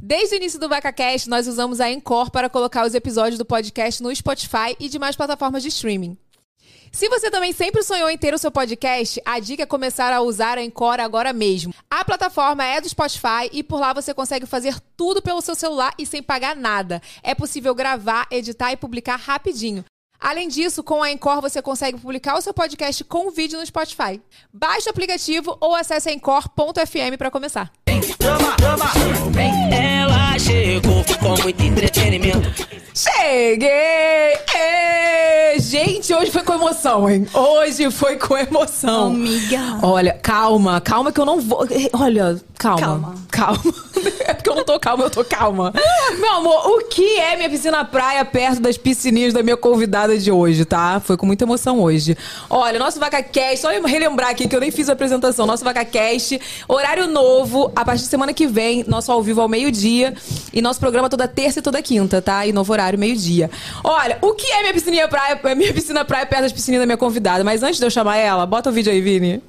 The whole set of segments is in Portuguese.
Desde o início do VacaCast, nós usamos a Encore para colocar os episódios do podcast no Spotify e demais plataformas de streaming. Se você também sempre sonhou em ter o seu podcast, a dica é começar a usar a Encore agora mesmo. A plataforma é do Spotify e por lá você consegue fazer tudo pelo seu celular e sem pagar nada. É possível gravar, editar e publicar rapidinho. Além disso, com a Encore você consegue publicar o seu podcast com vídeo no Spotify. Baixe o aplicativo ou acesse encore.fm para começar. Chama, chama. Ela chegou com muito entretenimento. Cheguei! Ê, Gente, hoje foi com emoção, hein? Hoje foi com emoção. Amiga. Olha, calma, calma que eu não vou. eh, Olha, calma. Calma. Calma. É porque eu não tô calma, eu tô calma. Meu amor, o que é minha piscina praia perto das piscininhas da minha convidada de hoje, tá? Foi com muita emoção hoje. Olha, nosso VacaCast, só relembrar aqui que eu nem fiz a apresentação. Nosso VacaCast, horário novo, a partir de semana que vem, nosso ao vivo ao meio-dia. E nosso programa toda terça e toda quinta, tá? E novo horário, meio-dia. Olha, o que é minha piscininha praia, minha piscina praia perto das piscininhas da minha convidada? Mas antes de eu chamar ela, bota o vídeo aí, Vini.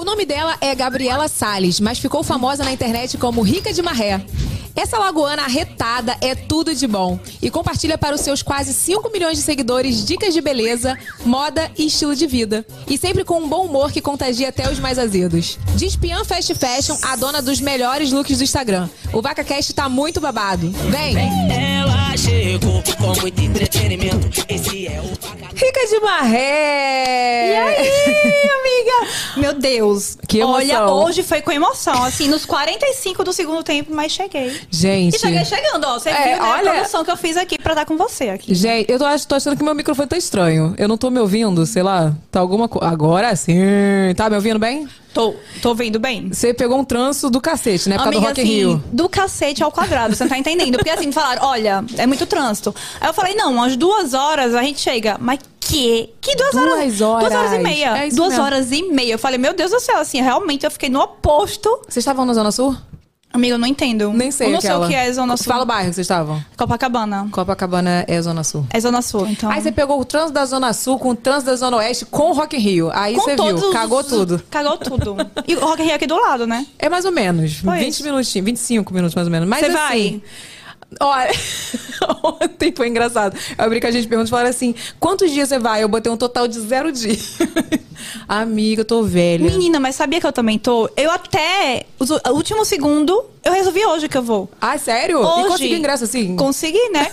O nome dela é Gabriela Sales, mas ficou famosa na internet como Rica de Marré. Essa lagoana arretada é tudo de bom e compartilha para os seus quase 5 milhões de seguidores dicas de beleza, moda e estilo de vida. E sempre com um bom humor que contagia até os mais azedos. De espiã Fast Fashion, a dona dos melhores looks do Instagram. O VacaCast tá muito babado. Vem! Ela chegou com muito entretenimento. Esse é o Vaca- Rica de Marré! E aí, amiga? Meu Deus. Que emoção. Olha, hoje foi com emoção. Assim, nos 45 do segundo tempo, mas cheguei. Gente... E cheguei chegando, ó. Você É, viu né, olha- a produção que eu fiz aqui pra estar com você aqui. Gente, eu tô, ach- tô achando que meu microfone tá estranho. Eu não tô me ouvindo, sei lá. Tá alguma coisa. Agora sim. Tá me ouvindo bem? Tô, tô vendo bem? Você pegou um tranço do cacete, né? Por causa do Rock Amiga, in assim, Rio. do cacete ao quadrado, você não tá entendendo. Porque assim, falaram, olha, é muito trânsito. Aí eu falei, não, umas duas horas a gente chega. Mas que? Que duas, Duas horas? horas. Duas horas e meia. É isso duas mesmo. horas e meia. Eu falei, meu Deus do céu, assim, realmente eu fiquei no oposto. Vocês estavam na Zona Sul? Amiga, eu não entendo. Nem sei Eu não aquela. sei o que é Zona Sul. Fala o bairro que vocês estavam. Copacabana. Copacabana é Zona Sul. É Zona Sul, então. Aí você pegou o trânsito da Zona Sul com o trânsito da Zona Oeste com o Rock in Rio. Aí Com você todos viu, os- é cagou tudo. Cagou tudo. E o Rock in Rio aqui do lado, né? É mais ou menos. Foi 20 isso. minutinhos, 25 minutos mais ou menos. Mas Você assim, vai? Olha, ontem foi engraçado. Eu abri com a gente pergunta e falaram assim: quantos dias você vai? Eu botei um total de zero dias. Amiga, eu tô velha. Menina, mas sabia que eu também tô? Eu até os- o último segundo, eu resolvi hoje que eu vou. Ah, sério? Hoje, E conseguiu ingresso assim? Consegui, né?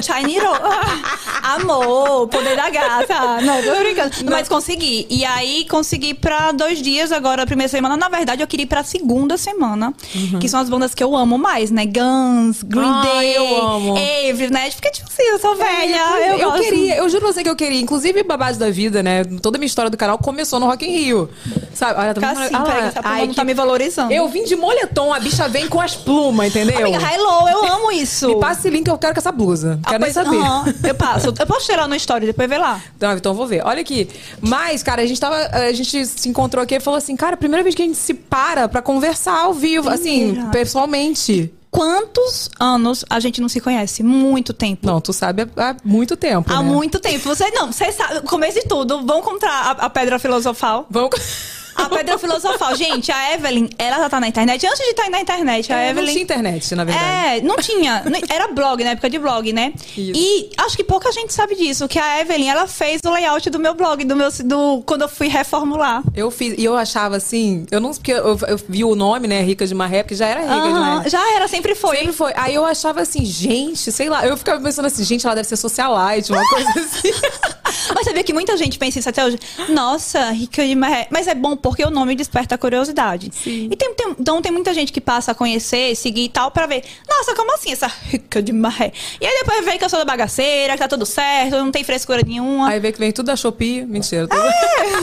Chainiro. Amor, poder da graça. Não, tô brincando. Mas consegui. E aí, consegui pra dois dias agora, a primeira semana. Na verdade, eu queria ir pra segunda semana. Que são as bandas que eu amo mais, né? Guns, Green Uhum. Ai, Day, eu amo. Avery, né? Porque, tipo assim, eu sou velha. eu gosto. queria, eu juro pra você que eu queria. Inclusive, babado da vida, né? Toda a minha história do canal começou no Rock in Rio. Sabe? Olha, tá Ficar vendo? assim, Olha lá. peraí, que essa turma Ai, não que- tá me valorizando. Eu vim de moletom, a bicha vem com as plumas, entendeu? Amiga, hello, eu amo isso. Me passa esse link, eu quero com essa blusa. Ah, Quero nem pois- saber. Aham, eu passo. Eu posso tirar no story, depois vê lá. Não, então eu vou ver. Olha aqui. Mas, cara, a gente tava. A gente se encontrou aqui e falou assim, cara, primeira vez que a gente se para pra conversar ao É vivo, assim, Primeira. pessoalmente. Quantos anos a gente não se conhece? Muito tempo. Não, tu sabe há, há muito tempo. Há né? muito tempo. Você não, você sabe, começo de tudo, vão comprar a, a pedra filosofal. Vamos. A pedra filosofal, gente, a Evelyn, ela já tá na internet. Antes de estar na internet, a É, Evelyn. Não tinha internet, na verdade. É, não tinha. Não- Era blog, na época de blog, né? Isso. E acho que pouca gente sabe disso, que a Evelyn, ela fez o layout do meu blog, do meu do quando eu fui reformular. Eu fiz, e eu achava assim, eu não, porque eu, eu vi o nome, né, Rica de Marré, porque já era Rica de Aham, Marré. já era, sempre foi. é? Sempre foi. Aí eu achava assim, gente, sei lá, eu ficava pensando assim, gente, ela deve ser socialite, uma coisa assim. Mas sabia que muita gente pensa isso até hoje. Nossa, rica de maré. Mas é bom porque o nome desperta a curiosidade. Sim. E tem, tem- então tem muita gente que passa a conhecer, seguir e tal, pra ver. Nossa, como assim essa rica de maré? E aí depois vê que eu sou da bagaceira, que tá tudo certo, não tem frescura nenhuma. Aí vê que vem tudo da Shopee, mentira. Tudo...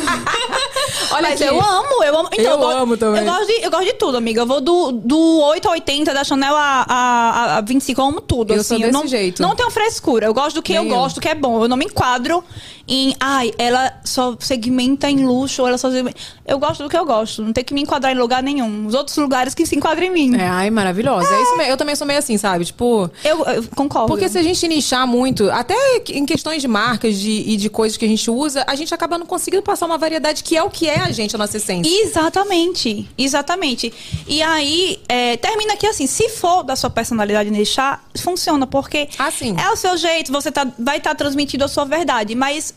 Olha É. Mas é aqui. eu amo, eu amo. Então, Eu gosto- amo também. Eu gosto, de, eu gosto de tudo, amiga. Eu vou do, do 8 a 80, da Chanel a, a, a 25, eu amo tudo. Eu assim, sou desse não, jeito. Não tenho frescura. Eu gosto do que eu, Nem eu. gosto, do que é bom. Eu não me enquadro em. Ai, ela só segmenta em luxo, ou ela só. segmenta- Eu gosto do que eu gosto. Não tem que me enquadrar em lugar nenhum. Os outros lugares que se enquadram em mim. É, ai, maravilhosa. É isso mesmo. Eu também sou meio assim, sabe? Tipo, Eu, eu concordo. Porque se a gente nichar muito, até em questões de marcas de- e de coisas que a gente usa, a gente acaba não conseguindo passar uma variedade que é o que é a gente, a nossa essência. Exatamente, exatamente. E aí, é, termina aqui assim, se for da sua personalidade deixar, funciona, porque Ah, sim. é o seu jeito, você tá, vai estar transmitindo a sua verdade, mas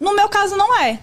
no meu caso não é.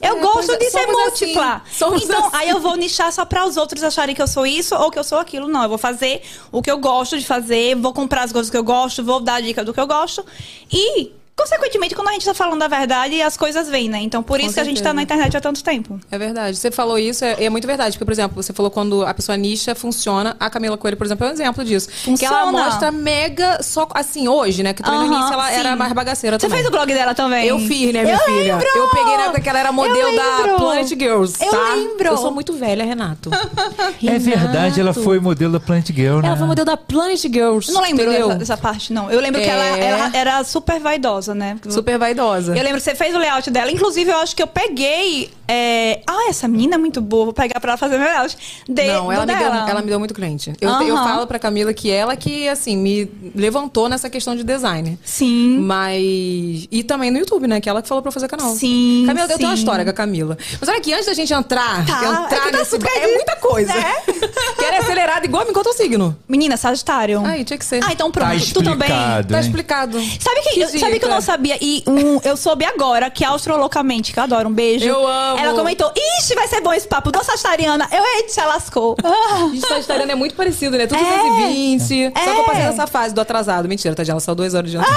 Eu É, pois gosto é, de ser somos múltipla. assim, somos então, assim. aí eu vou nichar só para os outros acharem que eu sou isso ou que eu sou aquilo. Não, eu vou fazer o que eu gosto de fazer, vou comprar as coisas que eu gosto, vou dar a dica do que eu gosto. E, consequentemente, quando a gente tá falando a verdade, as coisas vêm, né? Então, por Com isso que a gente certeza. tá na internet há tanto tempo. É verdade. Você falou isso, é, é muito verdade. Porque, por exemplo, você falou quando a pessoa nicha funciona. A Camila Coelho, por exemplo, é um exemplo disso. Que ela Funciona. mostra mega só assim, hoje, né? Que também no Aham, início ela sim. era mais bagaceira Você também. fez o blog dela também? Eu fiz, né, minha eu filha? Lembro! Eu peguei na época que ela era modelo Eu da lembro! Planet Girls, Eu tá? lembro! Eu sou muito velha, Renato. É verdade, ela Renato. foi modelo da Plant Girl, né? Ela foi modelo da Planet Girls. Eu não lembro entendeu? dessa, dessa parte, não. Eu lembro que ela, É. ela era super vaidosa, né? Super vaidosa. Eu lembro que você fez o layout dela. Inclusive, eu acho que eu peguei. é, Ah, essa menina é muito boa. Vou pegar pra ela fazer meu layout. De- Não, do ela me, deu, um- dela. ela me deu muito cliente. Eu, Aham. eu falo pra Camila que ela que, assim, me levantou nessa questão de design. Sim. Mas. E também no YouTube, né? Que ela que falou pra eu fazer canal. Sim, Camila, eu tenho uma sim. história com a Camila. Mas olha aqui, antes da gente entrar, Tá, é entrar que tá nesse. super É muita coisa. né? Quero é acelerada igual me enquanto o signo. Menina, Sagitário. Aí, tinha que ser. Ah, então pronto. Tá tu também. explicado. Tá hein? explicado. Sabe que, eu- sabe dica. que eu não sabia? E um, eu soube agora que a Austrolocamente, que eu adoro, um beijo. Eu amo. Ela comentou: Ixi, vai ser bom esse papo. Dou Sagitariana. Eu, eita, se lascou. Ah. Gente, Sagitariano é muito parecido, né? Tudo É. 220. Só que eu É. passei nessa fase do atrasado. Mentira, tadinha, ela só duas horas de antes.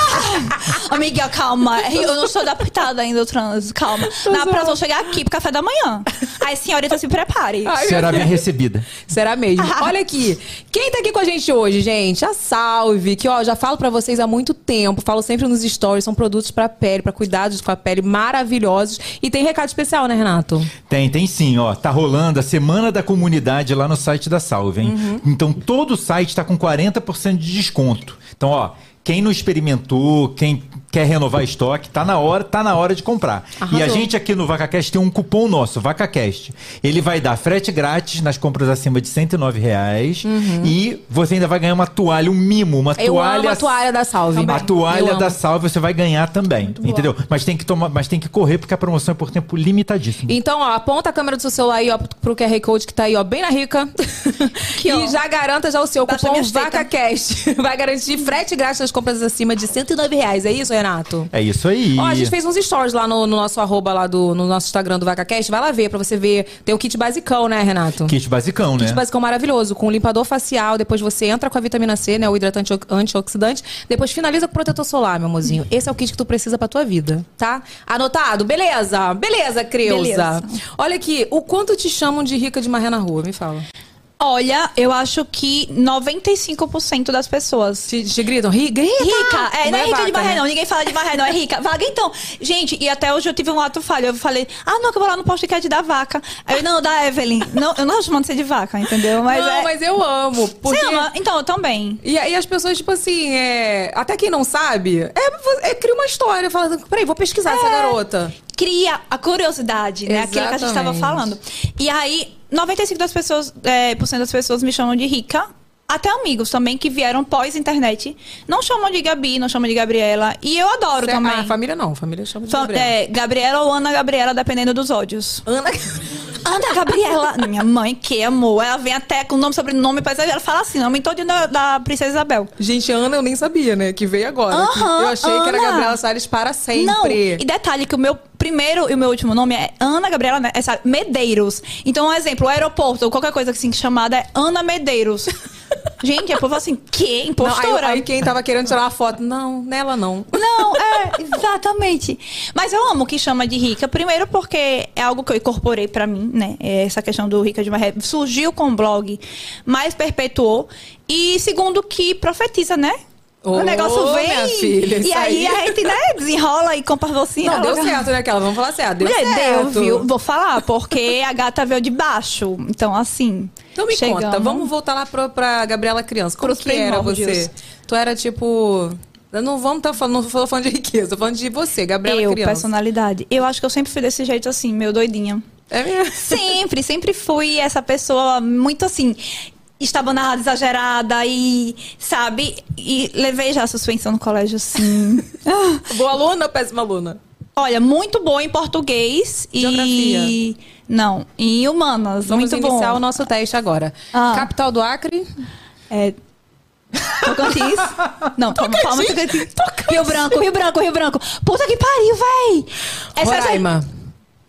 Amiga, calma. Eu não estou adaptada ainda ao trânsito, calma. Na próxima eu vou chegar aqui pro café da manhã. Aí, senhorita, se prepare. Ai, meu Será bem recebida. Será mesmo? Olha aqui. Quem tá aqui com a gente hoje, gente? A Salve, que ó, já falo pra vocês há muito tempo, falo sempre nos stories, são produtos pra pele, pra cuidados com a pele maravilhosos. E tem recado especial, né, Renato? Tem, tem sim, ó. Tá rolando a Semana da Comunidade lá no site da Salve, hein? Uhum. Então todo o site tá com 40% de desconto. Então, ó, quem não experimentou, quem quer renovar estoque, tá na hora, tá na hora de comprar. E a Arrasou. gente aqui no VacaCast tem um cupom nosso, VacaCast. Ele vai dar frete grátis nas compras acima de R$ 109 reais e você ainda vai ganhar uma toalha, um mimo, uma Uhum. Eu toalha. amo a toalha da Salve. A Eu toalha amo. da salve você vai ganhar também, entendeu? Mas tem que tomar, mas tem que correr porque a promoção é por tempo limitadíssimo. Então, ó, aponta a câmera do seu celular aí, ó, pro QR Code que tá aí, ó, bem na rica. Aqui, ó. e já garanta já o seu Baixa cupom minhas tetas. VACACAST. Vai garantir frete grátis nas compras acima de R$ 109 reais. É isso, Renato? É isso aí. Ó, a gente fez uns stories lá no, no nosso arroba, lá do, no nosso Instagram do VacaCast. Vai lá ver pra você ver. Tem o kit basicão, né, Renato? Kit basicão, né? Kit basicão maravilhoso, com limpador facial, depois você entra com a vitamina C, né? O hidratante o- antioxidante, depois finaliza com o protetor solar, meu mozinho. Esse é o kit que tu precisa pra tua vida, tá? Anotado? Beleza! Beleza, Creuza! Beleza. Olha aqui, o quanto te chamam de rica de maré na rua? Me fala. Olha, eu acho que 95% das pessoas. Te, te gritam, rica? Rica, é, não é rica de vaca, barra, né? não. Ninguém fala de barra, não. É rica. Vaga, então. Gente, e até hoje eu tive um ato falho. Eu falei, ah, não, que eu vou lá no podcast da vaca. Aí, eu, não, da Evelyn. Não, eu não acho chamando você de vaca, entendeu? Mas não, é. mas eu amo. Porque... Você ama? Então, eu também. E aí as pessoas, tipo assim, é... até quem não sabe, é, é- cria uma história, fala, assim, peraí, vou pesquisar É. essa garota. Cria a curiosidade, né? Aquilo que a gente estava Exatamente. falando. E aí, 95% das pessoas, é, por cento das pessoas me chamam de rica. Até amigos também que vieram pós-internet. Não chamam de Gabi, não chamam de Gabriela. E eu adoro Cê- também. Ah, família não, família chama de Fa- Gabriela. é, Gabriela ou Ana Gabriela, dependendo dos ódios. Ana... Ana Gabriela! Minha mãe, que amor. Ela vem até com nome, sobrenome, mas ela fala assim, nome todo da, da Princesa Isabel. Gente, Ana eu nem sabia, né? Que veio agora. Aham, eu achei que era Ana. Gabriela Salles para Não, sempre. e detalhe que o meu primeiro e o meu último nome é Ana Gabriela né, é, sabe, Medeiros. Então, um exemplo, o aeroporto ou qualquer coisa assim chamada é Ana Medeiros. Gente, a povo assim, que Não, aí- impostora. aí, quem tava querendo tirar uma foto, não, nela não. Não, é, exatamente. Mas eu amo que chama de rica. Primeiro porque é algo que eu incorporei pra mim, né? É Essa questão do rica de maré. Surgiu com o blog, mas perpetuou. E segundo que profetiza, né? Ô, o negócio vem minha filha, e isso aí. aí, a gente né, desenrola e compra você. Não, deu certo, né, aquela? Vamos falar certo. Deu Mulher, certo. deu, viu? Vou falar, porque a gata veio de baixo. Então, assim. Então me chegamos. conta, vamos voltar lá pra, pra Gabriela Criança. Como Pros que era primórdios. você? Tu era tipo. eu Não vamos tá falando, não tô falando de riqueza, tô falando de você, Gabriela Eu, Criança. personalidade. Eu acho que eu sempre fui desse jeito assim, meio doidinha. É mesmo? Sempre, sempre fui essa pessoa muito assim, estabanada, exagerada e, sabe? E levei já a suspensão no colégio, sim. Boa aluna ou péssima aluna? Olha, muito boa em português Geografia. e Não, em humanas. Vamos muito iniciar bom. o nosso teste agora. Ah. Capital do Acre. É. Tocantins. Não, palma, palma Tocantins. Rio Branco, Rio Branco, Rio Branco. Puta que pariu, véi! Essa- é essa- Roraima.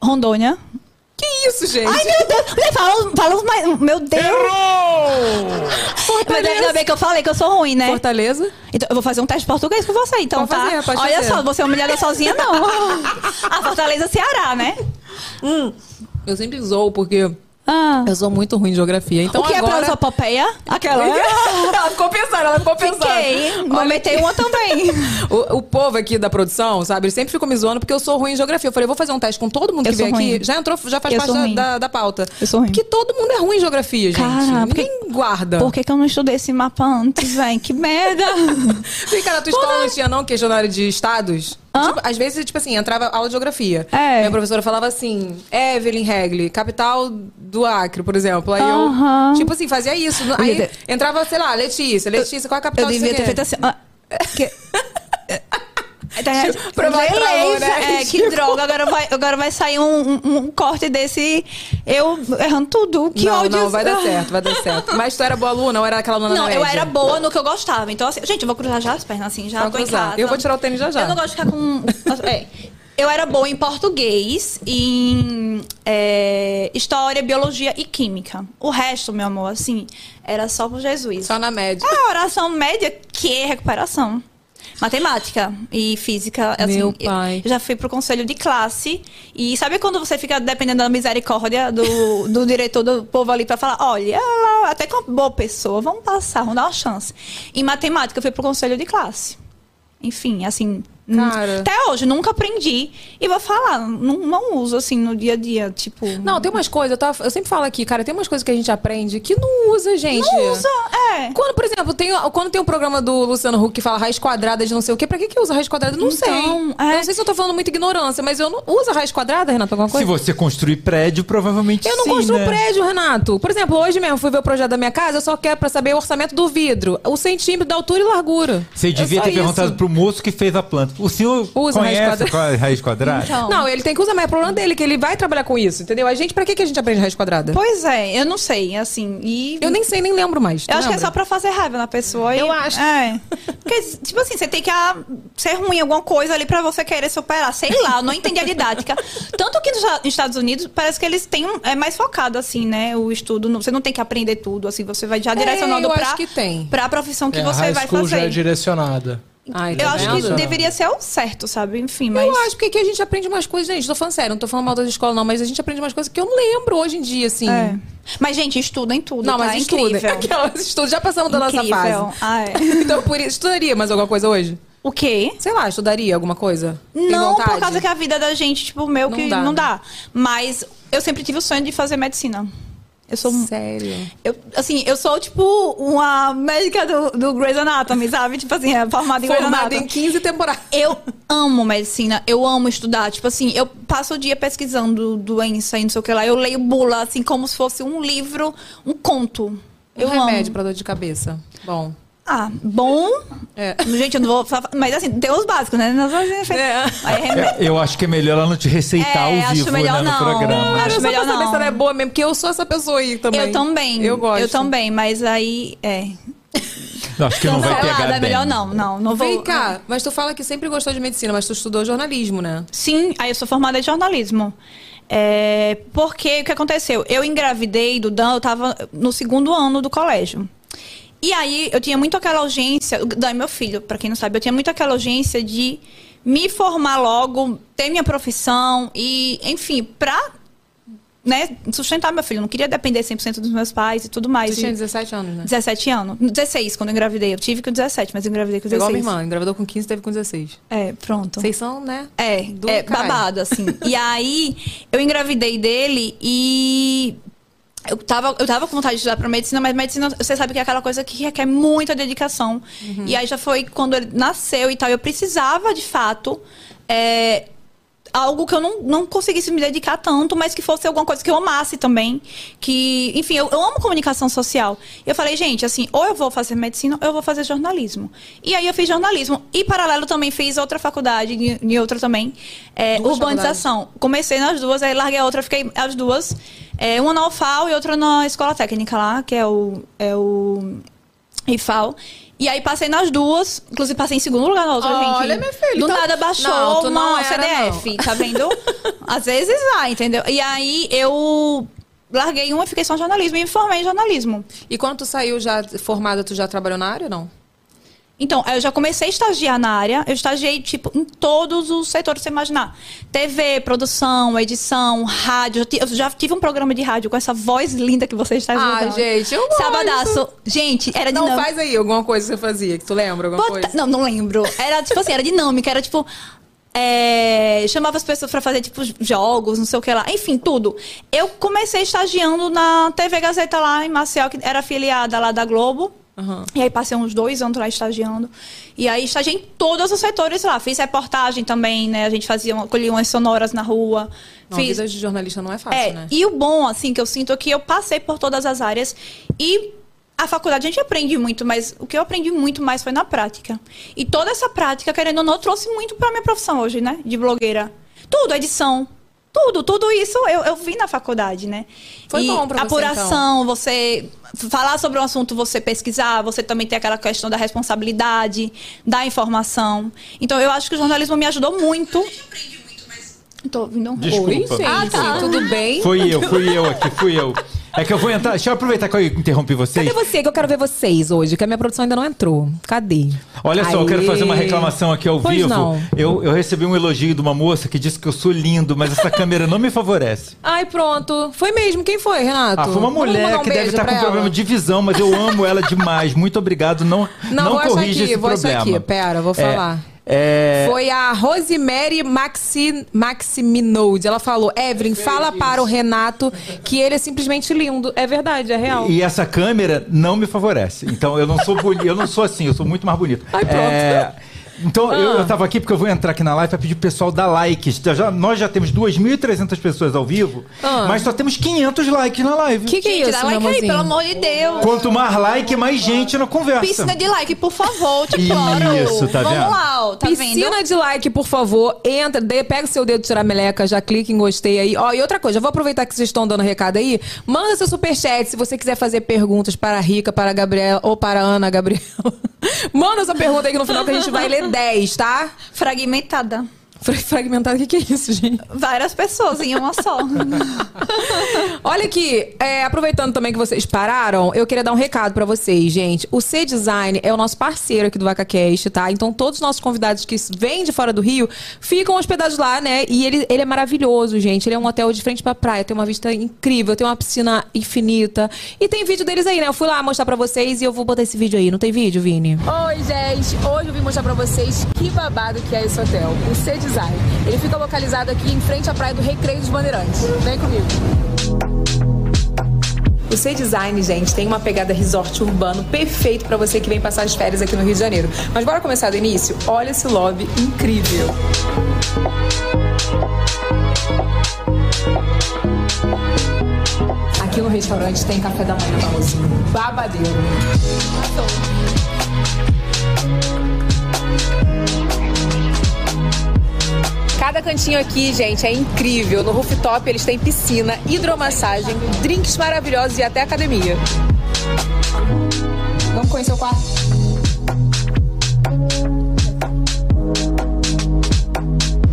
Rondônia. Que isso, gente? Ai, meu Deus! Fala, fala mais. Meu Deus! Errou! Mas ainda bem que eu falei que eu sou ruim, né? Fortaleza. Então, eu vou fazer um teste de português com você, então, Pode tá? fazer, pode Olha fazer. só, você é humilhada sozinha, não. A Fortaleza Ceará, né? Eu sempre zoo porque Ah. eu sou muito ruim de geografia. Então o que é agora... prosopopeia? Aquela. ela ficou pensando, ela ficou pensando. Fiquei. Vou Olha meter aqui. uma também. O, o povo aqui da produção, sabe, eles sempre ficam me zoando porque eu sou ruim em geografia. Eu falei, vou fazer um teste com todo mundo Eu que sou vem aqui. ruim. Já entrou, já faz Eu sou parte ruim. da, da, da pauta. Eu sou ruim. Porque todo mundo é ruim em geografia, gente. Cara, porque- Ninguém guarda. Por que, que eu não estudei esse mapa antes, velho? Que merda! Vem cá, na tua escola não tinha não questionário de estados? Hã? Tipo, às vezes, tipo assim, entrava aula de geografia. É. Minha professora falava assim, Evelyn Regli, capital do Acre, por exemplo. Aí Aham. eu, tipo assim, fazia isso. ia Aí ter- entrava, sei lá, Letícia. Letícia, qual é a capital Eu de devia sei quê? ter feito assim. ó. Que- Pra mais Leilei, trauma, né? é, que droga, agora vai, agora vai sair um, um- um corte desse. Eu errando tudo. Que não, ódio. não, vai dar certo, vai dar certo. Mas tu era boa aluna ou era aquela aluna Não, na eu média? era boa no que eu gostava. Então, assim, gente, eu vou cruzar já as pernas assim, já Pode tô em cruzar. casa. Eu vou tirar o tênis já já. Eu não gosto de ficar com. É. Eu era boa em português, em é, história, biologia e química. O resto, meu amor, assim, era só pro Jesus. Só na média. É, oração média que recuperação. Matemática e física. Assim, Meu pai. Eu já fui pro conselho de classe. E sabe quando você fica dependendo da misericórdia do, do diretor do povo ali pra falar: olha, ela até com uma boa pessoa, vamos passar, vamos dar uma chance. Em matemática, eu fui pro conselho de classe. Enfim, assim. n- Cara. Até hoje, nunca aprendi. E vou falar, não, não uso assim no dia a dia. Tipo. Não, tem umas coisas, eu, tava- eu sempre falo aqui, cara, tem umas coisas que a gente aprende que não usa, gente. não usa. É. Quando, por exemplo, tem, quando tem um programa do Luciano Huck que fala raiz quadrada de não sei o quê, pra que que usa raiz quadrada? Não sei. Então, Eu é. Não sei se eu tô falando muita ignorância, mas eu não uso raiz quadrada, Renato, alguma Se coisa? você construir prédio, provavelmente Eu não sim, construo né? prédio, Renato. Por exemplo, hoje mesmo fui ver o projeto da minha casa, eu só quero pra saber o orçamento do vidro, o centímetro da altura e largura. Você É devia só ter isso. perguntado pro moço que fez a planta. O senhor Usa raiz conhece quadra- qual é a raiz quadrada? Então. Não, ele tem que usar, mas é problema dele, que ele vai trabalhar com isso, entendeu? A gente, pra que que a gente aprende raiz quadrada? Pois é, eu não sei, assim. E Eu nem sei, nem lembro mais. Tu Eu acho que é lembra? só pra fazer raiva na pessoa. e- Eu acho. É. Porque, tipo assim, você tem que ah, ser ruim em alguma coisa ali pra você querer superar. Sei lá, eu não entendi a didática. Tanto que nos Estados Unidos, parece que eles têm... um- É mais focado, assim, né? O estudo. não- Você não tem que aprender tudo, assim. Você vai já direcionando É, eu pra... acho que tem. Pra profissão que É, você a high vai school já é né? fazer. direcionada. Ai, tá eu acho que vendo? deveria ser o certo, sabe? Enfim, mas... Eu acho, porque aqui a gente aprende umas coisas, gente. Tô falando sério, não tô falando mal da escola, não, mas a gente aprende umas coisas que eu não lembro hoje em dia, assim. É. Mas, gente, estudem tudo, Não, tá? mas É estuda. Incrível. Aquelas estuda, já passamos da nossa Incrível. fase. Ah, é. Então, por isso, estudaria mais alguma coisa hoje? O quê? Sei lá, estudaria alguma coisa? Tem Não, vontade? por causa que a vida da gente, tipo, meu, Não que dá, não né? dá. Mas eu sempre tive o sonho de fazer medicina. Eu sou. Sério. Eu, assim, eu sou, tipo, uma médica do, do Grey's Anatomy, sabe? Tipo assim, é formada em Grey's Formado em Anatomy. 15 temporadas. Eu amo medicina, eu amo estudar. Tipo assim, eu passo o dia pesquisando doença e não sei o que lá. Eu leio bula, assim, como se fosse um livro, um conto. Eu um remédio amo. pra dor de cabeça. Bom. Ah, bom. É. Gente, eu não vou. falar- Mas assim, tem os básicos, né? Nós vamos- É. Aí, remédio. É, Eu acho que é melhor ela não te receitar É, ao acho vivo né, melhor no não. programa. Não, Cara, acho só melhor pra saber não. se ela é boa mesmo, porque eu sou essa pessoa aí também. Eu também. Eu gosto. Eu também, mas aí. É. Não, acho que não, Não, vai sei lá, pegar é bem. melhor não, não, não vou. é. Vem cá, mas tu fala que sempre gostou de medicina, mas tu estudou jornalismo, né? Sim, aí eu sou formada em jornalismo. É, porque o que aconteceu? Eu engravidei do Dan, eu tava no segundo ano do colégio. E aí eu tinha muito aquela urgência, o Dan é meu filho, pra quem não sabe, eu tinha muito aquela urgência de me formar logo, ter minha profissão e, enfim, pra né, sustentar meu filho. Eu não queria depender 100% dos meus pais e tudo mais. Tu tinha E- 17 anos, né? 17 anos. 16, quando eu engravidei. Eu tive com 17, mas eu engravidei com 16. Igual a minha irmã, engravidou com 15, teve com 16. É, pronto. Vocês são, né? É, Do é caralho. babado, assim. e aí, eu engravidei dele e. Eu tava, eu tava com vontade de estudar pra medicina, mas medicina, você sabe que é aquela coisa que requer muita dedicação. E aí já foi quando ele nasceu e tal. Eu precisava, de fato, é, algo que eu não, não conseguisse me dedicar tanto, mas que fosse alguma coisa que eu amasse também. Que, enfim, eu, eu amo comunicação social. E eu falei, gente, assim, ou eu vou fazer medicina, ou eu vou fazer jornalismo. E aí eu fiz jornalismo. E paralelo também fiz outra faculdade, em em outra também, é, Duas urbanização. Comecei nas duas, aí larguei a outra, fiquei as duas. É, uma na UFAL e outra na escola técnica lá, que é o. É o IFAL. E aí passei nas duas, inclusive passei em segundo lugar na outra, gente. Olha, minha filha, Do então- nada baixou Não, tu não uma era, CDF, tá vendo? Às vezes vai, entendeu? E aí eu larguei uma e fiquei só em jornalismo e me formei em jornalismo. E quando tu saiu já formada, tu já trabalhou na área ou não? Então, eu já comecei a estagiar na área. Eu estagiei, tipo, em todos os setores, que você imaginar. TV, produção, edição, rádio. Eu ti- Eu já tive um programa de rádio com essa voz linda que você está Ah, escutando. gente, eu gosto. Sabadaço. Gente, era Não, tá, dinâmica. Então faz aí alguma coisa que você fazia, que tu lembra alguma Bota- coisa? Não, não lembro. Era, tipo assim, era dinâmica. Era, tipo... é, Chamava as pessoas pra fazer, tipo, jogos, não sei o que lá. Enfim, tudo. Eu comecei estagiando na TV Gazeta lá em Marcial, que era afiliada lá da Globo. Aham. E aí passei uns dois anos lá estagiando. E aí estagiei em todos os setores lá. Fiz reportagem também, né? A gente fazia, uma, colhia umas sonoras na rua. Não, fiz... a vida de jornalista não é fácil, É, né? e o bom, assim, que eu sinto é que eu passei por todas as áreas e a faculdade a gente aprende muito, mas o que eu aprendi muito mais foi na prática. E toda essa prática, querendo ou não, trouxe muito pra minha profissão hoje, né? De blogueira. Tudo, edição. Tudo, tudo isso eu, eu vi na faculdade, né? Foi E bom pra você, então. Apuração, você falar sobre um assunto, você pesquisar, você também tem aquela questão da responsabilidade, da informação. Então, eu acho que o jornalismo me ajudou muito. Tô ouvindo um Desculpa. Oi, gente, Ah, tá. tudo bem? Fui eu, fui eu aqui, fui eu. É que eu vou entrar. Deixa eu aproveitar que eu interrompi vocês. Cadê você? Que eu quero ver vocês hoje, que a minha produção ainda não entrou. Cadê? Olha só, eu Aê. quero fazer uma reclamação aqui ao Pois vivo. não. Eu, eu recebi um elogio de uma moça que disse que eu sou lindo, mas essa câmera não me favorece. Ai, pronto. Foi mesmo. Quem foi, Renato? Ah, foi uma Vamos mandar mulher um que deve beijo estar com pra ela? problema de visão, mas eu amo ela demais. Muito obrigado. Não, Não, não, vou achar corrija aqui, esse vou achar problema. aqui. Pera, vou É, falar. é, Foi a Rosemary Maxi, Maximinold. Ela falou: Evelyn, é fala para o Renato que ele é simplesmente lindo. É verdade, é real. E essa câmera não me favorece. Então eu não sou bonito, eu não sou assim, eu sou muito mais bonito. Ai, pronto. Então, eu, Ah. eu tava aqui porque eu vou entrar aqui na live pra pedir pro pessoal dar likes. Já- já- nós já temos 2.300 pessoas ao vivo, Ah. mas só temos 500 likes na live. Que que é Gente, isso, dá meu like aí, amorzinho? pelo amor de Deus. Quanto mais like, mais gente na conversa. Piscina de like, por favor, te imploro. Isso, tá Vamos vendo? lá, ó, tá Piscina vendo? de like, por favor. Entra, dê, pega o seu dedo tirar meleca, já clica em gostei aí. Ó, e outra coisa, eu vou aproveitar que vocês estão dando recado aí. Manda seu superchat se você quiser fazer perguntas para a Rica, para a Gabriela ou para a Ana Gabriela. Manda sua pergunta aí que no final que a gente vai ler 10, tá? Fragmentada. Fra- Fragmentado, o que, que é isso, gente? Várias pessoas em uma só. Olha aqui, é, aproveitando também que vocês pararam, eu queria dar um recado pra vocês, gente. O C-Design é o nosso parceiro aqui do VacaCast, tá? Então todos os nossos convidados que vêm de fora do Rio ficam hospedados lá, né? E ele, ele é maravilhoso, gente. Ele é um hotel de frente pra praia, tem uma vista incrível, tem uma piscina infinita. E tem vídeo deles aí, né? Eu fui lá mostrar pra vocês e eu vou botar esse vídeo aí. Não tem vídeo, Vini? Oi, gente! Hoje eu vim mostrar pra vocês que babado que é esse hotel, o C-Design. Ele fica localizado aqui em frente à praia do Recreio dos Bandeirantes. Vem comigo. O Sea Design, gente, tem uma pegada resort urbano perfeito pra você que vem passar as férias aqui no Rio de Janeiro. Mas bora começar do início? Olha esse lobby incrível. Aqui no restaurante tem café da manhã pra você. Babadeiro. Cada cantinho aqui, gente, é incrível. No rooftop eles têm piscina, hidromassagem, drinks maravilhosos e até academia. Vamos conhecer o quarto?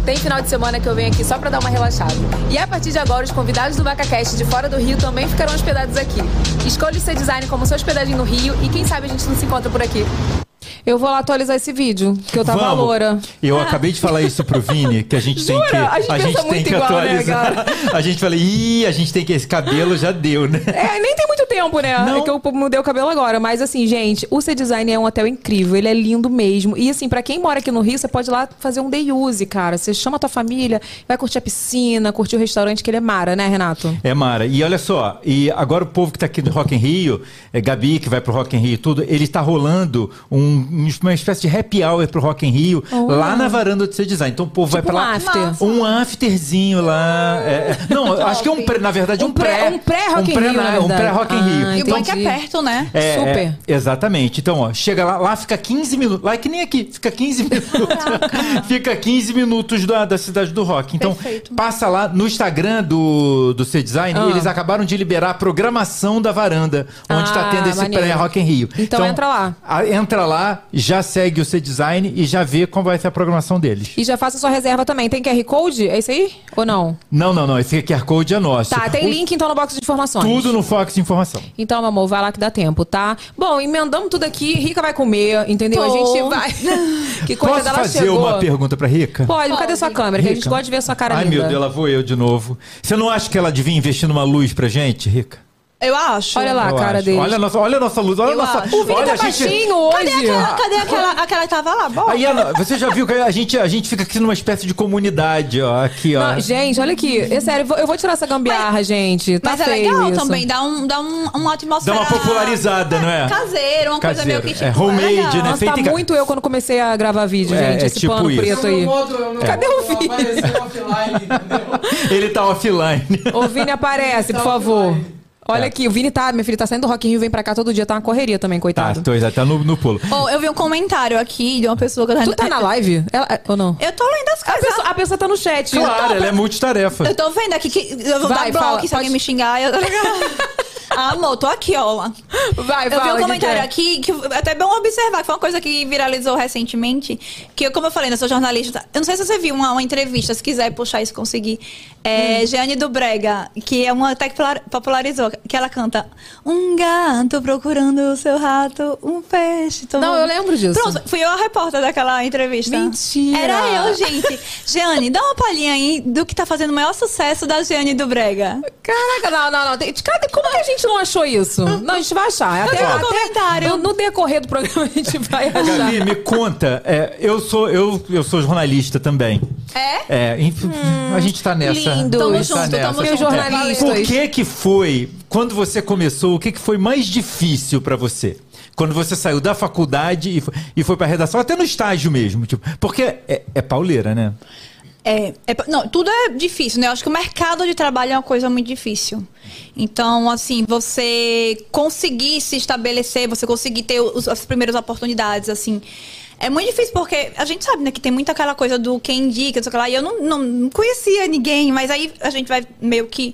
Tem final de semana que eu venho aqui só pra dar uma relaxada. E a partir de agora, os convidados do VacaCast de fora do Rio também ficarão hospedados aqui. Escolha o seu design como sua hospedagem no Rio e quem sabe a gente não se encontra por aqui. Eu vou lá atualizar esse vídeo, que eu tava Vamos. loura. Eu acabei de falar isso pro Vini, que a gente tem Jura? que, A gente pensa tem muito que igual, né, atualizar. a gente fala, ih, a gente tem que. Esse cabelo já deu, né? É, nem tem muito tempo, né? Não. É que eu mudei o cabelo agora. Mas assim, gente, o C-Design é um hotel incrível. Ele é lindo mesmo. E assim, pra quem mora aqui no Rio, você pode ir lá fazer um day use, cara. Você chama a tua família, vai curtir a piscina, curtir o restaurante, que ele é mara, né, Renato? É, Mara. E olha só, e agora o povo que tá aqui do Rock in Rio, é, Gabi, que vai pro Rock in Rio e tudo, ele tá rolando um, uma espécie de happy hour pro Rock em Rio, lá na varanda do seu design. Então o povo vai Tipo pra um lá. after. Um afterzinho lá. é, é. Não, eu acho que é um pré, na verdade, é um, Um pré- um pré-Rock in um pré, Rio, na- na Um verdade. pré-Rock in Ah, Rio. E o bom é que Entendi. é perto, né? É, Super. é, exatamente. Então, ó, chega lá, lá fica 15 minutos. Lá é que nem aqui, fica 15 minutos. fica 15 minutos da, da cidade do rock. Então, Perfeito. passa lá no Instagram do, do C-Design, Ah. eles acabaram de liberar a programação da varanda, onde Ah, está tendo esse maneiro. pré-Rock em Rio. Então, entra lá. a- entra lá, já segue o C-Design e já vê como vai ser a programação deles. E já faça sua reserva também. Tem QR Code? É isso aí? Ou não? Não, não, não. Esse QR Code é nosso. Tá, tem O- link então no box de informações. Tudo no Fox Informação. Então, meu amor, vai lá que dá tempo, tá? Bom, emendamos tudo aqui. Rica vai comer, entendeu? A Tô. gente vai. que coisa Posso dela fazer chegou. uma pergunta pra Rica? Pode, cadê sua câmera? Que a gente Rica. gosta de ver sua cara Ai, linda. meu Deus, lá vou eu de novo. Você não acha que ela devia investir numa luz pra gente, Rica? Eu acho. Olha lá a Eu Ah, cara acho. dele. Olha a nossa, olha a nossa luz, olha a Eu nossa. acho. O Vini olha, tá a gente- baixinho Cadê hoje. Ah. aquela, cadê aquela, aquela que tava lá? Bora. Aí, tá Ana, você já viu que a gente, a gente fica aqui numa espécie de comunidade, ó. Aqui, ó. Não, Ah, gente, olha aqui. É sério, eu vou- eu vou tirar essa gambiarra, gente. Tá Mas é feio legal isso. também, dá, um, dá um, uma Dá atmosfera... uma popularizada, não é? Caseira, uma coisa meio Caseiro. que tipo... É homemade, legal. né? Nossa, feito tá em ca- muito eu quando comecei a gravar vídeo, É, gente. é Esse tipo pano isso. preto aí. Cadê o Vini? Apareceu offline, entendeu? Ele tá offline. Ô, Vini, aparece, por Tá favor. offline. Olha aqui, o Vini tá, minha filha, tá saindo do Rock in Rio, vem pra cá todo dia, tá uma correria também, Tá, coitado. tô, já tá no, no pulo. Bom, eu vi um comentário aqui de uma pessoa que eu Tu tá na live? Ela- ou não? Eu tô lendo as A coisas. pessoa, a pessoa tá no chat. Claro, ela é multitarefa. Eu tô vendo aqui que eu vou dar bloco Vai, fala, se pode- alguém me xingar. Eu... Ah, Amor, tô aqui, ó. Vai, Eu vi fala, um que comentário que é? aqui que é até bom observar, que foi uma coisa que viralizou recentemente. Que, eu- como eu falei, né, eu sou jornalista. Eu não sei se você viu uma, uma entrevista, se quiser puxar isso, conseguir. É, Hum. Jeane do Brega, que é uma até que polar- popularizou, que ela canta Um gato procurando o seu rato, um peixe. tomou-" Não, eu lembro disso. Pronto, fui eu a repórter daquela entrevista. Mentira. Era eu, gente. Jeane, dá uma palhinha aí do que tá fazendo o maior sucesso da Jeane do Brega. Então, Caraca, não, não, não. Tem- Cara, como que a gente não achou isso? Não, a gente vai achar. É Até, tem um até- comentário. No, no decorrer do programa a gente vai achar. Gabi, me conta. é, eu, sou, eu, eu sou jornalista também. É? É, inf- a gente tá nessa. Hum, lindo. A gente Tamo tá junto, nessa. tamo Meus junto. jornalistas. Por que que foi, quando você começou, o que que foi mais difícil pra você? Quando você saiu da faculdade e foi, e foi pra redação, até no estágio mesmo, tipo, porque é, é pauleira, né? É, é pa- não, tudo é difícil, né? Eu acho que o mercado de trabalho é uma coisa muito difícil. Então, assim, você conseguir se estabelecer, você conseguir ter os- as primeiras oportunidades, assim. É muito difícil porque a gente sabe, né, que tem muito aquela coisa do quem indica, não sei o que lá. E eu não, não, não conhecia ninguém, mas aí a gente vai meio que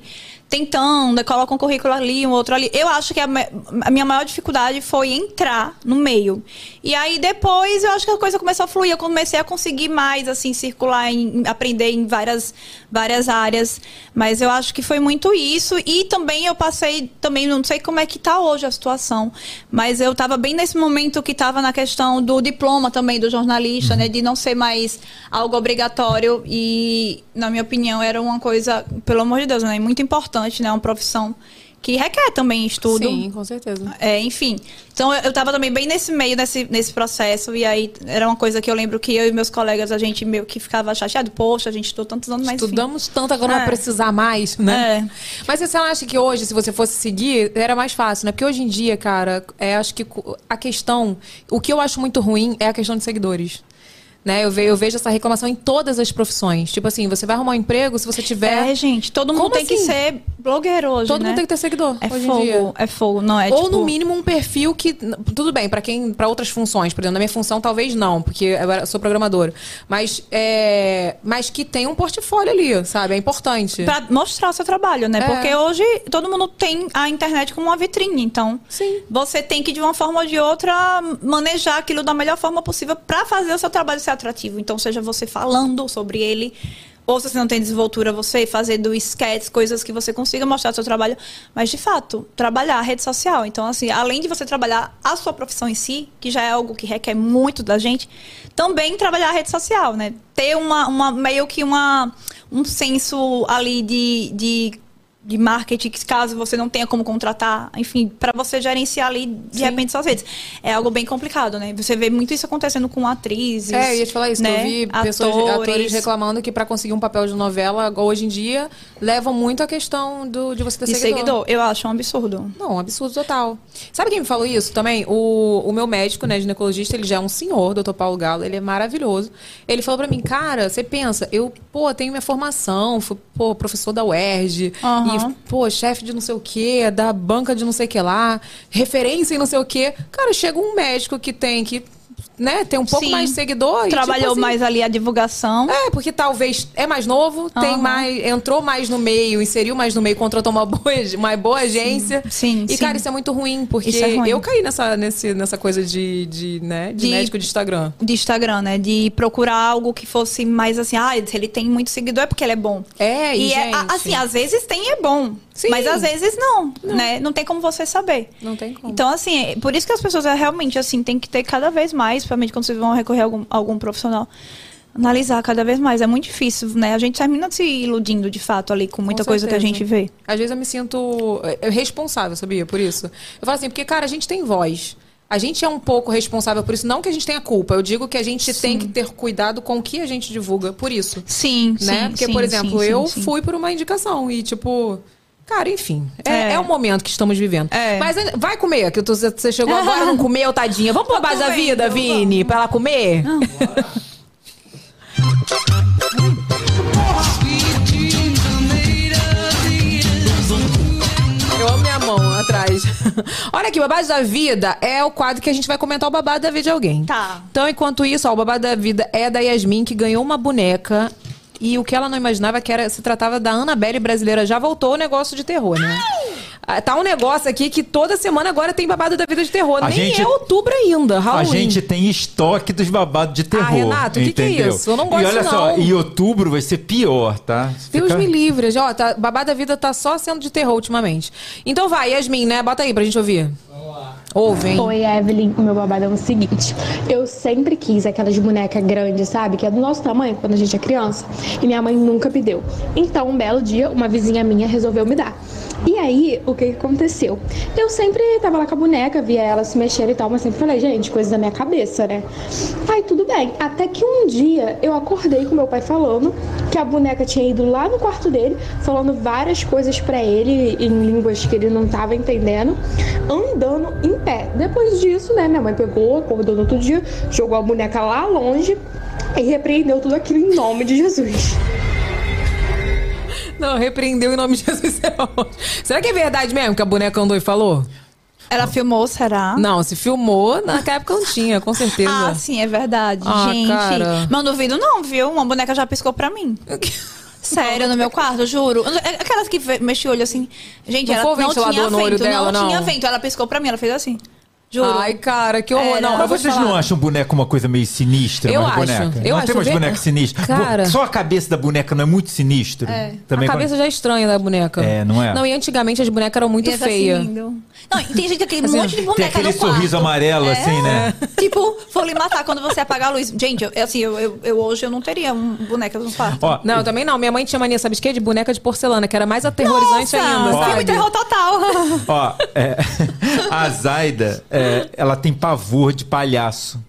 tentando, coloca um currículo ali, um outro ali. Eu acho que a, me- a minha maior dificuldade foi entrar no meio. E aí depois eu acho que a coisa começou a fluir, eu comecei a conseguir mais assim circular, em, em aprender em várias várias áreas, mas eu acho que foi muito isso e também eu passei também não sei como é que tá hoje a situação, mas eu estava bem nesse momento que estava na questão do diploma também do jornalista, né, de não ser mais algo obrigatório e na minha opinião era uma coisa, pelo amor de Deus, né, muito importante, né, uma profissão que requer também estudo. Sim, com certeza. É, enfim. Então eu, eu tava também bem nesse meio, nesse, nesse processo, e aí era uma coisa que eu lembro que eu e meus colegas, a gente meio que ficava chateado, poxa, a gente estudou tantos anos, mas. enfim. Estudamos tanto, agora não vai É. precisar mais, né? Mas você não acha que hoje, se você fosse seguir, era mais fácil, né? Porque hoje em dia, cara, é, acho que cu- a questão. O que eu acho muito ruim é a questão de seguidores. Né? Eu, ve- eu vejo essa reclamação em todas as profissões. Tipo assim, você vai arrumar um emprego se você tiver. É, gente, todo mundo né? Como tem que assim? ser blogueiro hoje. todo né? mundo tem que ter seguidor. É hoje fogo, em dia. é fogo, não é? Ou tipo, no mínimo um perfil que n- tudo bem para quem para outras funções, por exemplo, na minha função talvez não, porque eu era- sou programadora, mas é, mas que tem um portfólio ali, sabe? É importante. Pra mostrar o seu trabalho, né? É. Porque hoje todo mundo tem a internet como uma vitrine, então. Sim. Você tem que, de uma forma ou de outra, manejar aquilo da melhor forma possível para fazer o seu trabalho ser atrativo. Então, seja você falando sobre ele, ou se você não tem desenvoltura, você fazendo sketches, coisas que você consiga mostrar o seu trabalho. Mas, de fato, trabalhar a rede social. Então, assim, além de você trabalhar a sua profissão em si, que já é algo que requer muito da gente, também trabalhar a rede social, né? Ter uma, uma meio que uma, um senso ali de- de de marketing, que caso você não tenha como contratar, enfim, para você gerenciar ali de repente suas redes. É algo bem complicado, né? Você vê muito isso acontecendo com atrizes. É, eu ia te falar isso, que né? eu vi pessoas, atores reclamando que pra conseguir um papel de novela, hoje em dia, levam muito a questão do, de você ter de seguidor. Eu acho um absurdo. Não, um absurdo total. Sabe quem me falou isso também? O, o meu médico, né, ginecologista, ele já é um senhor, doutor Paulo Galo, ele é maravilhoso. Ele falou pra mim, cara, você pensa, eu, pô, tenho minha formação, fui, pô, professor da UERJ, Aham. e, pô, chefe de não sei o quê, da banca de não sei o que lá, referência em não sei o quê. Cara, chega um médico que tem que, né, tem um pouco Sim. mais de seguidor e, Trabalhou tipo assim, mais ali a divulgação. é, porque talvez é mais novo, tem Aham. mais, entrou mais no meio, inseriu mais no meio, contratou uma boa, uma boa agência. sim, sim. E, cara, isso é muito ruim, porque Isso é ruim. eu caí nessa, nesse, nessa coisa de, de, né, de, De- médico de Instagram. de Instagram, né? De procurar algo que fosse mais assim, ah, se ele tem muito seguidor é porque ele é bom. É, e, E é, gente, a- assim, às vezes tem e é bom, Sim. mas às vezes não, né? Não tem como você saber. Não tem como. Então, assim, é- por isso que as pessoas é, realmente, assim, tem que ter cada vez mais, principalmente quando vocês vão recorrer a algum, algum profissional, analisar cada vez mais. É muito difícil, né? A gente termina se iludindo, de fato, ali, com muita coisa que a certeza. gente vê. Às vezes eu me sinto eh, responsável, sabia? Por isso. Eu falo assim, porque, cara, a gente tem voz. A gente é um pouco responsável por isso. Não que a gente tenha culpa. Eu digo que a gente tem que ter cuidado com o que a gente divulga. Por isso. Sim, né? sim, Porque, sim, por sim, exemplo, sim, eu sim. fui por uma indicação e, tipo. Cara, enfim, é, É. é o momento que estamos vivendo. É. Mas eh, vai comer, que tu- você chegou agora não comeu, tadinha. Vamos pra Tô base da comendo, vida, Vini, pra ela comer? Eu amo minha mão atrás. Olha aqui, o Babado da Vida é o quadro que a gente vai comentar o babado da vida de alguém. Tá. Então, enquanto isso, ó, o babado da vida é da Yasmin, que ganhou uma boneca. E o que ela não imaginava que era, se tratava da Annabelle brasileira. Já voltou o negócio de terror, né? Ah, Tá um negócio aqui que toda semana agora tem babado da vida de terror. A Nem gente- é outubro ainda, A Halloween. gente tem estoque dos babados de terror. Ah, Renato, o que que é entendeu? isso? Eu não gosto, E olha só, não. em outubro vai ser pior, tá? Deus Fica- me livre. Já, ó, tá, babado da vida tá só sendo de terror ultimamente. Então vai, Yasmin, né? Bota aí pra gente ouvir. Vamos lá. Ouve, hein? Oi, Evelyn. O meu babado é o seguinte: eu sempre quis aquelas bonecas grandes, sabe? Que é do nosso tamanho quando a gente é criança. E minha mãe nunca me deu. Então, um belo dia, uma vizinha minha resolveu me dar. E aí, o que que aconteceu? Eu sempre tava lá com a boneca, via ela se mexer e tal, mas sempre falei, gente, coisa da minha cabeça, né? Aí tudo bem. Até que um dia eu acordei com meu pai falando que a boneca tinha ido lá no quarto dele, falando várias coisas pra ele em línguas que ele não tava entendendo, andando em pé. Depois disso, né, minha mãe pegou, acordou no outro dia, jogou a boneca lá longe e repreendeu tudo aquilo em nome de Jesus. Não, repreendeu em nome de Jesus. é ótimo. Será que é verdade mesmo que a boneca andou e falou? Ela filmou, será? Não, se filmou, naquela época não tinha, com certeza. Ah, sim, é verdade. Ah, gente. cara. Mas não duvido, não, viu? Uma boneca já piscou pra mim. Sério, no meu quarto, juro. é, Aquelas que ve- mexe o olho assim. Gente, Não ela foi o não ventilador tinha vento. no olho dela, não? tinha vento. Ela piscou pra mim, ela fez assim. Juro. Ai, cara, que horror. Era. Não, eu Mas vou vocês falar. não acham boneco uma coisa meio sinistra? Eu umas acho, bonecas? eu não é acho, tem umas vê- bonecas sinistras. Cara. Só a cabeça da boneca não é muito sinistra? É. A quando- cabeça já é estranha da boneca. É, não é? Não, e antigamente as bonecas eram muito E essa assim, feias. lindo. Não, e tem gente que tem um Assim, monte de boneca Tem aquele no quarto. É. sorriso amarelo, É. assim, né? Tipo, vou lhe matar quando você apagar a luz. Gente, eu, assim, eu, eu- eu hoje eu não teria um boneca no quarto. Ó, Não, eu também não. Minha mãe tinha mania, sabe de quê? De boneca de porcelana, que era mais aterrorizante ainda, Nossa, é sabe? filme terror total. Ó, é, a Zaida, é, ela tem pavor de palhaço.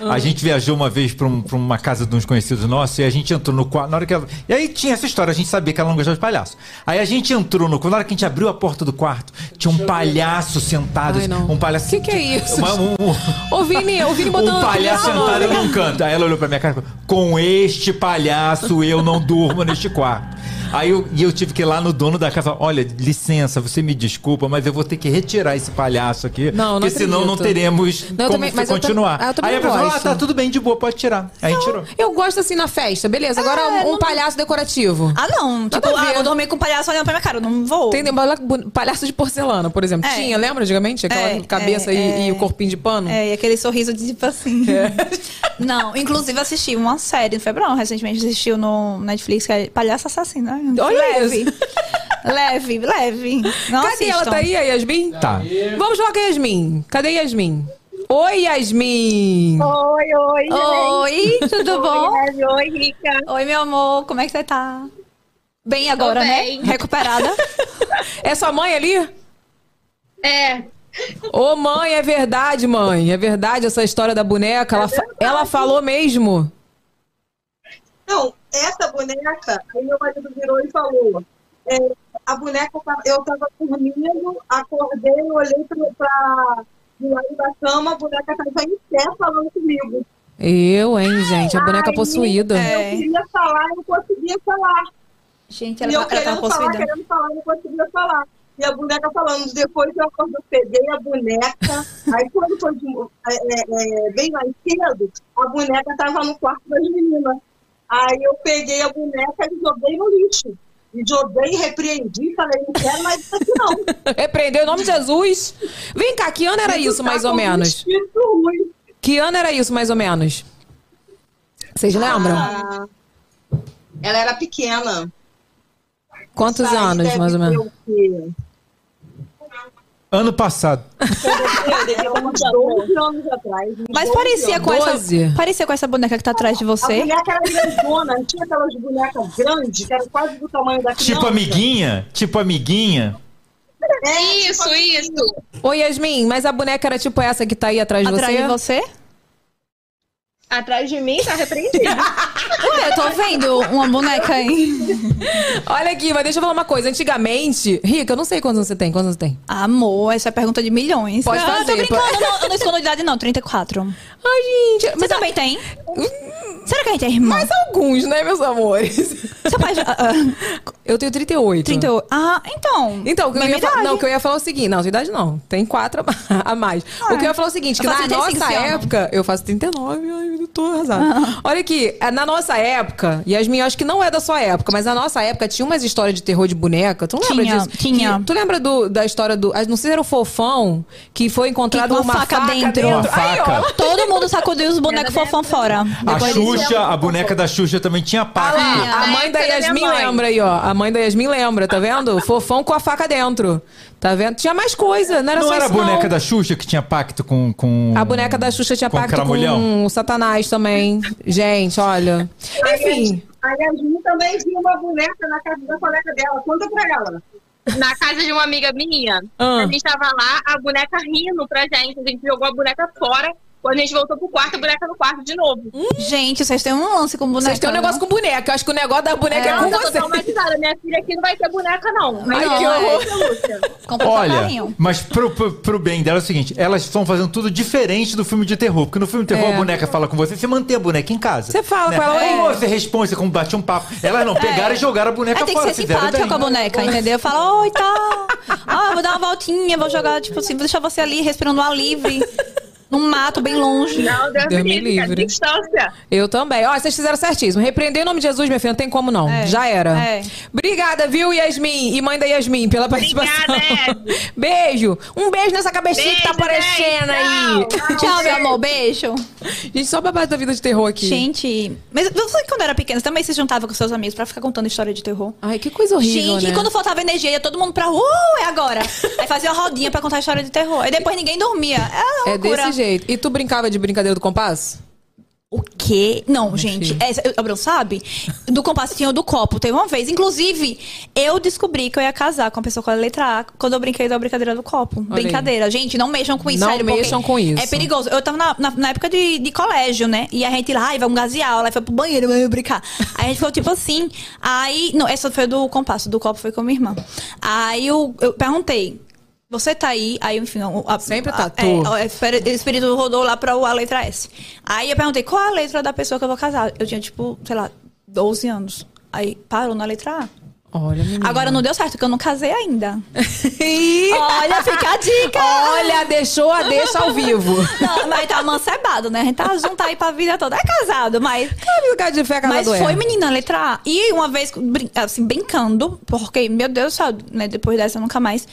A Ah. gente viajou uma vez pra, um- pra uma casa de uns conhecidos nossos e a gente entrou no quarto. Na hora que ela- E aí tinha essa história, a gente sabia que ela não gostava de palhaço. Aí a gente entrou no quarto, na hora que a gente abriu a porta do quarto, tinha um palhaço sentado. Ai, não. Um palhaço. Que que é isso? Uma- um- um- Ô, Vini, o Vini botando... um palhaço Não, sentado num canto. Aí ela olhou pra minha cara e falou: Com este palhaço eu não durmo neste quarto. Aí eu, e eu tive que ir lá no dono da casa falar, olha, licença, você me desculpa, mas eu vou ter que retirar esse palhaço aqui, Não, não porque senão não acredito. teremos Não, eu como também- mas eu tam- continuar. ah, eu também Aí a pessoa falou, ah, gosto. tá tudo bem, de boa, pode tirar. Aí tirou. Eu gosto assim na festa, beleza. Agora um, um palhaço decorativo. Ah, não. Tipo, Nada a ver. ah, vou dormir com um palhaço olhando pra minha cara. Eu não vou. Tem um palhaço de porcelana, por exemplo. É. Tinha, lembra antigamente? Aquela É, cabeça é, e, é. e o corpinho de pano? É, e aquele sorriso de tipo assim. É. Não, inclusive assisti uma série no Febrão, recentemente assistiu no Netflix, que é Palhaço Assassino. né? Olha leve. isso. leve, leve. Não Cadê assistam. ela? Tá aí, a Yasmin? Tá. Vamos jogar com a Yasmin. Cadê a Yasmin? Oi, Yasmin! Oi, oi, gente. Oi, tudo bom? Oi, Eve, oi, Rica. Oi, meu amor, como é que você tá? Bem agora, Tô né? bem. Recuperada. É sua mãe ali? É, Ô, mãe, é verdade, mãe. É verdade essa história da boneca. Ela, fa- ela falou mesmo. Não, essa boneca, aí meu marido virou e falou. é, a boneca, tava- eu tava dormindo, acordei, olhei pra, pra do lado da cama, a boneca tava em pé tá falando comigo. Eu, hein, gente? A boneca Ai, possuída. É. Eu queria falar, eu não conseguia falar. Gente, e ela, eu tá- ela querendo tava falar, possuída. querendo falar, não conseguia falar. E a boneca falando, depois eu acordo, eu peguei a boneca. aí quando foi de, é, é, é, bem mais cedo, a boneca tava no quarto das meninas. Aí eu peguei a boneca e joguei no lixo. E joguei, repreendi, falei, não quero mais isso aqui não. Repreendeu em nome de Jesus. Vem cá, que ano era isso, tá mais ou com um menos? espírito ruim. Que ano era isso, mais ou menos? Vocês lembram? Ah, ela era pequena. Quantos Isso aí anos, deve mais ou ter menos? o quê? Ano passado. É, uns 12 anos atrás. uns Mas 12 parecia com, Doze. essa, parecia com essa boneca que tá atrás de A você. boneca era grandona, não tinha aquelas bonecas grandes, que eram quase do tamanho da criança. Tipo amiguinha? Tipo amiguinha? É, isso, isso. Ô, Yasmin, mas a boneca era tipo essa que tá aí atrás de Atrás você? de você? Atrás de mim tá repreendido. Ué, eu tô vendo uma boneca aí. Olha aqui, mas deixa eu falar uma coisa. Antigamente, Rica, eu não sei quantos anos você tem. Quantos anos você tem? Amor, essa é pergunta de milhões. Pode não, eu fazer, tô brincando, não, eu não escondo idade não, 34. Ai, gente. Você Mas, também tem? Será que a gente é irmã? mas alguns, né, meus amores? Seu pai já... ah, ah, Eu tenho 38. 38. Ah, então. Então, o que eu Mesma ia falar, idade. não, o que eu ia falar é o seguinte, não, sua idade não, tem quatro a ma- a mais. o que eu ia falar é o seguinte, que Eu na faço 35 nossa esse ano. época, eu faço 39, ai, eu tô arrasada. Olha aqui, eh, na nossa época, Yasmin, eu acho que não é da sua época, mas na nossa época tinha umas histórias de terror de boneca, tu não lembra Tinha, disso? tinha. Que- tu lembra do- da história do, ah, não sei se era o Fofão, que foi encontrado Que com uma, faca, dentro. Uma Aí, ó, faca. Todo mundo sacudiu os bonecos fofão fora. A Depois disso. Xuxa, a boneca da Xuxa também tinha Ah, pacto. a na mãe época da da minha Yasmin mãe. lembra aí, ó. A mãe da Yasmin lembra, tá vendo? Fofão com a faca dentro. Tá vendo? Tinha mais coisa, não era Não só era a isso, não. boneca da Xuxa que tinha pacto com. com... A boneca da Xuxa tinha Com pacto com cramulhão. o Satanás também. Gente, olha. a Enfim. Yasmin- A Yasmin também viu uma boneca na casa da colega dela. Conta pra ela. Na casa de uma amiga minha, Ah. a gente tava lá, a boneca rindo pra gente. A gente jogou a boneca fora. Quando a gente voltou pro quarto, a boneca no quarto de novo. Hum, Gente, vocês têm um lance com boneca. Vocês têm um negócio com boneca. Eu acho que o negócio da boneca é, com Nossa, eu tô você. traumatizada. Minha filha aqui não vai ter boneca, não. Mas Ai, não, que é horror. isso, Lúcia. com... Olha, mas pro, pro, pro bem dela é o seguinte: elas estão fazendo tudo diferente do filme de terror. Porque no filme de terror É. a boneca fala com você, você mantém a boneca em casa. Né? Você fala com ela, é. Ou você responde, você como bate um papo. Elas não pegaram e jogaram a boneca Ah, Aí tem que É fora. ser fizeram simpática bem. com a boneca, entendeu? Fala, oi, tá. Ah, eu vou dar uma voltinha, vou jogar, tipo assim, vou deixar você ali, respirando ar livre. Num mato, bem longe. Não, Deus, Deus me me livre. livre. fica à Distância. Eu também. Ó, vocês fizeram certíssimo. Repreender em nome de Jesus, minha filha, não tem como não. É. Já era. É. Obrigada, viu, Yasmin? E mãe da Yasmin, pela participação. Obrigada, beijo. Um beijo nessa cabecinha que tá Beijo, aparecendo aí. gente. Tchau, meu amor, beijo. Gente, só babado da vida de terror aqui. Gente, mas você quando era pequena, você também se juntava com seus amigos pra ficar contando história de terror? Ai, que coisa horrível, Gente, né? e quando faltava energia, ia todo mundo pra rua, é agora. Aí fazia uma rodinha pra contar a história de terror. E depois ninguém dormia. Era uma É loucura. desse jeito. E tu brincava de brincadeira do compasso? O quê? Não, gente. filho. Essa, Abrão, sabe? Do compassinho do copo. Teve uma vez. Inclusive, eu descobri que eu ia casar com uma pessoa com a letra A quando eu brinquei da brincadeira do copo. aí. brincadeira. Gente, não mexam com isso. Não sério, porque mexam com isso. É perigoso. Eu tava na, na- na época de, de colégio, né? E a gente lá, ai, vamos gasear. Ela foi pro banheiro, vamos brincar. Aí a gente foi tipo assim. Aí. Não, essa foi do compasso. Do copo foi com a minha irmã. Aí eu, eu perguntei. Você tá aí, aí, enfim, a, Sempre tá, é, tô. o espir- espírito rodou lá pra a letra S. Aí eu perguntei, qual a letra da pessoa que eu vou casar? Eu tinha, tipo, sei lá, 12 anos. Aí parou na letra A. Olha, menina. Agora não deu certo, porque eu não casei ainda. Olha, fica a dica! Olha, deixou a deixa ao vivo. Não, mas tá amancebado, né? A gente tá junto aí pra vida toda. É casado, mas... Sabe o cara de fé Mas calado é? foi, menina, a letra A. E uma vez, brin- assim, brincando, porque, meu Deus do céu, né? Depois dessa, nunca mais.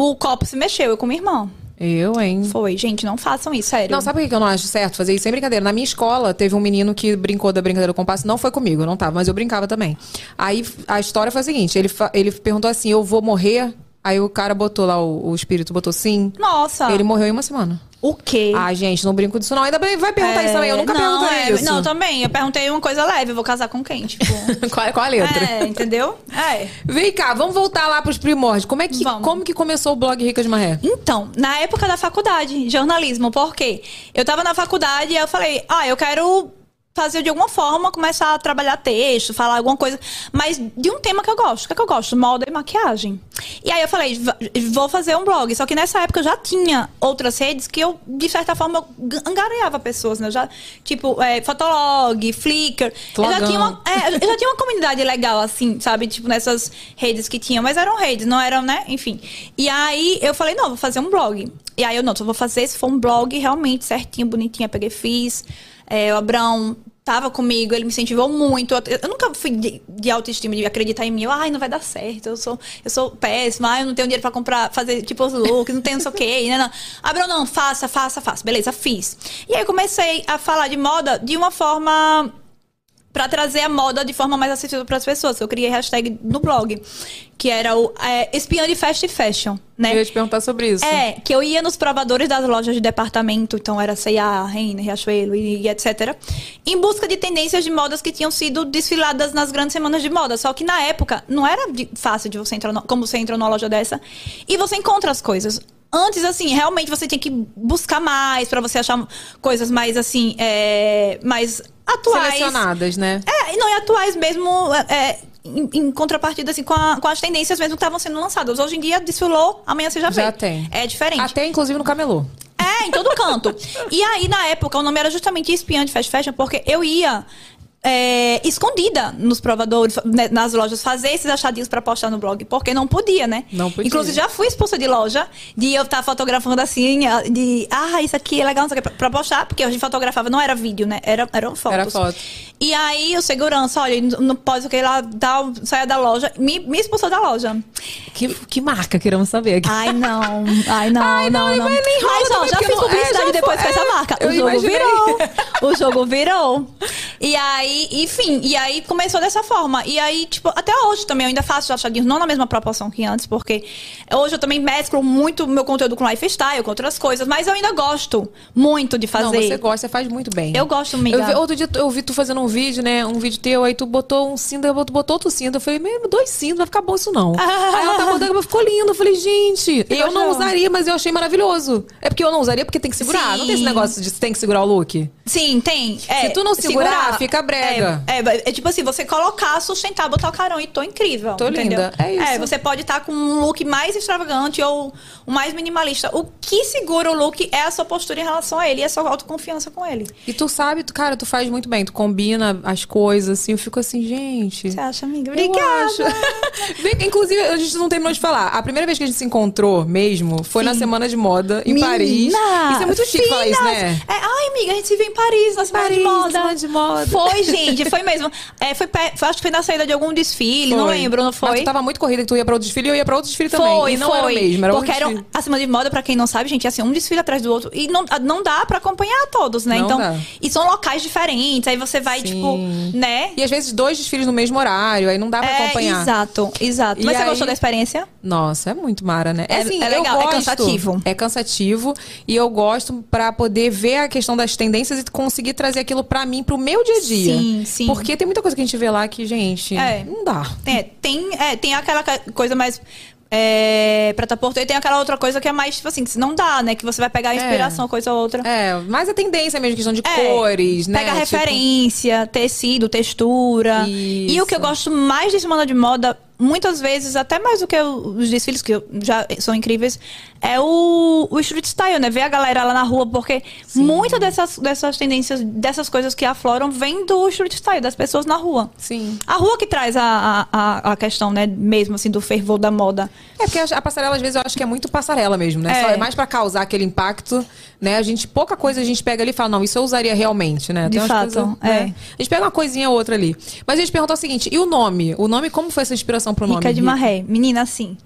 O copo se mexeu, eu com minha irmã. Eu, hein? Foi, gente, não façam isso, sério. Não, sabe por que eu não acho certo fazer isso? Sem brincadeira. Na minha escola, teve um menino que brincou da brincadeira do compasso. Não foi comigo, eu não tava, mas eu brincava também. Aí f- a história foi a seguinte: ele, fa- ele perguntou assim, eu vou morrer? Aí o cara botou lá, o, o espírito botou sim. Nossa. Ele morreu em uma semana. O quê? Ah, gente, não brinco disso não. Ainda bem, vai perguntar É, isso também. Eu nunca não, perguntei é, isso. Não, também. Eu perguntei uma coisa leve. Eu vou casar com quem? Tipo. qual, qual a letra? é, entendeu? É. Vem cá, vamos voltar lá pros primórdios. Como é que, Vamos. como que começou o blog Ricas Marré? Então, na época da faculdade, jornalismo, por quê? Eu tava na faculdade e eu falei, ah, eu quero fazer de alguma forma, começar a trabalhar texto, falar alguma coisa, mas de um tema que eu gosto. O que, é que eu gosto? Moda e maquiagem. E aí eu falei, "Va- vou fazer um blog. Só que nessa época eu já tinha outras redes que eu, de certa forma, eu g- angariava pessoas, né? Eu já, tipo, é, Fotolog, Flickr. Eu já Flogão. tinha uma é, eu já tinha uma comunidade legal, assim, sabe? Tipo, nessas redes que tinham, mas eram redes, não eram, né? Enfim. E aí eu falei, não, vou fazer um blog. E aí eu, não, só vou fazer se for um blog realmente certinho, bonitinho. Eu peguei, fiz. É, o Abrão tava comigo, ele me incentivou muito. Eu, eu nunca fui de, de autoestima, de acreditar em mim. Eu, ai, não vai dar certo, eu sou, eu sou péssima, ai, eu não tenho dinheiro pra comprar, fazer tipo os looks, não tenho não sei o quê. Né, não. Abrão, não, faça, faça, faça. Beleza, fiz. E aí eu comecei a falar de moda de uma forma Pra trazer a moda de forma mais acessível pras pessoas. Eu criei hashtag no blog, que era o é, espiã de fast fashion, né? Eu ia te perguntar sobre isso. É, que eu ia nos provadores das lojas de departamento, então era C&A, Renner, Riachuelo e, e etc. Em busca de tendências de modas que tinham sido desfiladas nas grandes semanas de moda. Só que na época não era de- fácil de você entrar, no- como você entra numa loja dessa e você encontra as coisas. Antes, assim, realmente você tinha que buscar mais pra você achar coisas mais, assim, é, mais atuais. Selecionadas, né? É, e não, e atuais mesmo, é, é, em, em contrapartida assim, com, a- com as tendências mesmo que estavam sendo lançadas. Hoje em dia desfilou, amanhã você já vê. Já tem. É diferente. Até, inclusive, no camelô. É, em todo canto. e aí, na época, o nome era justamente espiã de fast fashion, porque eu ia. é, escondida nos provadores, né, nas lojas, fazer esses achadinhos pra postar no blog, porque não podia, né? Não podia. Inclusive, já fui expulsa de loja, de eu estar fotografando assim, de ah, isso aqui é legal, não sei o que, pra, pra postar, porque a gente fotografava, não era vídeo, né? Era, eram fotos. Era foto. E aí o segurança, olha, não não pode, sei lá, dá, saia da loja, me, me expulsou da loja. Que, que marca, queremos saber. aqui. Ai, não. Ai, não, não, não. mas nem rola Mas, ó, também, já porque fiz não- é, publicidade já depois foi- com essa é, marca. eu O jogo imaginei. virou. O jogo virou. E aí, enfim, e aí começou dessa forma. E aí, tipo, até hoje também eu ainda faço achadinhos, não na mesma proporção que antes, porque hoje eu também mesclo muito meu conteúdo com lifestyle, com outras coisas, mas eu ainda gosto muito de fazer. Não, você gosta, você faz muito bem. Eu gosto, amiga. Eu vi- outro dia eu vi tu fazendo um vídeo, né? Um vídeo teu, aí tu botou um cinto, tu botou outro cinto. Eu falei, mesmo, dois cintos, não vai ficar bom isso não. Aí ela tá botando, mas ficou lindo. Eu falei, gente, eu não legal. usaria, mas eu achei maravilhoso. É porque eu não usaria porque tem que segurar. Não tem esse Sim. negócio de tem que segurar o look? Sim, tem. É, Se tu não segurar, fica brega. É, é, é tipo assim, você colocar, sustentar, botar o carão e tô incrível. Tô entendeu? linda, é isso. você pode estar com um look mais extravagante ou o mais minimalista. O que segura o look é a sua postura em relação a ele e a sua autoconfiança com ele. E tu sabe, tu, cara, tu faz muito bem. Tu combina as coisas, assim. Eu fico assim, gente... Você acha, amiga? Eu Obrigada. acho. Vem- Inclusive, a gente não terminou de falar. A primeira vez que a gente se encontrou mesmo foi na semana de moda em Paris. Menina, Isso é muito chique falar isso, finas. né? É, ai, amiga, a gente se viu em Paris, na semana de Paris, moda. semana de moda. Foi, gente, foi mesmo. É, foi, pe- foi- acho que foi na saída de algum desfile, não Foi. lembro, não foi? Mas tu tava muito corrida, que tu ia pra outro desfile e eu ia pra outro desfile também. Foi, e não foi. era o mesmo, era Porque outro eram, desfile. a semana de moda, pra quem não sabe, gente, é assim, um desfile atrás do outro. E não, não dá pra acompanhar todos, né? Não então, dá. e são locais diferentes. Aí você vai, Sim. tipo, né? E às vezes dois desfiles no mesmo horário, aí não dá pra É, acompanhar. exato, exato. E Mas você aí- gostou da experiência? Nossa, é muito mara, né? É- é legal, eu é gosto, cansativo. É cansativo. E eu gosto pra poder ver a questão das tendências e conseguir trazer aquilo pra mim, pro meu dia a dia. Sim, sim. Porque tem muita coisa que a gente vê lá que, gente, É. não dá. É, tem, é, tem aquela ca- coisa mais. É, prata porto e tem aquela outra coisa que é mais, tipo assim, que não dá, né? Que você vai pegar a inspiração, coisa ou outra. É, mas a tendência mesmo, questão de É, cores, né? Pega Tipo, referência, tecido, textura. E Isso. o que eu gosto mais de semana de moda, muitas vezes, até mais do que o- os desfiles, que eu- já são incríveis, é o, o street style, né? Ver a galera lá na rua, porque muitas dessas, dessas tendências, dessas coisas que afloram, vem do street style, das pessoas na rua. Sim. A rua que traz a, a, a- a questão, né? Mesmo assim, do fervor da moda. É porque a, a passarela, às vezes, eu acho que é muito passarela mesmo, né? É. Só é mais pra causar aquele impacto, né? A gente, pouca coisa a gente pega ali e fala, não, isso eu usaria realmente, né? De umas né? fato, é. A gente pega uma coisinha ou outra ali. Mas a gente perguntou o seguinte, e o nome? O nome, como foi essa inspiração pro nome? Rica de Marré. Menina, assim.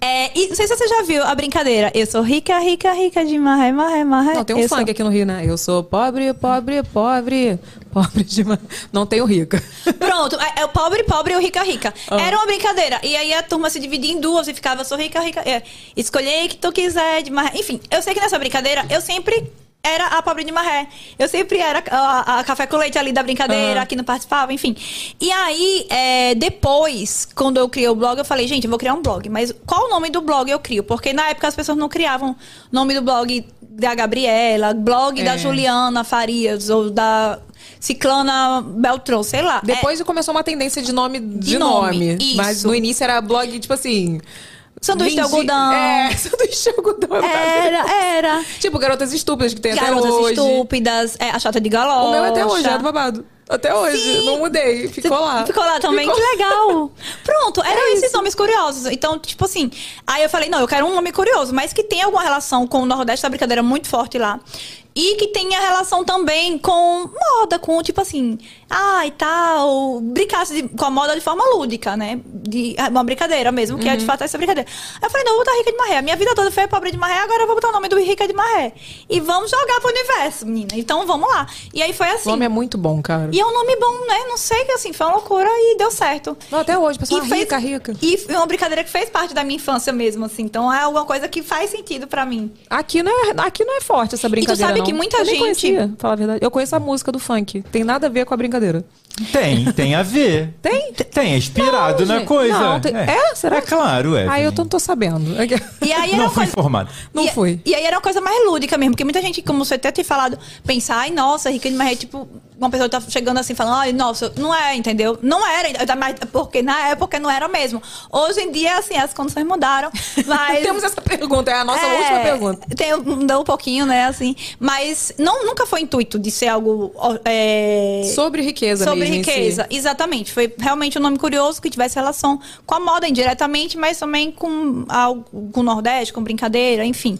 É, e não sei se você já viu a brincadeira. Eu sou rica, rica, rica de marré, marré, marré. Não, tem um eu funk aqui no Rio, né? Eu sou pobre, pobre, pobre, pobre demais. Não tenho rica. Pronto, é, é o pobre, pobre e o rica, rica. Ah. Era uma brincadeira. E aí a turma se dividia em duas e ficava, sou rica, rica. É, escolhei que tu quiser de marré. Enfim, eu sei que nessa brincadeira eu sempre era a pobre de marré. Eu sempre era a, a café com leite ali da brincadeira, Ah. que não participava, enfim. E aí, é, depois, quando eu criei o blog, eu falei, gente, eu vou criar um blog. Mas qual o nome do blog eu crio? Porque na época as pessoas não criavam nome do blog da Gabriela, blog da É. Juliana Farias ou da Ciclana Beltrão, sei lá. É- Depois começou uma tendência de nome de, nome, nome. isso. Mas no início era blog, tipo assim. Sanduíche de vendi- algodão. É, sanduíche de algodão. é maravilhoso. Era, era. Tipo, garotas estúpidas que tem Garotas até hoje. estúpidas, é, a chata de galocha. O meu até hoje, é do babado. Até hoje, Sim. não mudei. Ficou Você- lá. Ficou lá também? Ficou. Que legal. É Pronto, eram esses nomes curiosos. Então, tipo assim, aí eu falei, não, eu quero um nome curioso, mas que tenha alguma relação com o Nordeste, a brincadeira é muito forte lá. E que tenha relação também com moda, com tipo assim, ah, e tal, brincasse de- com a moda de forma lúdica, né? De, é uma brincadeira mesmo, que é de fato essa brincadeira. Aí eu falei, não, eu vou botar rica de marré. A minha vida toda foi pobre de marré, agora eu vou botar o nome do rica de marré. E vamos jogar pro universo, menina. Então vamos lá. E aí foi O assim. nome é muito bom, cara. E é um nome bom, né? Não sei, que assim, foi uma loucura e deu certo. Não, até hoje, pessoal, e ah, rica, rica. E foi uma brincadeira que fez parte da minha infância mesmo, assim. Então é alguma coisa que faz sentido pra mim. Aqui não, é, aqui não é forte essa brincadeira. sabe não. que muita eu nem gente- Conhecia, falar a verdade. Eu conheço a música do funk. Tem nada a ver com a brincadeira. Tem, tem a ver. Tem? T- Tem, é inspirado Não, na gente. coisa. Não, tem- é? Será É que- claro, é. Ah, eu tô- não tô sabendo. E aí era Não uma fui coisa. informado. Não e, fui. E aí era uma coisa mais lúdica mesmo, porque muita gente, como você até tem falado, pensa, ai, nossa, rica de maré, tipo, uma pessoa tá chegando assim, falando, ai, nossa, não é, entendeu? Não era, ainda mais- porque na época não era mesmo. Hoje em dia, assim, as condições mudaram, mas... Temos essa pergunta, é a nossa É, última pergunta. Tem, mudou um pouquinho, né, assim. Mas não, nunca foi intuito de ser algo. ó, é, Sobre riqueza sobre mesmo em si. riqueza. Exatamente. Foi realmente um nome curioso que tivesse relação com a moda indiretamente, mas também com, algo, com o Nordeste, com brincadeira, enfim.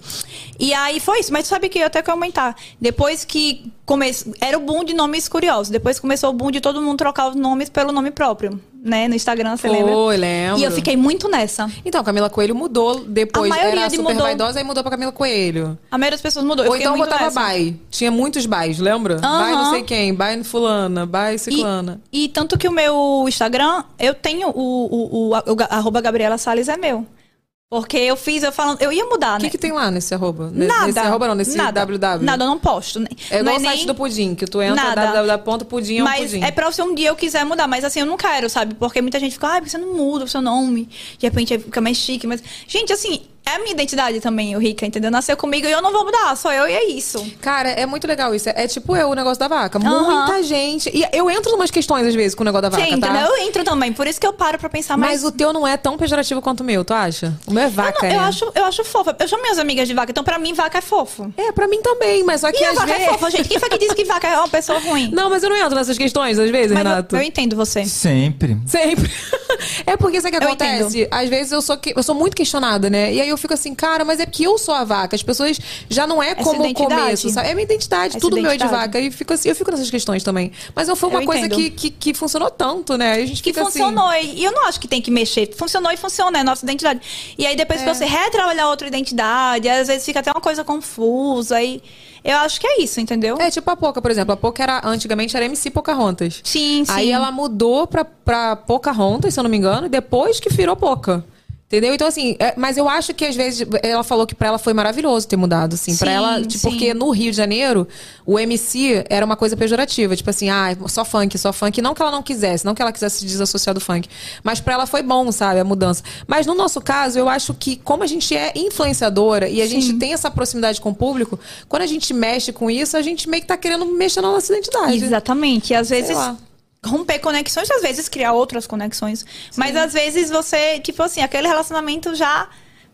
E aí foi isso. Mas sabe que eu até quero aumentar. Depois que começou. Era o boom de nomes curiosos. Depois começou o boom de todo mundo trocar os nomes pelo nome próprio. Né? No Instagram, você lembra? Foi, lembro. E eu fiquei muito nessa. Então, Camila Coelho mudou depois. A maioria Era de super mudou. vaidosa e mudou pra Camila Coelho. A maioria das pessoas mudou. Eu Ou fiquei então muito botava nessa. bai. Tinha muitos bais, lembra? Bai não Aham. sei quem, bai no fulana, bai E- ciclana. E, tanto que o meu Instagram, eu tenho o, o, o, a- o ga- arroba Gabriela Salles é meu. Porque eu fiz, eu falando, eu ia mudar, O né? que, que tem lá nesse arroba? Ne- nada. Nesse arroba não, nesse nada, www. Nada, eu não posto. né? É não igual o site nem- do Pudim, que tu entra, nada. www.pudim é um Mas pudim. é pra se um dia eu quiser mudar, mas assim, eu não quero, sabe? Porque muita gente fica, ah, porque você não muda o seu nome, de repente aí fica mais chique, mas... Gente, assim, é a minha identidade também, o Rica, entendeu? Nasceu comigo e eu não vou mudar, sou eu e é isso. Cara, é muito legal isso. É, é tipo eu, o negócio da vaca. Aham. Muita gente. E eu entro em umas questões, às vezes, com o negócio da vaca, Sim, tá? entendeu? Eu entro também, por isso que eu paro pra pensar mais. Mas o teu não é tão pejorativo quanto o meu, tu acha? O meu é vaca, Eu, não- eu né? acho, eu acho fofa. Eu chamo minhas amigas de vaca, então pra mim vaca é fofo. É, pra mim também, mas só que E a às vaca vezes... é fofa, gente. Quem foi que disse que vaca é uma pessoa ruim? Não, mas eu não entro nessas questões, às vezes, Mas Renato. eu, eu entendo você. Sempre. Sempre. É porque sabe o que Eu acontece? Às vezes eu sou, que- eu sou muito questionada, né? E aí eu fico assim, cara, mas é porque eu sou a vaca. As pessoas já não é Essa como o identidade. começo, sabe? É minha identidade, Essa tudo meu é de identidade. vaca. E fico assim, eu fico nessas questões também. Mas não foi uma Eu coisa entendo. que, que, que funcionou tanto, né? A gente Que fica funcionou. E eu não acho que tem que mexer. Funcionou e funciona, é a nossa identidade. E aí depois É. que você retrabalhar outra identidade, às vezes fica até uma coisa confusa. E eu acho que é isso, entendeu? assim. É, tipo a Poca, por exemplo. A Poca era, antigamente era MC Pocahontas. Sim, sim. Aí ela mudou pra, pra Pocahontas, se eu não me engano, depois que virou Poca. Entendeu? Então, assim, é- mas eu acho que às vezes ela falou que pra ela foi maravilhoso ter mudado, assim. pra Sim, ela, tipo, sim. porque no Rio de Janeiro, o MC era uma coisa pejorativa. Tipo assim, ah, só funk, só funk. Não que ela não quisesse, não que ela quisesse se desassociar do funk. Mas pra ela foi bom, sabe, a mudança. Mas no nosso caso, eu acho que, como a gente é influenciadora e a gente tem essa proximidade com o público, quando a gente mexe com isso, a gente meio que tá querendo mexer na nossa identidade. Exatamente. E às vezes lá. romper conexões, às vezes criar outras conexões. Mas às vezes você, tipo assim, aquele relacionamento já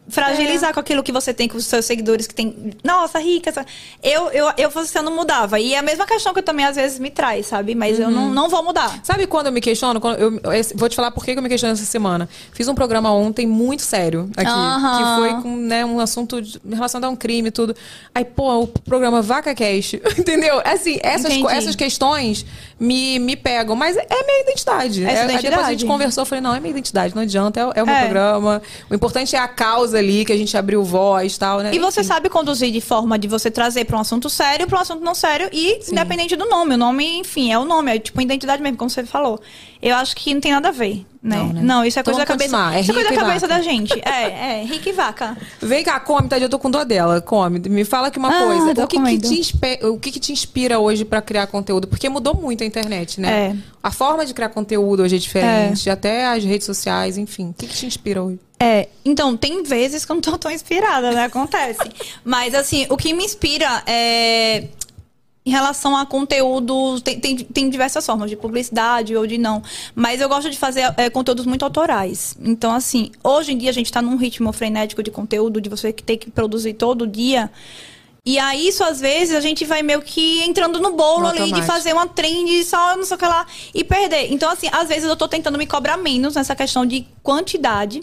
fragilizar com aquilo que você tem com os seus seguidores que tem. Nossa, rica. essa- Eu, eu, eu, fosse- eu não mudava. E é a mesma questão que eu também às vezes me traz, sabe? Mas eu não, não vou mudar. Sabe quando eu me questiono? Quando eu, esse- vou te falar por que que eu me questiono essa semana. Fiz um programa ontem muito sério aqui, Aham. que foi com né, um assunto de- relacionado a um crime e tudo. Aí, pô, o programa Vaca Cash, entendeu? Assim, essas, Entendi. co- essas questões me, me pegam, mas é minha identidade. É sua aí depois a gente identidade. conversou, eu falei, não, é minha identidade, não adianta, é, o- é o meu É. programa. O importante é a causa ali, que a gente abriu voz e tal, né? E você Enfim. sabe conduzir de forma de você trazer pra um assunto sério, pra um assunto não sério e independente do nome. O nome, enfim, é o nome, é tipo identidade mesmo, como você falou. Eu acho que não tem nada a ver, né? Não, Não, né? isso é Então coisa da vamos cabeça. continuar, é isso é coisa da rico e cabeça vaca. da gente. É, é, rica e vaca. Vem cá, come, tá? Eu tô com dor dela. Come. Me fala aqui uma Ah, coisa. tô O que que, comendo. te inspe- o que que te inspira hoje pra criar conteúdo? Porque mudou muito a internet, né? É. A forma de criar conteúdo hoje é diferente. Até as redes sociais, enfim. O que, que te inspira hoje? É, então, tem vezes que eu não tô tão inspirada, né? Acontece. Mas, assim, o que me inspira é. Em relação a conteúdo, tem, tem, tem diversas formas, de publicidade ou de não. Mas eu gosto de fazer é, conteúdos muito autorais. Então, assim, hoje em dia a gente tá num ritmo frenético de conteúdo, de você que ter que produzir todo dia. E aí, isso às vezes, a gente vai meio que entrando no bolo No ali de automático. fazer fazer uma trend só não sei o que lá e perder. Então, assim, às vezes eu tô tentando me cobrar menos nessa questão de quantidade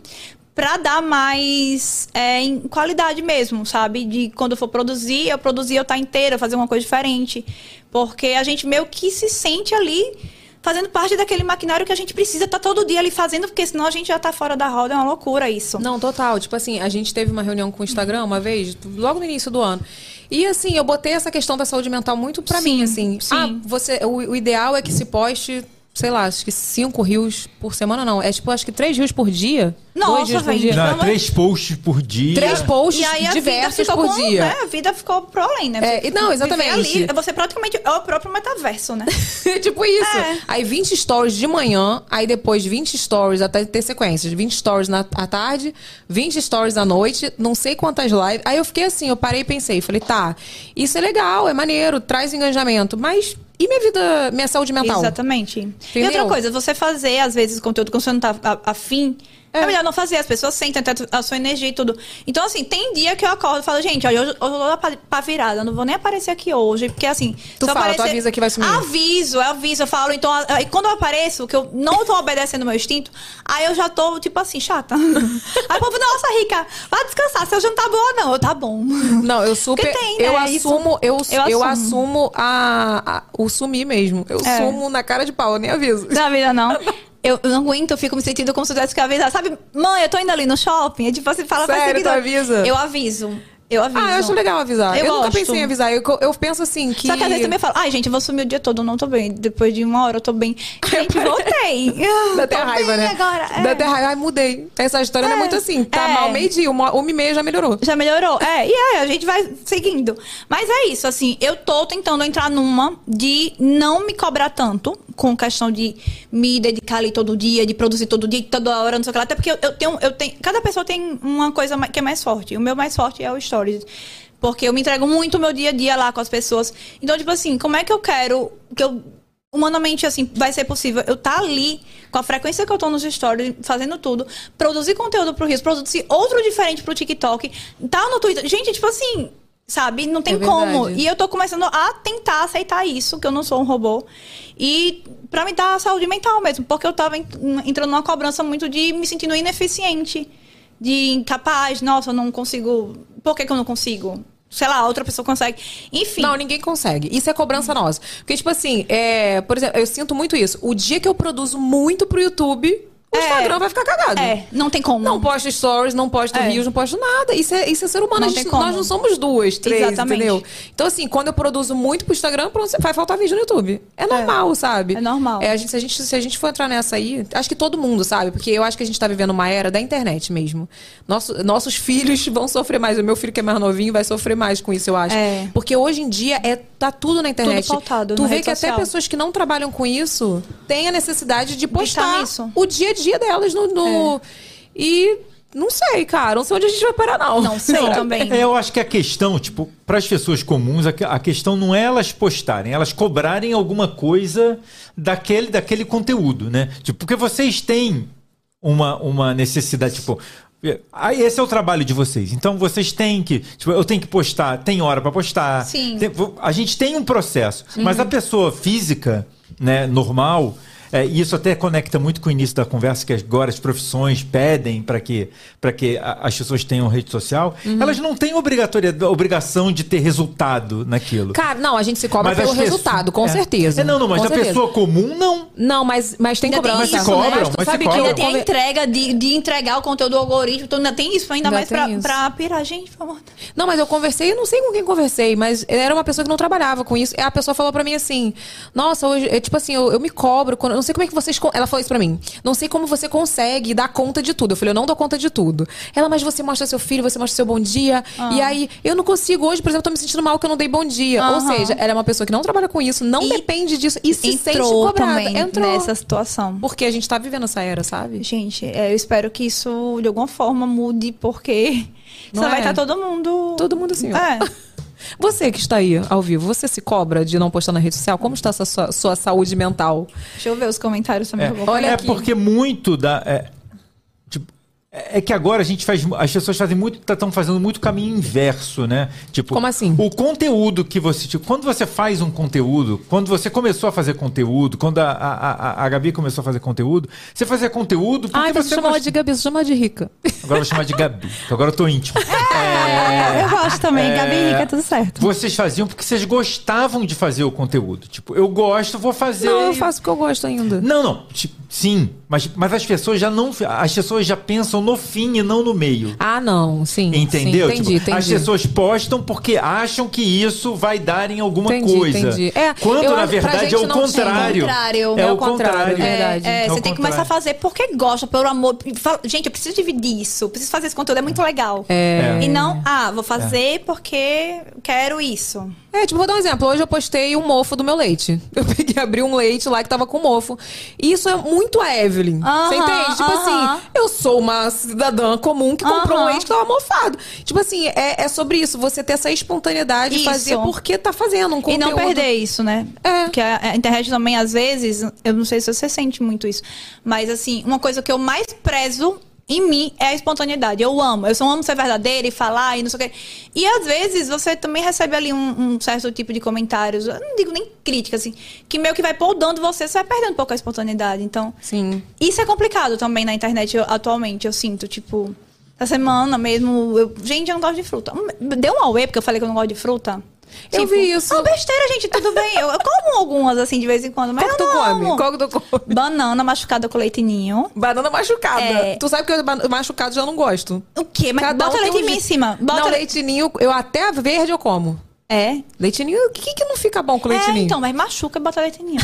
pra dar mais é, em qualidade mesmo, sabe? De quando eu for produzir, eu produzir eu tá inteira, fazer uma coisa diferente. Porque a gente meio que se sente ali fazendo parte daquele maquinário que a gente precisa estar todo dia ali fazendo, porque senão a gente já tá fora da roda, é uma loucura isso. Não, total. Tipo assim, a gente teve uma reunião com o Instagram uma vez, logo no início do ano. E assim, eu botei essa questão da saúde mental muito pra Sim, mim, assim. sim. Ah, você, o, o ideal é que se poste, sei lá, acho que cinco rios por semana, não. É tipo, acho que três rios por dia. dois Nossa, rios por velho. dia. Não, é Vamos- três posts por dia. Três posts E aí a vida diversos ficou por com, dia. né, a vida ficou pro além, né? É, e não, Viver exatamente. Ali, você praticamente é o próprio metaverso, né? tipo isso. É. Aí 20 stories de manhã, aí depois 20 stories até ter sequências. 20 stories na, à tarde, 20 stories à noite, não sei quantas lives. Aí eu fiquei assim, eu parei e pensei, falei, tá, isso é legal, é maneiro, traz engajamento, mas e minha vida, minha saúde mental? Exatamente. E outra coisa, você fazer, às vezes, conteúdo quando você não tá a- afim, é. É. melhor não fazer, as pessoas sentem até a sua energia e tudo. Então, assim, tem dia que eu acordo e falo, gente, olha, hoje hoje eu tô pra- pra virada, eu não vou nem aparecer aqui hoje, porque assim. Tu se eu fala, tu aparecer- avisa que vai sumir. Aviso, eu aviso, eu falo, então, a- aí quando eu apareço, que eu não tô obedecendo o meu instinto, aí eu já tô, tipo assim, chata. aí o povo, nossa, rica, vai descansar, seu jantar boa, não. Eu, tá bom. Não, eu super. Porque tem, né? Eu Isso- assumo, eu, eu eu, assumo, assumo. a, a- o sumir mesmo. Eu É. sumo na cara de pau, eu nem aviso. Da vida, não. Eu não aguento, eu fico me sentindo como se eu tivesse que avisar. Sabe, mãe, eu tô indo ali no shopping. É tipo assim, fala pra Sério, tu seguidor. avisa? Eu aviso. Eu aviso. Ah, eu acho legal avisar. Eu Eu, nunca gosto. pensei em avisar. Eu, eu penso assim que. Só que às vezes também eu falo, ai, gente, eu vou sumir o dia todo, eu não tô bem. Depois de uma hora eu tô bem. Gente, voltei. Dá até Tô raiva, bem né? Agora. É. Dá até raiva. Ai, mudei. Essa história não É. é muito assim. Tá É. mal meio-dia, uma, uma e meia já melhorou. Já melhorou. É, e aí a gente vai seguindo. Mas é isso, assim, eu tô tentando entrar numa de não me cobrar tanto com questão de me dedicar ali todo dia, de produzir todo dia, toda hora, não sei o que lá. Até porque eu, eu tenho, eu tenho. Cada pessoa tem uma coisa ma- que é mais forte. O meu mais forte é o stories. Porque eu me entrego muito o meu dia a dia lá com as pessoas. Então, tipo assim, como é que eu quero que eu humanamente, assim, vai ser possível eu estar ali, com a frequência que eu tô nos stories, fazendo tudo, produzir conteúdo pro Rios, produzir outro diferente pro TikTok, tá no Twitter. Gente, tipo assim, sabe? Não tem É verdade. como. E eu tô começando a tentar aceitar isso, que eu não sou um robô. E pra me dar saúde mental mesmo, porque eu tava en- entrando numa cobrança muito de me sentindo ineficiente, de incapaz, nossa, eu não consigo. Por que, que eu não consigo? Sei lá, outra pessoa consegue. Enfim. Não, ninguém consegue. Isso é cobrança nossa. Porque, tipo assim, é, por exemplo, eu sinto muito isso. O dia que eu produzo muito pro YouTube, o É. Instagram vai ficar cagado. é, não tem como. Não posto stories, não posto É. rios, não posto nada. Isso é, isso é ser humano. Não A tem gente, como. nós não somos duas, três, Exatamente. entendeu? Então, assim, quando eu produzo muito pro Instagram, pronto, vai faltar vídeo no YouTube. É normal, sabe? É normal. É, a gente, se, a gente, se a gente for entrar nessa aí, acho que todo mundo, sabe? Porque eu acho que a gente tá vivendo uma era da internet mesmo. Nosso, nossos filhos vão sofrer mais. O meu filho que é mais novinho vai sofrer mais com isso, eu acho. É. Porque hoje em dia é, tá tudo na internet. pautado tu na vê rede que social. até pessoas que não trabalham com isso têm a necessidade de estar postar nisso. o dia a dia delas no. no- É. E não sei, cara. Não sei onde a gente vai parar, não. Não sei Sabe? também. É, eu acho que a questão, tipo, para as pessoas comuns, a que- a questão não é elas postarem, elas cobrarem alguma coisa daquele, daquele conteúdo, né? Tipo, porque vocês têm uma, uma necessidade, tipo, Aí esse é o trabalho de vocês. Então vocês têm que, tipo, eu tenho que postar, tem hora pra postar. Sim. Tem- vo- a gente tem um processo, mas Uhum. a pessoa física, né, normal, é, e isso até conecta muito com o início da conversa que agora as profissões pedem para que para que a- as pessoas tenham rede social, Uhum. elas não têm obrigatoriedade, obrigação de ter resultado naquilo. Cara, não, a gente se cobra pelo as pessoas- resultado, com é. certeza. É, não, não, mas Com a certeza. pessoa comum não. Não, mas, mas tem Ainda tem cobrança. isso, né? Mas cobram, tu mas sabe se que cobram. eu Ainda tem a conver- entrega de, de entregar o conteúdo do algoritmo, então ainda tem isso, ainda, Ainda mais tem pra, isso. pra pirar. Gente, pelo amor de Deus. Não, mas eu conversei, eu não sei com quem conversei, mas era uma pessoa que não trabalhava com isso. E a pessoa falou pra mim assim: Nossa, hoje, é, tipo assim, eu, eu me cobro, quando, eu não sei como é que vocês. con-" Ela falou isso pra mim: Não sei como você consegue dar conta de tudo. Eu falei: Eu não dou conta de tudo. Ela, mas você mostra seu filho, você mostra seu bom dia. Ah. E aí, eu não consigo hoje, por exemplo, eu tô me sentindo mal que eu não dei bom dia. Ou Aham. seja, ela é uma pessoa que não trabalha com isso, não E depende disso e se sente cobrada. também entrou. nessa situação. Porque a gente tá vivendo essa era, sabe? Gente, é, eu espero que isso de alguma forma mude, porque Não senão vai é? estar todo mundo. Todo mundo assim, ó. É. Você que está aí ao vivo, você se cobra de não postar na rede social? Como está essa sua, sua saúde mental? Deixa eu ver os comentários também. que eu vou Olha é aqui. porque muito da. É, tipo, é é que agora a gente faz. As pessoas fazem muito. Estão fazendo muito caminho inverso, né? Tipo, Como assim? O conteúdo que você. Tipo, quando você faz um conteúdo, quando você começou a fazer conteúdo, quando a, a, a, a Gabi começou a fazer conteúdo, você fazia conteúdo porque Ah, então você você. chama ela gost- de Gabi, você chama ela de rica. Agora eu vou chamar de Gabi, que agora eu tô íntimo. É, eu gosto também, Gabi e É. Rica, tudo certo. Vocês faziam porque vocês gostavam de fazer o conteúdo. Tipo, eu gosto, vou fazer. Não, eu e- faço o que eu gosto ainda. Não, não. ti- Sim, mas, mas as pessoas já não. As pessoas já pensam no fim e não no meio. Ah, não, sim. Entendeu? Sim, entendi, Tipo, entendi. As pessoas postam porque acham que isso vai dar em alguma Entendi, coisa. entendi. É, Quando, eu na acho- pra gente verdade, é o não tinha. contrário. Contrário. É É o o contrário, contrário. é É, verdade. é, É o você tem que começar a contrário. fazer porque gosta, pelo amor. Fala- Gente, eu preciso dividir isso, eu preciso fazer esse conteúdo, é muito legal. É. E não, ah, vou fazer porque quero isso. É, tipo, vou dar um exemplo. Hoje eu postei um mofo do meu leite. Eu peguei, abri um leite lá que tava com mofo. E isso é muito a Evelyn. Aham, você entende? Tipo aham. assim, eu sou uma cidadã comum que comprou um Aham. leite que tava mofado. Tipo assim, é, é sobre isso. Você ter essa espontaneidade e Isso. fazer porque tá fazendo um conteúdo. E não perder isso, né? É. Porque a, a internet também, às vezes, eu não sei se você sente muito isso, mas assim, uma coisa que eu mais prezo em mim é a espontaneidade. Eu amo. Eu só amo ser verdadeira e falar e não sei o quê. E às vezes você também recebe ali um, um certo tipo de comentários, eu não digo nem crítica, assim, que meio que vai podando você, você vai perdendo um pouco a espontaneidade. Então, Sim. isso é complicado também na internet eu- atualmente, eu sinto, tipo. Essa semana mesmo, eu- gente, eu não gosto de fruta. Deu um auê porque eu falei que eu não gosto de fruta. Eu vi isso. Ah, besteira, gente, tudo bem. Eu, eu como algumas, assim, de vez em quando, mas Qual que eu tu não come? amo. Qual que tu come? Banana machucada com leite ninho. Banana machucada. É. Tu sabe que eu ba- machucado já não gosto. O quê? Mas Cada um bota tem leite um ninho em jeito. cima. Bota não, le- leitinho, eu até verde eu como. É. Leitinho, o que que não fica bom com leitinho? É, então, mas machuca e bota leite ninho.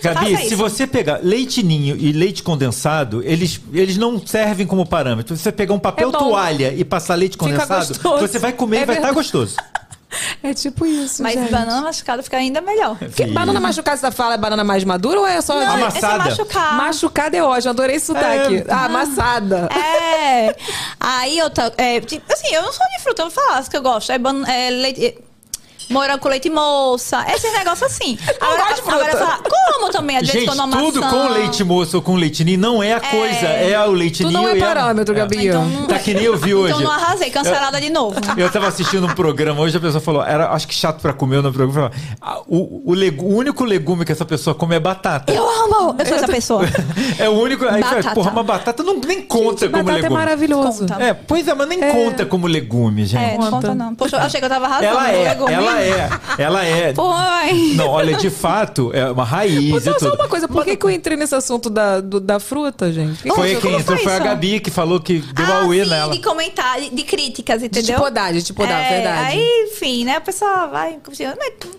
Gabi, Faça se isso. você pegar leite ninho e leite condensado, eles, eles não servem como parâmetro. Se você pegar um papel É bom. toalha e passar leite condensado, gostoso. você vai comer É e vai estar verdade. gostoso. É tipo isso, mas gente. banana machucada fica ainda melhor. Que- banana machucada, você fala é banana mais madura ou é só... Não, de- Amassa- amassada. Esse é machucar. Machucada é ótimo, adorei isso sotaque. É. Ah, amassada. É. Aí eu tô. é, tipo, assim, eu não sou de fruta, eu vou falar as que eu gosto. É, ban- é leite. é, morango com leite moça. Esses negócios assim. Agora, gosto de fruta. agora eu falo, como também? Às vezes Gente, quando eu tudo maçã. com leite moço ou com leite ninho não é a coisa, é o leite Tu ninho. não é e a- parâmetro, é. Gabi. Então não- Tá que nem eu vi hoje. Então não arrasei, cancelada de novo. Eu tava assistindo um programa hoje, a pessoa falou, era acho que chato pra comer, eu não programa. falou, "Ah, O, o, legu- o único legume que essa pessoa come é batata. Eu amo! Eu sou essa pessoa. É o único. Aí Batata. fala, porra, uma batata não, nem conta como Batata é legume. maravilhoso. Conta. É, pois é, mas nem conta como legume, gente. É, não conta não. Poxa, eu achei que eu tava arrasando. ela, no é, legume. ela é, ela é, Pô, ai. Não, olha, de fato, é uma raiz Mas e só tudo. uma coisa, por que, que eu entrei nesse assunto da, do- da fruta, gente? Que Foi que- quem como entrou, foi foi a isso? Gabi que falou que deu ah, a UE sim, nela. de comentar, de, de críticas, De entendeu? te podar, de te podar, é, verdade. Aí, enfim, né? A pessoa vai. Mas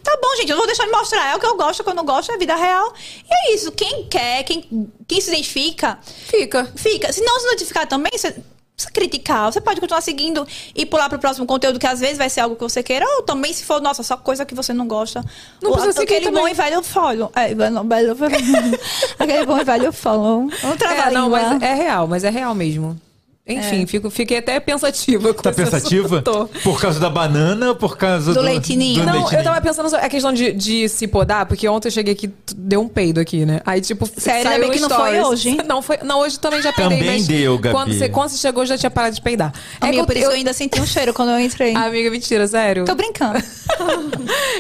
tá bom, gente, eu não vou deixar de mostrar. É o que eu gosto, o que eu não gosto, é a vida real. E é isso. Quem quer, quem, quem se identifica, Fica. fica. Se não se notificar também, você precisa criticar. Você pode continuar seguindo e pular pro próximo conteúdo, que às vezes vai ser algo que você queira. Ou também, se for, nossa, só coisa que você não gosta. Não Ou precisa seguir aquele também. bom e velho follow. É, velho- velho- aquele bom e velho follow. Não É, trabalha não, mas é real, mas é real mesmo. Enfim, fico, fiquei até pensativa. Com Tá esse pensativa? assunto. Por causa da banana ou por causa Do do leite ninho. Não, do Não, leite eu ninho? tava pensando só- a questão de, de se podar, porque ontem eu cheguei aqui, t- deu um peido aqui, né? Aí, tipo, Sério? Ainda saiu bem no que não foi stories. hoje, hein? Não, foi, não, hoje também já peidei, Também mas deu, Gabi. Quando você, quando você chegou, eu já tinha parado de peidar. É Ah, Amiga, que por eu- isso eu... eu- ainda senti um cheiro quando eu entrei. Amiga, mentira, sério. Tô brincando.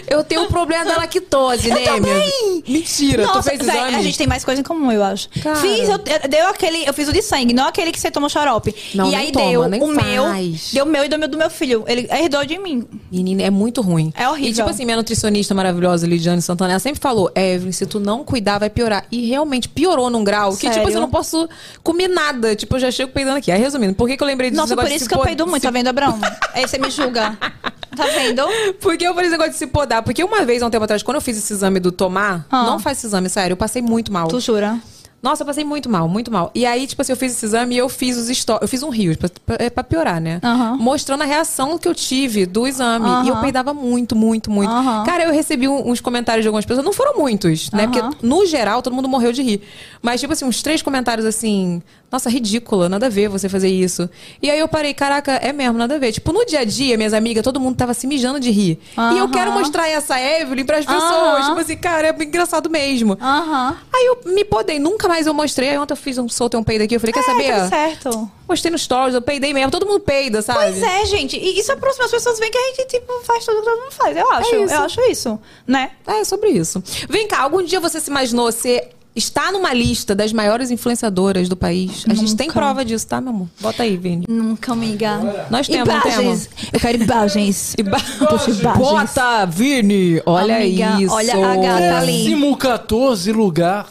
Eu tenho um problema da lactose, né, minha? Mentira, tu Nossa, fez véi, exame? a gente tem mais coisa em comum, eu acho. Cara. Fiz, eu, eu- deu aquele, eu fiz o de sangue, não aquele que você toma o xarope. Não, e nem aí toma, deu nem o meu, faz. deu o meu e deu o meu do meu filho. Ele herdou de mim. Menina, é muito ruim. É horrível. E tipo assim, minha nutricionista maravilhosa, Lidiane Santana, ela sempre falou, Evelyn, se tu não cuidar, vai piorar. E realmente piorou num grau que, tipo Sério? assim, eu não posso comer nada. Tipo, eu já chego peidando aqui. Aí, resumindo, por que, que eu lembrei disso? Nossa, por isso que eu peido muito, tá vendo, Abraão? Aí você me julga. Tá vendo? Por que eu falei esse negócio de se podar? Porque uma vez, há um tempo atrás, quando eu fiz esse exame do tomar, Ah. não faz esse exame, sério, eu passei muito mal. Tu jura? Nossa, eu passei muito mal, muito mal. E aí, tipo assim, eu fiz esse exame e eu fiz os stories. Eu fiz um rio, pra, pra- é pra piorar, né? Aham. Mostrando a reação que eu tive do exame. E eu Aham. peidava muito, muito, muito. Aham. Cara, eu recebi um- uns comentários de algumas pessoas. Não foram muitos, né? Aham. Porque, no geral, todo mundo morreu de rir. Mas, tipo assim, uns três comentários assim. Nossa, ridícula, nada a ver você fazer isso. E aí eu parei, caraca, é mesmo, nada a ver. Tipo, no dia a dia, minhas amigas, todo mundo tava se mijando de rir. E eu Aham. quero mostrar essa Evelyn pras pessoas. Aham. Tipo assim, cara, é engraçado mesmo. Aham. Aí eu me podei, nunca mais eu mostrei. Aí ontem eu fiz um soltei um peido aqui. Eu falei, quer saber? É, tudo certo. Mostrei no stories, eu peidei mesmo. Todo mundo peida, sabe? Pois é, gente. E isso aproxima as pessoas, veem que a gente, tipo, faz tudo que todo mundo faz. Eu acho. É isso. Eu acho isso, né? É, sobre isso. Vem cá, algum dia você se imaginou, você está numa lista das maiores influenciadoras do país? A gente tem Nunca. prova disso, tá, meu amor? Bota aí, Vini. Nunca, amiga. Nós temos, não imagens. Eu quero imagens. Iba- Poxa, imagens. Bota, Vini! Olha Amiga, isso. olha a gata ali. Décimo 14 lugar.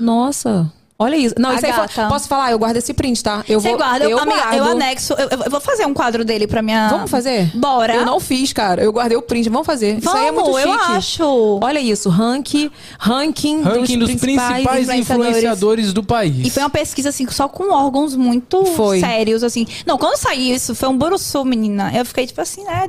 Nossa. Olha isso. Não, A isso aí foi- gata. posso falar, eu guardo esse print, tá? Eu Você vou guarda, eu, amiga, eu guardo. anexo. Eu, eu vou fazer um quadro dele pra minha. Vamos fazer? Bora. Eu não fiz, cara. Eu guardei o print. Vamos fazer. isso aí é muito Vamos, chique. eu acho. Olha isso. Rank, ranking, Ranking Um dos, dos principais, influenciadores. influenciadores do país. E foi uma pesquisa, assim, só com órgãos muito Foi. sérios, assim. Não, quando saiu isso, foi um buruçu, menina. Eu fiquei, tipo assim, né?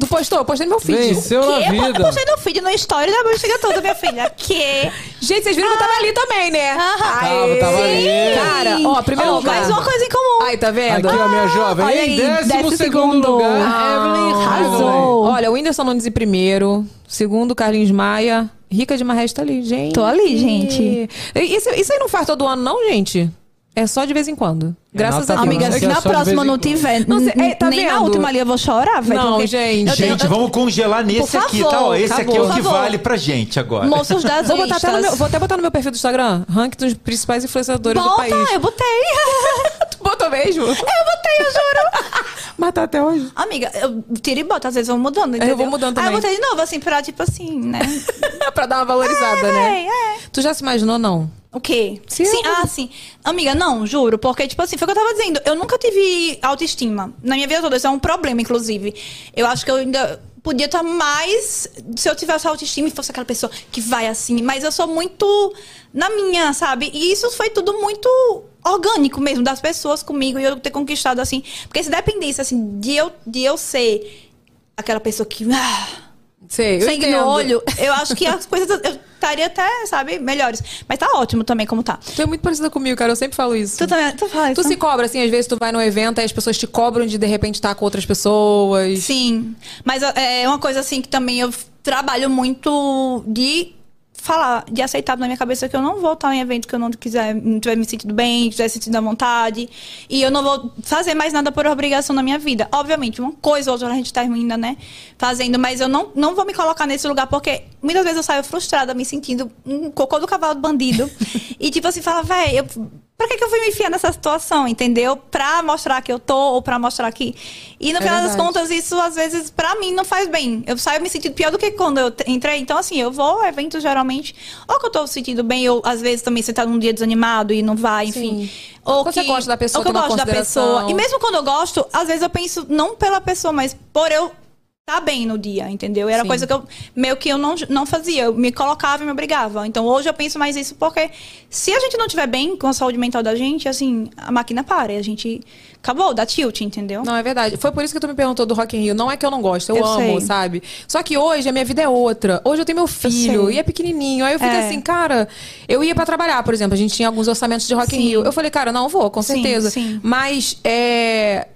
Tu postou? Eu postei no meu feed. Venceu que? na Eu vida. postei no feed, no story da Bústica toda, minha filha. Que? Gente, vocês viram que eu tava ali também, né? Aham. Aê. Ah, Tava, tava ali. Cara, ó, primeiro Ó, lugar. Mais uma coisa em comum. Ai, tá vendo? Aqui, ó, minha jovem. olha em aí, décimo décimo segundo segundo. lugar, Ah, Evelyn Hathaway. arrasou. Olha, o Whindersson Nunes em primeiro. Segundo, Carlinhos Maia. Rica de Marrés tá ali, gente. Tô ali, gente. Isso, isso aí não faz todo ano, não, gente? É só de vez em quando. Graças nota a Deus. pra Amiga, Nossa, se é na só de próxima vez em não quando. tiver. Não, cê- n- é, tá nem na vendo? última ali eu vou chorar, velho. Não, porque gente. Eu tenho, Gente, vamos congelar nesse Por aqui, favor, tá? Ó, esse aqui é o acabou. que Por favor. vale pra gente agora. Moços das Vou, botar até no vistas. meu, vou até botar no meu perfil do Instagram. Ranking dos principais influenciadores do Bota, país. eu botei. Tu botou mesmo? Eu botei, eu juro. Mas tá até hoje. Amiga, eu tiro e boto, às vezes eu vou mudando, entendeu? É, vou mudando Aí eu também. botei de novo, assim, pra tipo assim, né? pra dar uma valorizada, É, né? véi, é. Tu já se imaginou, não? O quê? Sim, Sim, eu- ah, sim. Amiga, não, juro, porque, tipo assim, foi o que eu tava dizendo. Eu nunca tive autoestima. Na minha vida toda, isso é um problema, inclusive. Eu acho que eu ainda podia estar mais. Se eu tivesse autoestima e fosse aquela pessoa que vai assim. Mas eu sou muito na minha, sabe? E isso foi tudo muito orgânico mesmo, das pessoas comigo e eu ter conquistado assim. Porque se dependesse, assim, de eu, de eu ser aquela pessoa que. ah, Sei, eu sangue entendo. no olho, eu acho que as coisas eu estaria até, sabe, melhores. Mas tá ótimo também como tá. Tu é muito parecida comigo, cara. Eu sempre falo isso. Tu tá- também, tu Então faz. Tu se cobra, assim, às vezes tu vai num evento e as pessoas te cobram de de repente estar com outras pessoas. Sim. Mas é uma coisa assim que também eu trabalho muito de falar, de aceitar na minha cabeça que eu não vou estar em evento que eu não quiser, não tiver me sentindo bem, tiver sentindo à vontade. E eu não vou fazer mais nada por obrigação na minha vida. Obviamente, uma coisa ou outra a gente termina, né? Fazendo, mas eu não, não vou me colocar nesse lugar porque muitas vezes eu saio frustrada, me sentindo um cocô do cavalo do bandido. e tipo assim, fala, véi, eu Pra que, que eu fui me enfiar nessa situação, entendeu? Pra mostrar que eu tô ou pra mostrar que. E no É final das verdade. contas, isso às vezes pra mim não faz bem. Eu saio me sentindo pior do que quando eu te- entrei. Então, assim, eu vou a eventos geralmente. Ou que eu tô me sentindo bem, ou às vezes também você tá num dia desanimado e não vai, enfim. Sim. Ou Quando que, você gosta da pessoa, ou que eu toma em gosto da consideração. pessoa. E mesmo quando eu gosto, às vezes eu penso não pela pessoa, mas por eu tá bem no dia, entendeu? Era Sim. coisa que eu meio que eu não, não fazia, eu me colocava e me obrigava. Então hoje eu penso mais isso porque se a gente não tiver bem com a saúde mental da gente, assim, a máquina para, e a gente acabou, dá tilt, entendeu? Não, é verdade. Foi por isso que tu me perguntou do Rock in Rio. Não é que eu não gosto, eu, Eu amo, sei. sabe? Só que hoje a minha vida é outra. Hoje eu tenho meu filho sei. e é pequenininho. Aí eu fiquei É. assim, cara, eu ia pra trabalhar, por exemplo, a gente tinha alguns orçamentos de Rock in Sim. Rio. Eu falei, cara, não vou, com Sim, certeza. sim. Mas é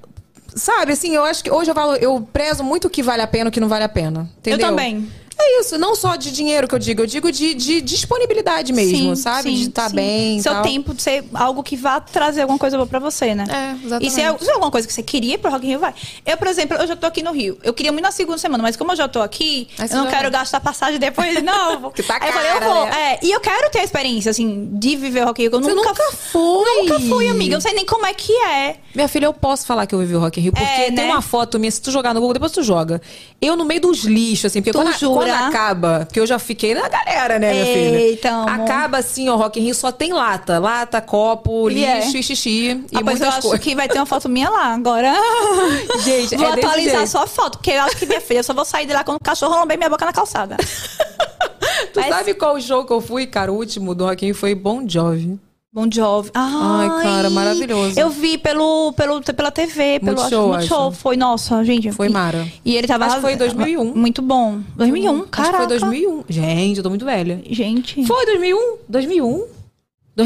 Sabe, assim, eu acho que hoje eu, valo, eu prezo muito o que vale a pena e o que não vale a pena. Entendeu? também. É isso, não só de dinheiro que eu digo, eu digo de, de disponibilidade mesmo, sabe? de estar sim. bem. e Seu tal. tempo de ser algo que vá trazer alguma coisa boa pra você, né? É, exatamente. E se é, se é alguma coisa que você queria ir pro Rock in Rio, vai. Eu, por exemplo, eu já tô aqui no Rio. Eu queria muito na segunda semana, mas como eu já tô aqui, Aí você eu não já quero vai. gastar passagem depois de novo. Que tá Aí eu falei, cara, eu vou. né? É, e eu quero ter a experiência, assim, de viver o Rock in Rio. que Eu Você nunca, nunca foi. Nunca fui, amiga. Eu não sei nem como é que é. Minha filha, eu posso falar que eu vivi o Rock in Rio, porque É, né? tem uma foto minha, se tu jogar no Google, depois tu joga. Eu no meio dos lixos, assim, porque Tu quando, jura? quando acaba, porque eu já fiquei na galera, né, minha filha? Eita, amor. Acaba assim, ó, Rock in Rio só tem lata. Lata, copo, E lixo é. e xixi. E Ah, pois eu muitas acho coisas. que vai ter uma foto minha lá agora. Gente, vou é desse atualizar jeito. só a foto, porque eu acho que, minha filha, eu só vou sair de lá quando o cachorro lamber minha boca na calçada. Tu sabe qual show que eu fui, cara? O último do Rock in Rio foi Bon Jovi. Bom Jovi. Ai, cara, maravilhoso. Eu vi pelo, pelo, pela TV, pelo acho, Multishow, Multishow. acho. Foi, nossa, gente. Foi E- mara. E ele tava. Acho que foi em 2001. Muito bom. 2001, Acho que cara. foi 2001. Gente, eu tô muito velha. um, Gente. um. Foi 2001? 2001?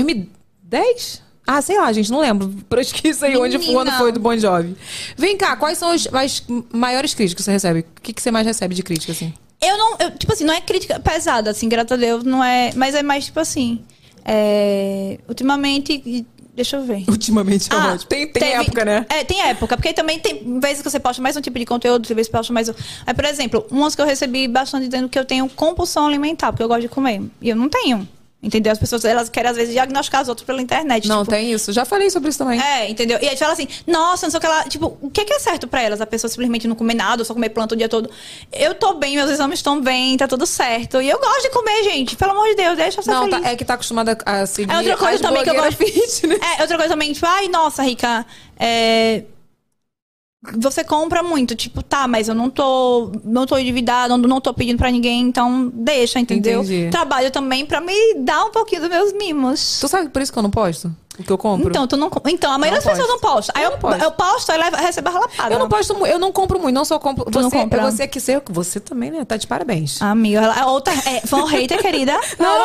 2010? Ah, sei lá, gente, não lembro. Por isso que sei onde foi, Menina. quando foi do Bon Jovi. Vem cá, quais são as, as maiores críticas que você recebe? O que, que você mais recebe de crítica, assim? Eu não. eu, tipo assim, não é crítica pesada, assim, graças a Deus, não é. Mas é mais, tipo assim. é, ultimamente. e- Deixa eu ver. Ultimamente é ótimo. Tem, tem Ah, teve- época, né? É, tem época. Porque também tem vezes que você posta mais um tipo de conteúdo, tem vezes que posta mais outro. Aí, por exemplo, umas que eu recebi bastante dizendo que eu tenho compulsão alimentar, porque eu gosto de comer. E eu não tenho. Entendeu? As pessoas, elas querem, às vezes, diagnosticar os outros pela internet. Não, tipo, tem isso. Já falei sobre isso também. É, entendeu? E aí fala assim, nossa, não sei o que ela. Tipo, o que é, que é certo pra elas? A pessoa simplesmente não comer nada, só comer planta o dia todo. Eu tô bem, meus exames estão bem, tá tudo certo. E eu gosto de comer, gente. Pelo amor de Deus, deixa eu ser não, feliz. tá- é que tá acostumada a seguir É outra coisa as também que eu blogueiras gosto. fitness. É, outra coisa também, tipo, ai, nossa, Rica, é, Você compra muito, tipo, tá, mas eu não tô. Não tô endividada, não, não tô pedindo pra ninguém, então deixa, entendeu? Entendi. Trabalho também pra me dar um pouquinho dos meus mimos. Tu sabe por isso que eu não posto? O que eu compro? Então, tu não, com- então, a maioria Não das pessoas não posta. posta. Aí Eu eu, não posto. eu posto, aí leva- recebe a relapada. eu não posto, mu- eu não compro muito, não só compro. não Você, compra? você que ser, você também, né? Tá de parabéns. Amiga, ela- a outra. É, foi um hater, querida. Ah.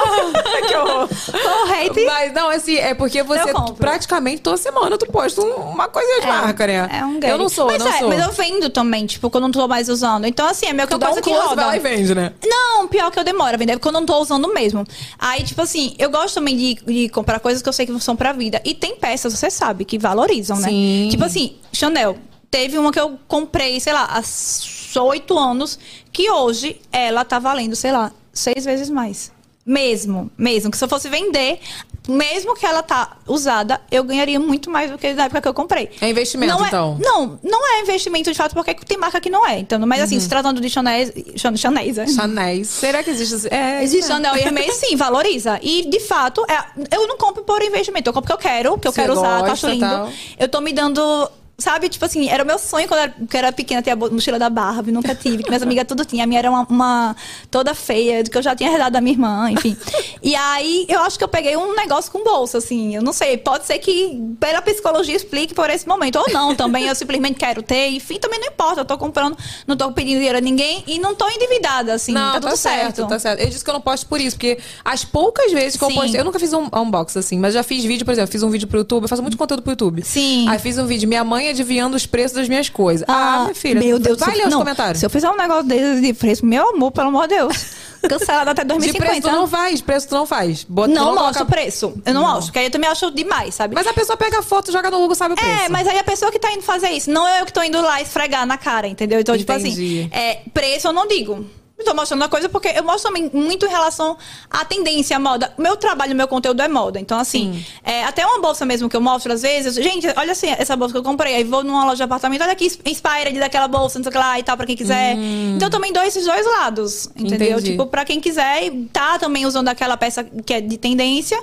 que horror. Foi um hater. Mas não, assim, é porque você Eu compro. praticamente toda semana tu posta um- uma coisa de marca, né? É um gay. Eu não sou, mas não é, sou. Mas eu vendo também, tipo, quando eu não tô mais usando. Então, assim, é meio que Tu uma dá coisa um que Hum. close, roda. vai lá e vende, né? Não, pior que eu demoro a vender, porque eu não tô usando mesmo. Aí, tipo assim, eu gosto também de, de comprar coisas que eu sei que são pra vida. E tem peças, você sabe, que valorizam, né? Sim. Tipo assim, Chanel, teve uma que eu comprei, sei lá, há s- oito anos, que hoje ela tá valendo, sei lá, seis vezes mais. Mesmo, mesmo. Que se eu fosse vender, mesmo que ela tá usada, eu ganharia muito mais do que na época que eu comprei. É investimento, não é, então. Não, não é investimento de fato, porque tem marca que não é. Então, mas Uhum. assim, se tratando de Chanel, Chanel, Chanel Chanel. Será que existe? esse- É, Existe Chanel e Hermes, sim, valoriza. E, de fato, é- eu não compro por investimento. Eu compro porque eu quero, porque eu Você quero usar, eu acho gosta, lindo. tal. Eu tô me dando... Sabe, tipo assim, era o meu sonho quando eu era, que eu era pequena ter a bo- mochila da Barbie, nunca tive, que minhas amigas tudo tinha. A minha era uma, uma toda feia, do que eu já tinha herdado da minha irmã, enfim. E aí eu acho que eu peguei um negócio com bolsa, assim, eu não sei, pode ser que pela psicologia explique por esse momento, ou não também, eu simplesmente quero ter, enfim, também não importa, eu tô comprando, não tô pedindo dinheiro a ninguém e não tô endividada, assim, Não, tá tudo certo. Tá certo. Eu disse que eu não posto por isso, porque as poucas vezes que eu Sim. postei. Eu nunca fiz um unbox assim, mas já fiz vídeo, por exemplo, fiz um vídeo pro YouTube. Eu faço muito conteúdo pro YouTube. Sim. Aí fiz um vídeo, minha mãe adivinhando os preços das minhas coisas. Ah, minha filha. Meu Deus, Vai se eu- ler os não, comentários. Se eu fizer um negócio desse de preço, meu amor, pelo amor de Deus. Cancelado até De preço tu 2050. não faz, preço tu não faz. Bota, tu é não mostra coloca- o preço. Eu não, mostro, porque aí eu também acho demais, sabe? Mas a pessoa pega a foto, joga no Google, sabe o preço. É, mas aí a pessoa que tá indo fazer isso, não é eu que tô indo lá esfregar na cara, entendeu? Então, Entendi. tipo assim, é, preço eu não digo. Eu tô mostrando uma coisa porque eu mostro também muito em relação à tendência, à moda. Meu trabalho, meu conteúdo é moda. Então, assim, é, até uma bolsa mesmo que eu mostro às vezes. Gente, olha assim, essa bolsa que eu comprei. Aí vou numa loja de apartamento, olha aqui, inspira de daquela bolsa, não sei o que lá e tal, pra quem quiser. Então, eu também dou esses dois lados, entendeu? Entendi. Tipo, pra quem quiser e tá também usando aquela peça que é de tendência,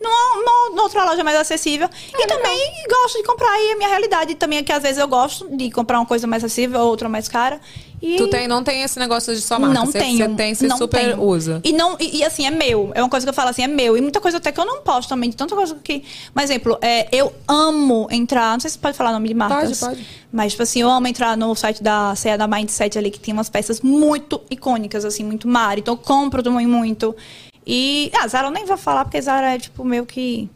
numa, numa- numa outra loja mais acessível. e também gosto de comprar, e a minha realidade também é que às vezes eu gosto de comprar uma coisa mais acessível, outra mais cara. E Tu tem, não tem esse negócio de só marca. não você, tenho. Você tem, você não super tenho. usa. E, não, e, e assim, é meu. É uma coisa que eu falo assim, é meu. E muita coisa até que eu não posto também. De tanta coisa que... Por exemplo, é, eu amo entrar... Não sei se pode falar nome de marcas. Pode, pode. Mas, tipo assim, eu amo entrar no site da CEA da Mindset ali, que tem umas peças muito icônicas, assim, muito mar. Então eu compro também muito. E... Ah, Zara eu nem vou falar, porque Zara é, tipo, meio que...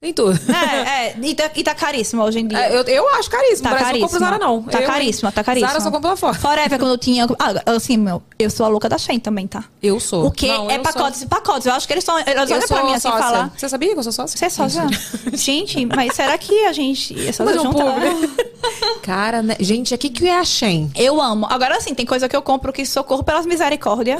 Tem tudo. É, é. E tá, e tá caríssimo hoje em dia. É, eu, eu acho caríssimo. Tá Parece que caríssimo. não compro Zara, não. Tá eu, caríssimo, tá caríssimo. Zara eu só compro lá fora. Forever, quando eu tinha. Ah, assim, meu, eu sou a louca da Shein também, tá? Eu sou. O quê? Não, é eu pacotes e pacotes. Eu acho que eles estão. Eles sou- olham eu pra sou mim assim e sócia. falam. Você sabia que eu sou sócia? Você é sócia? gente, mas será que a gente. É sócia Mas é um junta? pobre. Cara, né? gente, aqui que é a Shen? Eu amo. Agora, assim, tem coisa que eu compro que socorro pelas misericórdia.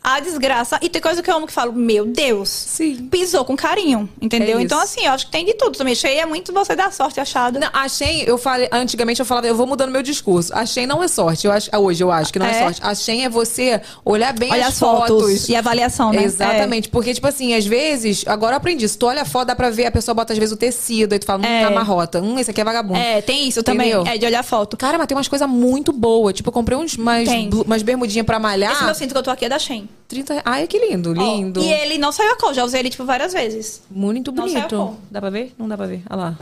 A desgraça. E tem coisa que eu amo que falo, meu Deus. Sim. Pisou com carinho, entendeu? É isso. então, assim, eu acho que tem de tudo também. Cheia é muito você dar sorte achado. Não, a Shein, eu falei, antigamente eu falava, eu vou mudando meu discurso. A Shein não é sorte. Eu acho, hoje eu acho que não é, É? sorte. A Shein é você olhar bem Olha as, as fotos. E a avaliação, né? Exatamente. Porque, tipo assim, às vezes, agora eu aprendi. Se tu olha a foto, dá pra ver, a pessoa bota às vezes o tecido, aí tu fala, hum, É. tá marrota. Hum, esse aqui é vagabundo. É, tem isso Entendeu? também. É de olhar foto. Cara, mas tem umas coisas muito boas. Tipo, eu comprei uns, umas, Tem. blu- umas bermudinhas pra malhar. Esse meu cinto que eu tô aqui é da Shein. 30 reais. Ai, que lindo, Ó, Ah. lindo. E ele não saiu a cor, já usei ele, tipo, várias vezes. Muito Não saiu bonito. a cor. dá pra ver? Não dá pra ver. Olha lá.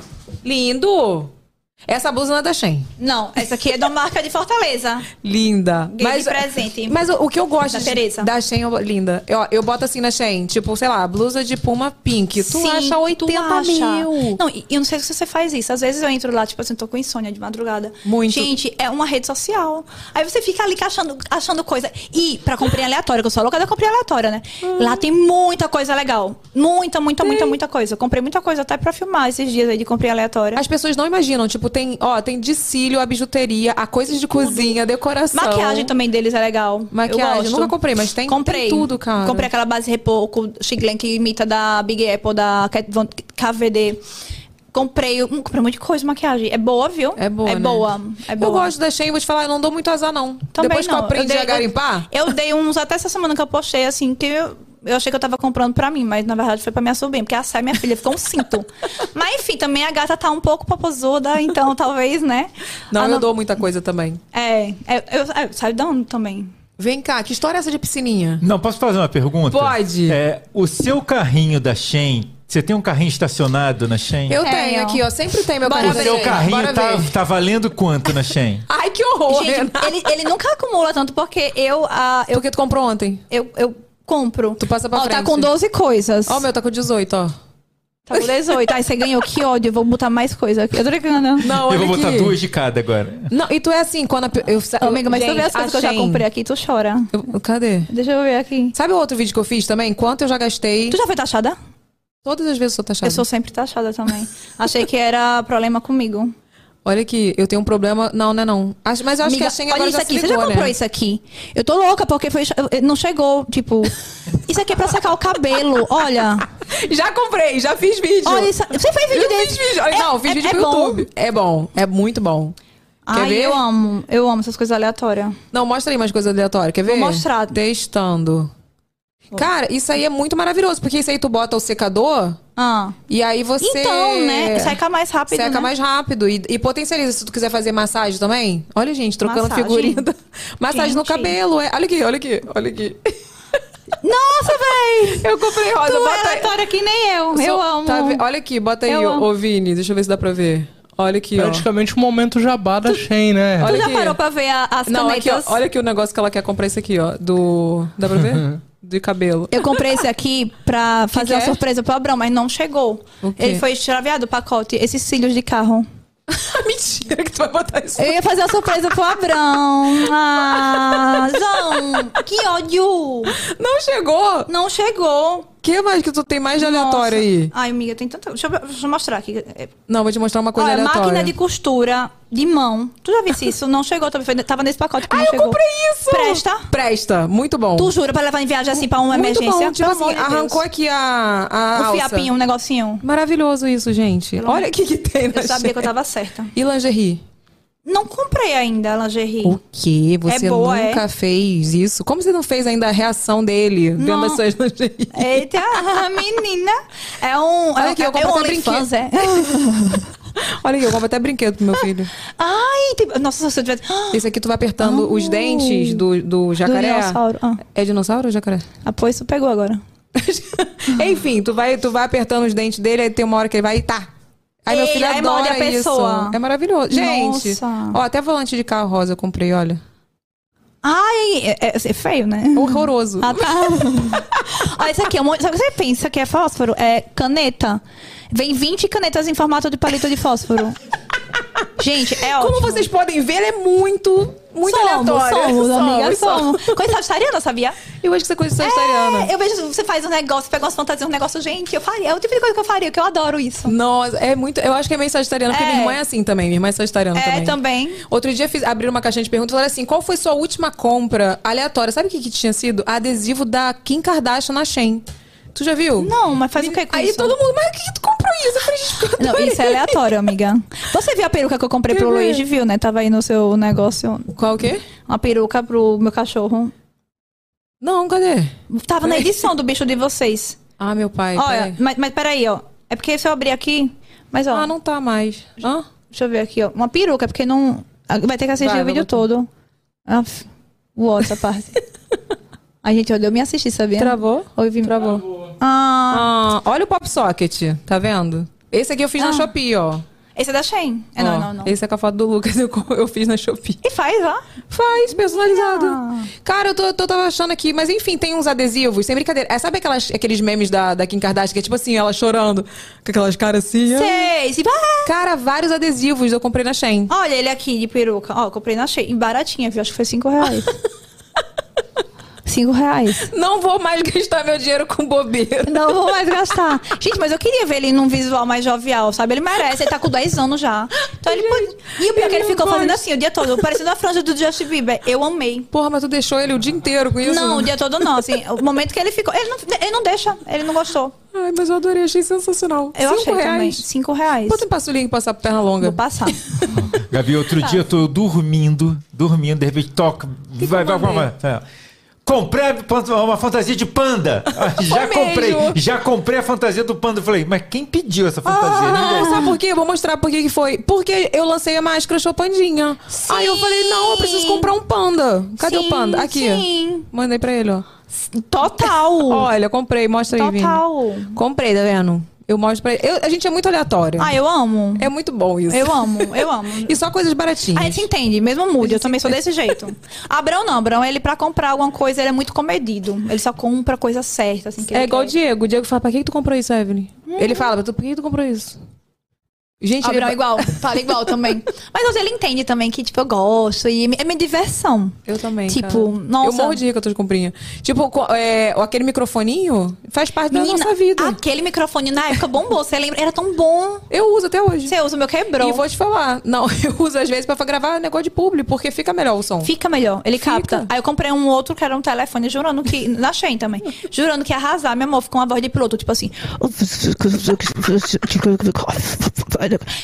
Lindo! Essa blusa não é da Shein. Não, essa aqui é da marca de Fortaleza. Linda. Ganhei de presente. Mas o, o que eu gosto Da de- Tereza. da Shein, eu- linda. Eu, eu boto assim na Shein, tipo, sei lá, blusa de puma pink. Tu Sim, acha 80 acha. mil. Não, e e eu não sei se você faz isso. Às vezes eu entro lá, tipo assim, tô com insônia de madrugada. Muito. Gente, é uma rede social. Aí você fica ali achando, achando coisa. E pra comprar aleatória, que eu sou a louca da comprar aleatória, né? Ah. Lá tem muita coisa legal. Muita, muita, muita, muita coisa. Eu comprei muita coisa até pra filmar esses dias aí de comprar aleatória. As pessoas não imaginam, tipo, tem, ó, tem de cílio, a bijuteria, a coisas de cozinha, decoração. Maquiagem também deles é legal. Eu Maquiagem, gosto. nunca comprei, mas tem- comprei. tem tudo, cara. Comprei aquela base Repouco, Chiglen, que imita da Big Apple, da Kat Von- KVD. Comprei, hum, comprei um monte de coisa de maquiagem. É boa, viu? É boa, É né? boa. É boa. Eu gosto da Shein, vou te falar, eu não dou muito azar, não. Também Depois não. que eu aprendi dei- um- a garimpar, Eu, eu dei uns até essa semana que eu postei, assim, que eu, eu achei que eu tava comprando pra mim, mas na verdade foi pra minha sobrinha, porque a Sai, minha filha, ficou um cinto. mas enfim, também a gata tá um pouco papozuda, então talvez, né? não, Ah, eu dou muita coisa também. É, é, eu, é, sabe dando também. Vem cá, que história é essa de piscininha? Não, posso fazer uma pergunta? Pode. É, o seu carrinho da Shen, você tem um carrinho estacionado na Shen? Eu É, tenho ó. aqui, ó, sempre tem meu Bora O ver. carrinho. seu Shein. Bora carrinho tá, ver. tá valendo quanto na Shen? Ai, que horror, Gente, Renata. ele, ele nunca acumula tanto, porque eu, ah, eu, Porque tu comprou ontem. eu, eu compro. Tu passa pra Ó, tá frente. com 12 coisas. Ó, o meu tá com 18, ó. Tá com 18. Ai, você ganhou. Que ódio. Eu vou botar mais coisa. aqui. Eu tô brincando. Não, eu vou aqui. botar duas de cada agora. Não, e tu é assim, quando a, pe- eu, eu, Amiga, mas se eu ver as coisas que eu já achei. comprei aqui, tu chora. Eu- cadê? Deixa eu ver aqui. Sabe o outro vídeo que eu fiz também? Quanto eu já gastei? Tu já foi taxada? Todas as vezes eu sou taxada. Eu sou sempre taxada também. Achei que era problema comigo. Olha aqui, eu tenho um problema. Não, não é não. Acho, mas eu acho que Amiga, a Shein olha agora isso já aqui. se Você já ligou, comprou né? isso aqui? Eu tô louca porque foi, eh, não chegou, tipo... Isso aqui é pra secar o cabelo. Olha, Já comprei, já fiz vídeo. olha isso. Você fez vídeo eu desse? fiz vídeo. Olha, É- não, fiz é- vídeo é pro bom. YouTube. É bom, é muito bom. Quer Ai, ver? eu amo. Eu amo essas coisas aleatórias. Não, mostra aí mais coisa aleatória. Quer ver? Vou mostrar. Testando. Cara, isso aí é muito maravilhoso, porque isso aí tu bota o secador Ah. e aí você. Então, né? Seca mais rápido, Seca né? mais rápido. E, e potencializa se tu quiser fazer massagem também. Olha, gente, trocando Massagem. figurinha. da- Massagem no Gente. cabelo. é. Olha aqui, olha aqui, olha aqui. Nossa, véi! Eu comprei rosa, Tu é bota aí. aleatória que nem eu. eu Sou- amo. tá ve- olha aqui, bota aí, Eu ô, amo. ô Vini. Deixa eu ver se dá pra ver. Olha aqui, ó. é Praticamente o momento jabá da Shein, né? Ah. Olha tu já aqui. parou pra ver a- as Não, aqui, ó. canetas? Olha aqui o negócio que ela quer comprar esse aqui, ó. Do. Dá pra ver? De cabelo. Eu comprei esse aqui pra fazer que uma é? surpresa pro Abrão, mas não chegou. O quê? Ele foi extraviado o pacote, esses cílios de carro. Mentira que tu vai botar isso. Eu ia fazer uma surpresa pro Abrão. Ah, João, que ódio! Não chegou? Não chegou. O que mais que tu tem mais de aleatório Nossa. aí? Ai, amiga, tem tanta. Deixa eu, deixa eu mostrar aqui. É- Não, vou te mostrar uma coisa Olha, aleatória. é máquina de costura de mão. Tu já visse isso? Não chegou também. foi- Tava nesse pacote que Ah, não eu chegou. comprei isso! Presta. Presta, muito bom. Tu jura pra levar em viagem assim pra uma muito emergência? Bom. Tipo Pelo amor assim, de Deus. arrancou aqui a, a Um alça. fiapinho, um negocinho. Maravilhoso isso, gente. Olha o que que tem na Eu sabia que eu gente. tava certa. E lingerie? Não comprei ainda a lingerie. O quê? Você É boa, nunca fez isso? Como você não fez ainda a reação dele vendo Não. essas lingerie? Eita, menina. É um. Olha é, aqui, eu é comprei um até OnlyFans, é. Olha aqui, eu compro até brinquedo pro meu filho. Ai, tem... nossa, se eu tivesse. Ah, Esse aqui tu vai apertando Oh. os dentes do, do jacaré. dinossauro, ah. É dinossauro ou jacaré? Ah, pois isso pegou agora. Enfim, tu vai, tu vai apertando os dentes dele, aí tem uma hora que ele vai e tá. Aí meu Ei, filho aí adora molha a isso. pessoa. É maravilhoso. Gente, Nossa. ó, até volante de carro rosa eu comprei, olha. Ai, é, é- é feio, né? Horroroso. Ah, tá. Ó, isso aqui é um monte. Sabe o que você pensa que é fósforo? É caneta. Vem 20 canetas em formato de palito de fósforo. Gente, é Como ótimo. vocês podem ver, ele é muito, muito somos, aleatório. Somos, amiga, somos. somos. Coisa sagitariana, sabia? Eu acho que isso é coisa de sagitariana. É, eu vejo você faz um negócio, pega umas fantasias, um negócio, gente, eu faria. É o tipo de coisa que eu faria, que eu adoro isso. Nossa, é muito. Eu acho que é meio sagitariana, porque É. minha irmã é assim também. Minha irmã é sagitariana É, também. também. Outro dia fiz, abriram uma caixinha de perguntas e falaram assim: qual foi sua última compra aleatória? Sabe o que, que tinha sido? Adesivo da Kim Kardashian na Shein. Tu já viu? Não, mas faz o que com Aí isso? todo mundo, mas o que, que tu comprou isso? Eu falei, gente, porque eu Não, adorei. isso é aleatório, amiga. Você viu a peruca que eu comprei Quer pro ver? Luigi, viu, né? Tava aí no seu negócio. Qual o quê? Uma peruca pro meu cachorro. Não, cadê? Tava na edição do bicho de vocês. Ah, meu pai. Olha, peraí. mas, mas peraí, ó. É porque se eu abrir aqui. Mas, ó, Ah, não tá mais. Hã? deixa eu ver aqui, ó. Uma peruca, porque não. ah, Vai ter que assistir Vai, o vou vídeo botar. todo. Aff, uou, essa parte. A gente olhou me assistir, sabia? Travou? Oi, Vim. Travou. Ah, Ah, olha o Pop Socket, tá vendo? Esse aqui eu fiz na Ah. Shopee, ó. esse é da Shein. É, não, Ó, não, não. Esse é com a foto do Lucas, eu, co- eu fiz na Shopee. E faz, ó. Faz, personalizado. Ah. Cara, eu tô, tô tava achando aqui, mas enfim, tem uns adesivos, sem brincadeira. É, sabe aquelas, aqueles memes da, da Kim Kardashian, que é tipo assim, ela chorando, com aquelas caras assim. ah. Seis. e vai. Cara, vários adesivos eu comprei na Shein. Olha ele aqui de peruca. Ó, eu comprei na Shein. Baratinha, viu? Acho que foi cinco reais. cinco reais. Não vou mais gastar meu dinheiro com bobeira. Não vou mais gastar. Gente, mas eu queria ver ele num visual mais jovial, sabe? Ele merece, ele tá com 10 anos já. Então ele pode... E o pior é que ele eu ficou gosto. fazendo assim o dia todo, parecendo a franja do Justin Bieber. Eu amei. Porra, mas tu deixou ele o dia inteiro com isso? Não, o dia todo não, assim. O momento que ele ficou. Ele não, ele não deixa, ele não gostou. Ai, mas eu adorei, achei sensacional. Eu Cinco achei também. reais. Cinco reais. Bota um passulinho pra passar perna longa. Vou passar. Gabi, outro dia eu tô dormindo, dormindo, de repente toca. Vai, vai, vai, vai. É. Comprei uma uma fantasia de panda. Ah, Já mesmo. comprei, já comprei a fantasia do panda. Eu Falei, mas quem pediu essa fantasia? Não, Ninguém. sabe por quê? Eu vou mostrar por que que foi. Porque eu lancei a máscara show pandinha. Aí eu falei, não, eu preciso comprar um panda. Cadê Sim, o panda? Aqui. sim. Mandei pra ele, ó. Total. Olha, comprei, mostra aí, Vini. Total. Comprei, tá vendo? Eu mostro pra ele. Eu- a gente é muito aleatório. Ah, eu amo. É muito bom isso. Eu amo, eu amo. E só coisas baratinhas. A gente se entende, mesmo mude, eu também sou desse jeito. Abrão não, Abrão, ele pra comprar alguma coisa, ele é muito comedido. Ele só compra coisa certa, assim. que É ele igual o quer. Diego. O Diego fala, pra que que tu comprou isso, Evelyn? Hum. Ele fala, por que que tu comprou isso? Gente, Abrão é ele... igual, fala igual também. Mas assim, ele entende também que, tipo, eu gosto e é minha diversão. Eu também. Tipo, cara. nossa. Eu morro de rica, eu tô de comprinha. Tipo, co- é, aquele microfoninho faz parte da nossa vida. aquele microfone na época bombou, você lembra? Era tão bom. Eu uso até hoje. Você um? usa o meu quebrou. E vou te falar, não, eu uso às vezes pra gravar negócio de público, porque fica melhor o som. Fica melhor, ele Fica. capta. Aí eu comprei um outro que era um telefone, jurando que. Na Shein também. Jurando que ia arrasar, meu amor, ficou uma voz de piloto, tipo assim.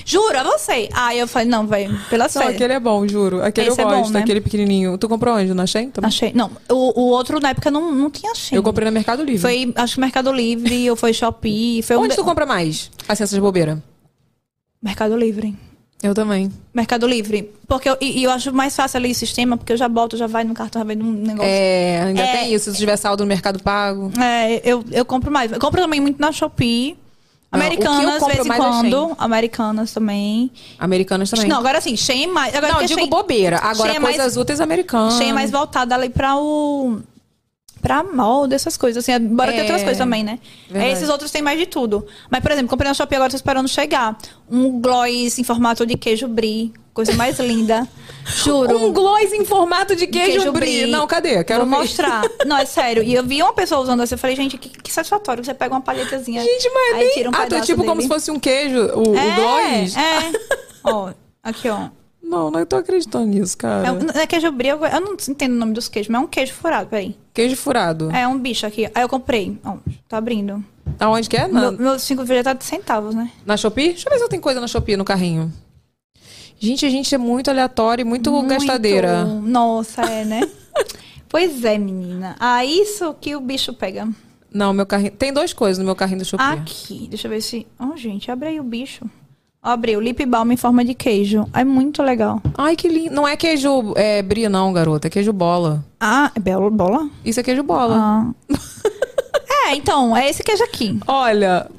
Juro, a você. Aí eu falei, não, velho, pela Não, série. aquele é bom, juro. Aquele Esse eu é bom, gosto, né? aquele pequenininho. Tu comprou onde? Na Shein? também? Achei. Não, o, o outro na época não, não tinha Shein. Tá Eu comprei no Mercado Livre. Foi, acho que Mercado Livre, ou foi Shopee. Foi um Onde de- tu compra mais? Assim, essas bobeiras. Mercado Livre. Eu também. Mercado Livre. Porque eu, e, e eu acho mais fácil ali o sistema, porque eu já boto, já vai no cartão, já vai num negócio. É, ainda É. tem isso, se tiver saldo no Mercado Pago. É, eu, eu compro mais. Eu compro também muito na Shopee. Não, o que eu Americanas, de compro vez em mais é quando. Americanas também. Americanas também. Não, agora sim, Shein mais. Agora Não, porque digo Shein- bobeira. Agora, Shein é mais- coisas úteis americanas. Shein é mais voltada ali pra o. pra molde, essas coisas. Assim, embora É. tenha outras coisas também, né? Verdade. Esses outros tem mais de tudo. Mas, por exemplo, comprei na Shopee agora, tô esperando chegar. Um gloss em formato de queijo brie. Coisa mais linda. Juro. Um gloss em formato de queijo, brie. Não, cadê? Quero Vou ver. mostrar. Não, é sério. E eu vi uma pessoa usando assim, eu falei, gente, que, que satisfatório. Você pega uma palhetazinha. Gente, mas aí nem... tira um Ah, tu é pedaço tipo como dele. se fosse um queijo, o, é, o gloss? É. ó, aqui, ó. Não, não tô acreditando nisso, cara. É, um- é queijo brie, eu, eu não entendo o nome dos queijos, mas é um queijo furado, peraí. Queijo furado. É um bicho aqui. Aí eu comprei. Ó, tá abrindo. Aonde que é? Na, Meu, meu cinco já tá de centavos, né? na Shopee? Deixa eu ver se tem coisa na Shopee no carrinho. Gente, a gente é muito aleatório e muito, gastadeira. Nossa, é, né? pois é, menina. Ah, isso que o bicho pega. Ah, Não, meu carrinho. Tem duas coisas no meu carrinho do Shopee. Aqui. Deixa eu ver se. Ó, gente, abre aí o bicho. Abri o lip balm em forma de queijo. É muito legal. Ai, que lindo. Não é queijo é, brie, não, garota. É queijo bola. Ah, é belo bola? Isso é queijo bola. Ah. é, então, é esse queijo aqui. Olha,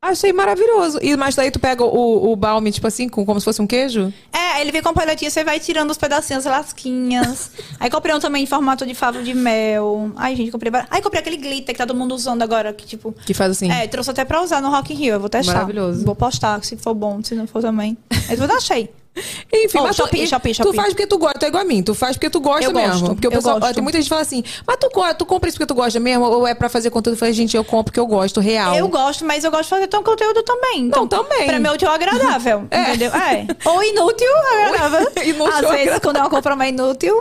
achei maravilhoso. E, mas daí tu pega o, o balme, tipo assim, com, como se fosse um queijo? É, ele vem com paletinha, você vai tirando os pedacinhos, as lasquinhas. Aí comprei um também em formato de favo de mel. Ai, gente, comprei. bar- Aí comprei aquele glitter que tá todo mundo usando agora, que tipo. Que faz assim. É, trouxe até pra usar no Rock in Rio. Eu vou testar. Maravilhoso. Vou postar, se for bom, se não for também. Mas eu achei. Enfim, Oh, mas Shopee, tu, Shopee, tu Shopee. faz porque tu gosta, tu é igual a mim, tu faz porque tu gosta Eu mesmo. gosto, porque eu o pessoal, gosto. tem muita gente que fala assim, mas tu, go- tu compra isso porque tu gosta mesmo, ou é pra fazer conteúdo? Eu falei, gente, eu compro porque eu gosto, real. Eu gosto, mas eu gosto de fazer tão conteúdo também. Então, também. Pra mim, útil é agradável. Entendeu? É. Ou inútil, agradável. Inútil, Às agradável. vezes, quando é uma compra mais inútil,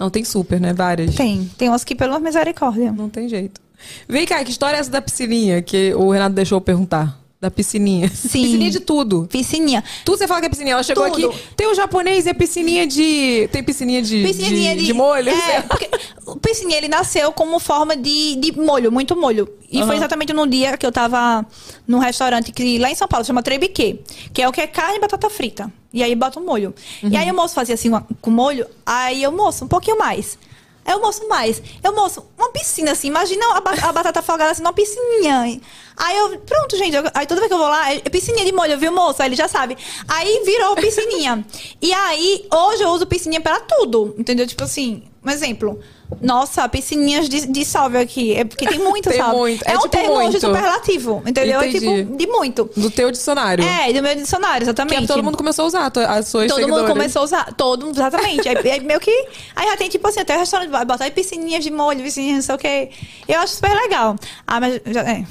Não, tem super, né? Várias. tem. Tem umas que, pelo misericórdia. Não tem jeito. Vem cá, que história é essa da piscininha que o Renato deixou eu perguntar? Da piscininha. Sim. Piscininha de tudo. Piscininha. Tudo você fala que é piscininha. Ela chegou Tudo. aqui. Tem o japonês e é piscininha de. Tem piscininha de. Piscininha de, de molho? né? É, sei lá. porque o piscininha, ele nasceu como forma de, de molho, muito molho. E foi exatamente num dia que eu tava num restaurante que lá em São Paulo chama Trebiquê, que é o que é carne e batata frita. E aí bota um molho. Uhum. E aí o moço fazia assim uma- com molho, aí eu, moço, um pouquinho mais. Aí eu, moço, mais. Eu, moço, uma piscina assim. Imagina a, ba- a batata folgada assim, numa piscininha. Aí eu, pronto, gente. eu- aí toda vez que eu vou lá, é é piscininha de molho, viu, moço? Aí ele já sabe. Aí virou piscininha. e aí, hoje eu uso piscininha pra tudo. Entendeu? Tipo assim, um exemplo. Nossa, piscininhas de, de salve aqui. É porque tem muito, Tem salve. muito, é É, um tipo termo muito. hoje superlativo. Entendeu? É Entendi. tipo de muito. Do teu dicionário. É, do meu dicionário, Que exatamente. é, todo mundo começou a usar tu- as suas Todo mundo seguidoras. começou a usar. Todo mundo, exatamente. aí, aí meio que. Aí já tem, tipo assim, até restaurante, vai botar aí piscininhas de molho, piscininhas, não sei o quê. Eu acho super legal. Ah, mas já, é.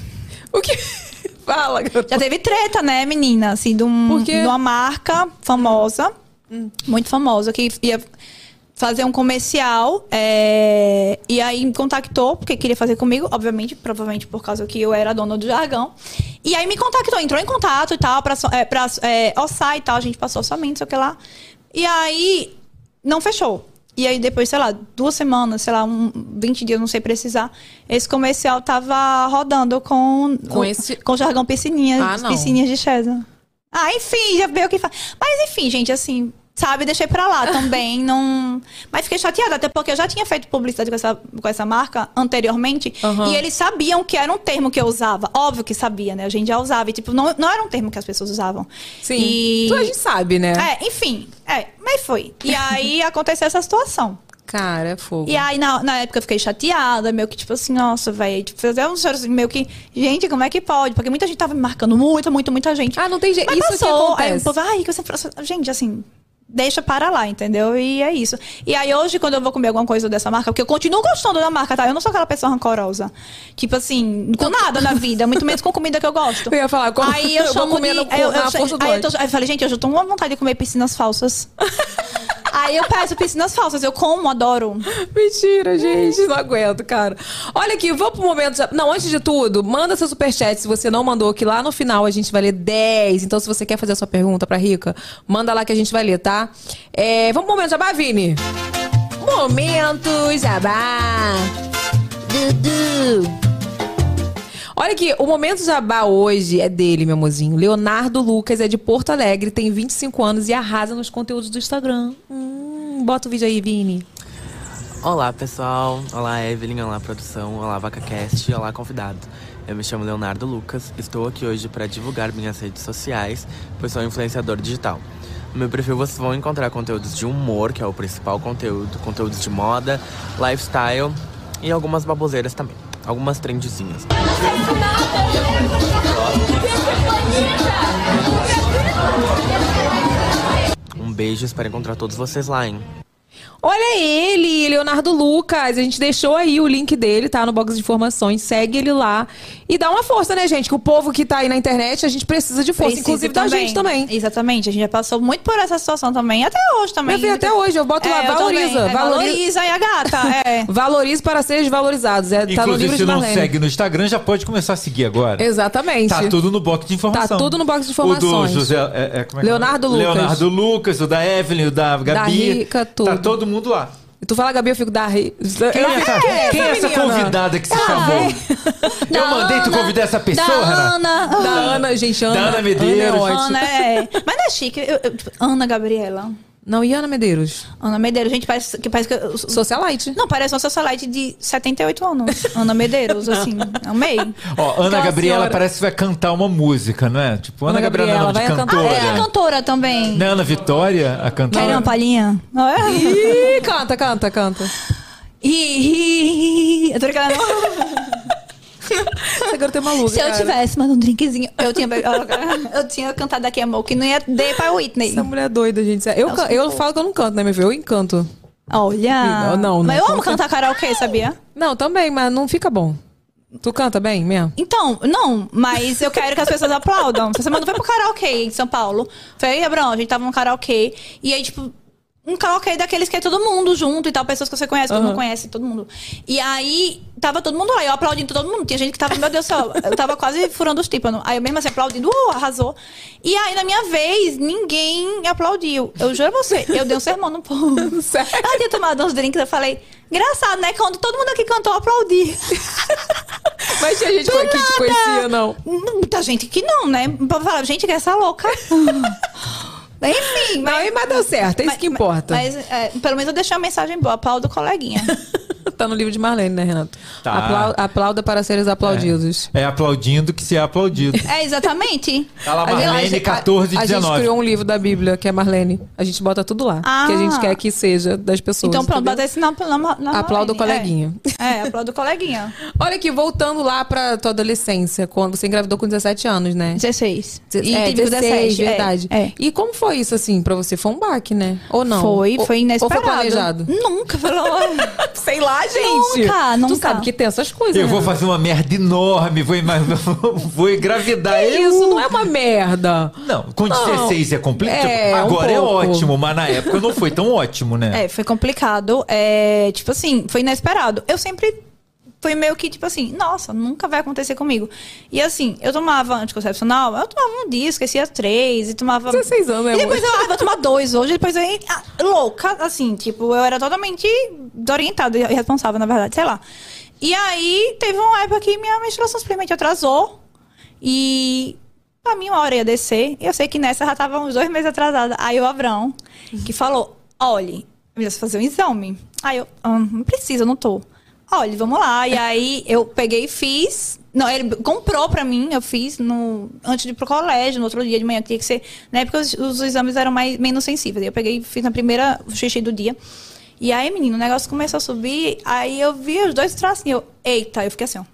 O que? Fala, garota. Já teve treta, né, menina? Assim, de, um- Por quê? de uma marca famosa, muito famosa, que ia fazer um comercial é, e aí me contactou, porque queria fazer comigo, obviamente, provavelmente por causa que eu era dona do jargão. E aí me contactou, entrou em contato e tal, pra, so- é, pra é, orçar e tal, a gente passou orçamento, sei o que lá. E aí não fechou. E aí depois, sei lá, duas semanas, sei lá, um, 20 dias, não sei precisar, esse comercial tava rodando com Com esse- com jargão piscininha, Ah, não. piscininhas de César. Ah, enfim, já veio o que faz. Mas enfim, gente, assim, sabe, deixei pra lá também, não... Mas fiquei chateada, até porque eu já tinha feito publicidade com essa, com essa marca anteriormente, Aham. e eles sabiam que era um termo que eu usava. Óbvio que sabia, né? A gente já usava, e tipo, não, não era um termo que as pessoas usavam. Sim. E... Tu a gente sabe, né? É, enfim, é, mas foi. E aí aconteceu essa situação. Cara, é fogo. E aí, na, na época, eu fiquei chateada, meio que tipo assim, nossa, velho. Tipo, fazer um choro assim, meio que, gente, como é que pode? Porque muita gente tava me marcando, muita, muita, muita gente. Ah, não tem jeito. Mas Isso que passou. acontece. Aí o povo, ai, que você. Gente, assim. Deixa para lá, entendeu? E é isso. E aí, hoje, quando eu vou comer alguma coisa dessa marca, porque eu continuo gostando da marca, tá? Eu não sou aquela pessoa rancorosa. Tipo assim, com nada na vida, muito menos com comida que eu gosto. Eu ia falar, como- Aí eu, eu vou chamo de. comendo com- aí eu, eu, na força do aí eu tô- aí eu falei, gente, hoje eu tô com uma vontade de comer piscinas falsas. aí eu peço piscinas falsas, eu como, adoro. Hum. Mentira, gente. Não aguento, cara. Olha aqui, vou pro momento. já- Não, antes de tudo, manda seu superchat se você não mandou, que lá no final a gente vai ler 10. Então, se você quer fazer a sua pergunta pra Rica, manda lá que a gente vai ler, tá? É, vamos pro momento jabá, Vini? Momento jabá. Dudu. Olha aqui, o Momento Jabá hoje é dele, meu mozinho. Leonardo Lucas é de Porto Alegre, tem 25 anos e arrasa nos conteúdos do Instagram. Hum, bota o vídeo aí, Vini. Olá, pessoal. Olá, Evelyn. Olá, produção. Olá, VacaCast. Olá, convidado. Eu me chamo Leonardo Lucas. Estou aqui hoje para divulgar minhas redes sociais, pois sou influenciador digital. No meu perfil vocês vão encontrar conteúdos de humor, que é o principal conteúdo, conteúdos de moda, lifestyle e algumas baboseiras também. Algumas trendezinhas. Um beijo, espero encontrar todos vocês lá, hein? Olha ele, Leonardo Lucas. A gente deixou aí o link dele, tá? No box de informações. Segue ele lá. E dá uma força, né, gente? Que o povo que tá aí na internet, a gente precisa de força, Precisa inclusive da gente também. Exatamente, a gente já passou muito por essa situação também, até hoje também. Minha filha, até hoje, eu boto lá, eu valoriza, também. É, valoriza. valoriza aí a gata, é. Valorize para ser desvalorizados. É, tá no Inclusive, livro se de não Marlene. segue no Instagram, já pode começar a seguir agora. Exatamente. Tá tudo no box de informação. Tá tudo no box O de informações. do José. é- é- como é que é o nome? Leonardo Lucas. Leonardo Lucas, o da Evelyn, o da Gabi. Rica, tudo. Tá todo mundo lá. Tu fala Gabi, eu fico da ri. Eu Quem é fico, essa, quem é essa menina? Ah, é. convidada que se chamou? Da Eu mandei tu Ana, convidar essa pessoa, da Renata? Ana. Da Ana, gente, Ana. Da Ana Ana é Medeiros. ótima. Ana, é. Mas não é chique. Eu- eu- tipo, Ana Gabriela. Não, e Ana Medeiros? Ana Medeiros, gente, parece que. Parece que eu- Socialite. não, parece uma socialite de 78 anos. Ana Medeiros, assim. Amei. Ó, Ana Aquela Gabriela senhora. parece que vai cantar uma música, não é? Tipo, Ana, Ana Gabriela, é nome de Gabriela, vai Ah, cantora. é a cantora também. Não é Ana Vitória, a Querem cantora? uma palhinha? Não é? Ih, canta, canta, canta. Ri, ri, ri. Eu tô brincando. Essa garota é maluca. Se eu cara. tivesse mandado um drinkzinho, eu tinha, eu tinha cantado aqui amor, que não ia dar pra Whitney. Essa mulher é doida, gente. Eu, Nossa, can- eu muito falo que eu não canto, né, meu filho? Eu encanto. Olha. Não, não, Mas eu não. amo cantar karaokê, sabia? Não, também, mas não fica bom. Tu canta bem mesmo? Então, não, mas eu quero que as pessoas aplaudam. Essa semana eu fui pro karaokê em São Paulo. Falei, Abrão, a gente tava num karaokê. E aí, tipo, um karaokê daqueles que é todo mundo junto e tal, pessoas que você conhece, todo mundo conhece, todo mundo. E aí, tava todo mundo lá, eu aplaudindo todo mundo. Tinha gente que tava, meu Deus do céu, eu tava quase furando os tímpanos. Aí eu mesmo assim aplaudindo, uh, arrasou. E aí, na minha vez, ninguém aplaudiu. Eu juro a você, eu dei um sermão no povo. Sério? Ela tinha tomado uns drinks, eu falei, engraçado, né? Quando todo mundo aqui cantou, eu aplaudi. Mas tinha gente Do que te nada. Hum, conhecia, não. Muita gente que não, né? Pra falar, gente, que essa louca. Enfim, Não, mas. e- mas deu certo, é isso mas- que importa. Mas, é, pelo menos eu deixei uma mensagem boa, pau do coleguinha. Tá no livro de Marlene, né, Renato? Tá. Aplau- aplauda para seres aplaudidos. É aplaudindo que se é aplaudido. é, exatamente. Tá lá, gente- Marlene, 14 e a, a gente 19. criou um livro da Bíblia, que é Marlene. A gente bota tudo lá. Ah. Que a gente quer que seja das pessoas. Então, pronto, entendeu? bota esse na, na, na Marlene, Aplauda o coleguinha. É, é aplauda o coleguinha. Olha aqui, voltando lá pra tua adolescência, quando você engravidou com 17 anos, né? 16. E tive é, 16, verdade. É. é. E como foi isso, assim, pra você? Foi um baque, né? Ou não? Foi, Ou- foi Ou inesperado. foi planejado? Nunca, falou. Sei lá, gente. Nunca, Tu nunca. sabe que tem essas coisas, Eu né? vou fazer uma merda enorme, vou, mas vou engravidar. Eu- Isso não é uma merda. Não, com Não. 16 é complicado. É, um Agora é pouco. ótimo, mas na época não foi tão ótimo, né? É, foi complicado. É, tipo assim, foi inesperado. Eu sempre fui meio que, tipo assim, nossa, nunca vai acontecer comigo. E assim, eu tomava anticoncepcional, eu tomava um dia, esquecia três, e tomava. 16 anos, é E depois muito. eu ah, vou tomar dois hoje, depois eu. ah, louca, assim, tipo, eu era totalmente desorientada e responsável, na verdade, sei lá. E aí teve uma época que minha menstruação simplesmente atrasou. E pra mim uma hora ia descer. Eu sei que nessa já tava uns dois meses atrasada. Aí o Abrão, que falou: olhe, eu preciso fazer um exame. Aí eu, "Hum, não precisa, eu não tô. Olha, vamos lá. E aí eu peguei e fiz. Não, ele comprou pra mim, eu fiz no, antes de ir pro colégio, no outro dia de manhã, que tinha que ser. Na época os, os exames eram mais, menos sensíveis. Eu peguei e fiz na primeira o xixi do dia. E aí, menino, o negócio começou a subir, aí eu vi os dois tracinhos. Eu, eita, eu fiquei assim, ó.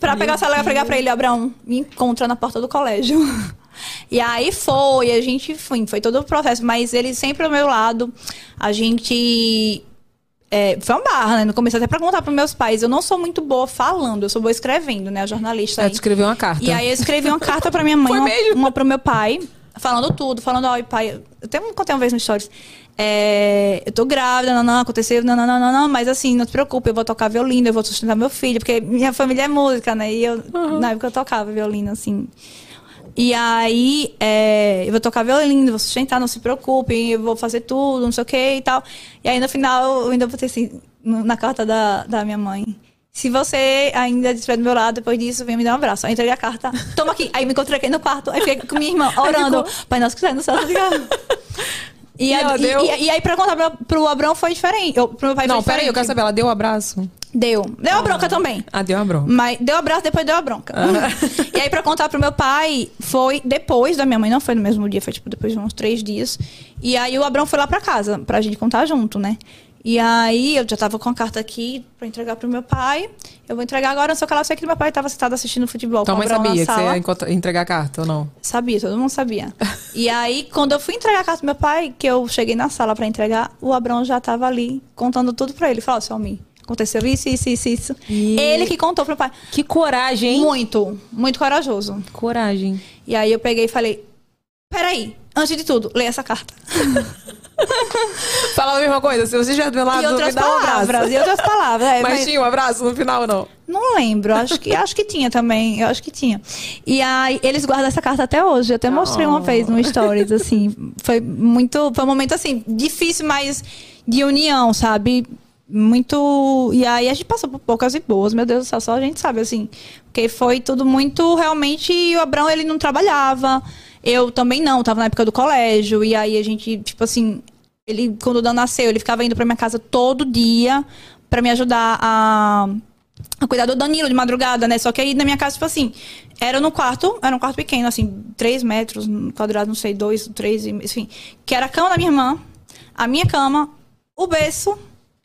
Pra pegar o celular e pregar pra ele, Abraão, me encontra na porta do colégio. E aí foi, a gente foi, foi todo o processo, mas ele sempre ao meu lado. A gente. é, foi uma barra, né? No começo, até pra contar pros meus pais, eu não sou muito boa falando, eu sou boa escrevendo, né? Jornalista. Ela aí. te É, escreveu uma carta. E aí eu escrevi uma carta pra minha mãe, Foi uma, mesmo? uma pro meu pai, falando tudo, falando, ó, pai, eu até contei uma vez no Stories. é, eu tô grávida, não, não, aconteceu, não, não, não, não, não, mas assim, não te preocupe, eu vou tocar violino, eu vou sustentar meu filho, porque minha família é música, né? E eu, na época, eu tocava violino, assim. E aí, é, eu vou tocar violino, vou sustentar, não se preocupem, eu vou fazer tudo, não sei o que e tal. E aí, no final, eu ainda botei assim, no- na carta da, da minha mãe. Se você ainda estiver do meu lado depois disso, vem me dar um abraço. Aí eu entreguei a carta. Toma aqui. Aí me encontrei aqui no quarto. Aí fiquei com minha irmã orando. Pai nosso que sai no céu, tá ligado? E, E a- ela e- deu? e- e aí, pra contar pra, pro Abrão, foi diferente. Eu, pro meu pai Não, foi diferente. peraí, eu quero saber. Ela deu um abraço? Deu. Deu a bronca também. Ah, deu um abraço. Mas deu abraço, depois deu a bronca. Ah. e aí, pra contar pro meu pai, foi depois da minha mãe, não foi no mesmo dia, foi tipo depois de uns três dias. E aí o Abrão foi lá pra casa, pra gente contar junto, né? E aí eu já tava com a carta aqui pra entregar pro meu pai. Eu vou entregar agora, só que lá eu sei que meu pai tava sentado assistindo futebol. Tua com o mãe Abrão na sabia que você sala. ia encontrar- entregar a carta ou não? Sabia, todo mundo sabia. E aí, quando eu fui entregar a carta do meu pai, que eu cheguei na sala pra entregar, o Abrão já tava ali contando tudo pra ele. Falou, seu homem, aconteceu isso, isso, isso, isso. E- Ele que contou pro pai. Que coragem, Muito, muito corajoso. Coragem. E aí eu peguei e falei: peraí, antes de tudo, lê essa carta. Fala a mesma coisa. Se você já deu lá, e outras dá um abraço. palavras, e outras palavras. é, mas, mas- tinha um abraço no final ou não? Não lembro, acho que, acho que tinha também, eu acho que tinha. E aí, eles guardam essa carta até hoje, eu até mostrei uma vez no Stories, assim, foi muito, foi um momento, assim, difícil, mas de união, sabe? Muito. E aí a gente passou por poucas e boas, meu Deus do céu, só a gente sabe, assim. Porque foi tudo muito. Realmente, e o Abrão, ele não trabalhava. Eu também não, tava na época do colégio. E aí a gente, tipo assim. Ele, quando o Dan nasceu, ele ficava indo pra minha casa todo dia pra me ajudar a a cuidar do Danilo de madrugada, né? Só que aí na minha casa, tipo assim, era no quarto, era um quarto pequeno, assim, 3 metros um quadrado, não sei, 2, 3, enfim. Que era a cama da minha irmã, a minha cama, o berço.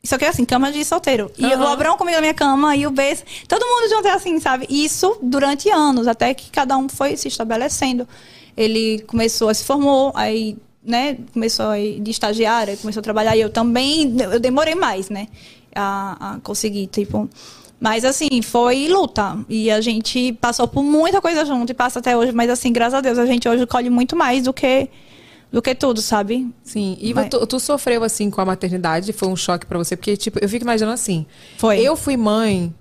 Só que era assim, cama de solteiro. E o Abrão comigo na minha cama, e o berço. Todo mundo junto era assim, sabe? E Isso durante anos, até que cada um foi se estabelecendo. Ele começou, se formou, aí né, começou a ir de estagiária, começou a trabalhar, e eu também, eu demorei mais, né, a, a conseguir, tipo... Mas, assim, foi luta. E a gente passou por muita coisa junto e passa até hoje. Mas, assim, graças a Deus, a gente hoje colhe muito mais do que, do que tudo, sabe? Sim, e Vai. tu, tu sofreu assim com a maternidade? Foi um choque pra você? Porque, tipo, eu fico imaginando assim. Foi. Eu fui mãe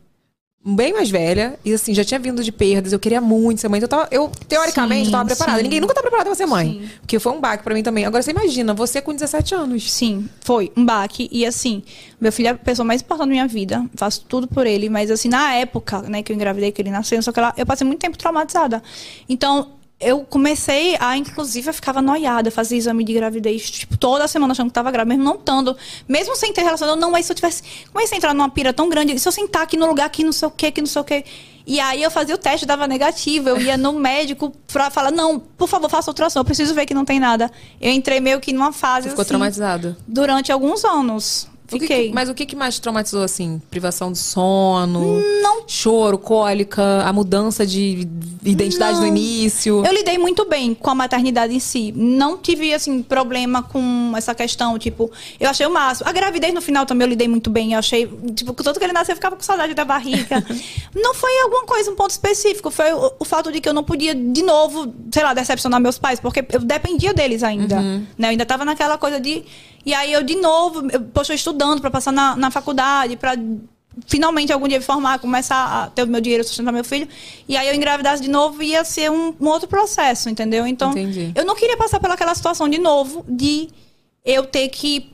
bem mais velha e, assim, já tinha vindo de perdas. Eu queria muito ser mãe. Então, eu, tava- eu, teoricamente, Sim, eu tava preparada. sim. Ninguém nunca tá preparado pra ser mãe. Porque foi um baque pra mim também. Agora, você imagina, você com 17 anos. Sim, foi um baque. E assim, meu filho é a pessoa mais importante da minha vida. Faço tudo por ele. Mas assim, na época, né, que eu engravidei, que ele nasceu, só que lá, eu passei muito tempo traumatizada. Então, eu comecei a, inclusive, eu ficava noiada, fazia exame de gravidez, tipo, toda semana achando que tava grávida, mesmo não estando, mesmo sem ter relação, eu, não, mas se eu tivesse. Comecei a entrar numa pira tão grande, se eu sentar aqui no lugar que não sei o que, que não sei o que. E aí eu fazia o teste, dava negativa, eu ia no médico pra falar, não, por favor, faça ultrassom, eu preciso ver que não tem nada. Eu entrei meio que numa fase. Ficou assim, traumatizada. durante alguns anos. O que que- Fiquei. mas o que, que mais traumatizou, assim? Privação de sono? não. Choro, cólica, a mudança de identidade no início? Eu lidei muito bem com a maternidade em si. Não tive, assim, problema com essa questão, tipo, eu achei o máximo. A gravidez no final também eu lidei muito bem. Eu achei, tipo, que todo que ele nasceu eu ficava com saudade da barriga. não foi alguma coisa, um ponto específico. Foi o, o fato de que eu não podia, de novo, sei lá, decepcionar meus pais, porque eu dependia deles ainda. Uhum. Né? Eu ainda tava naquela coisa de. E aí eu, de novo, eu, poxa, eu estudando pra passar na, na faculdade, pra finalmente algum dia me formar, começar a ter o meu dinheiro, sustentar meu filho, e aí eu engravidasse de novo ia ser um, um outro processo, entendeu? Então, Entendi. eu não queria passar pelaquela situação de novo de eu ter que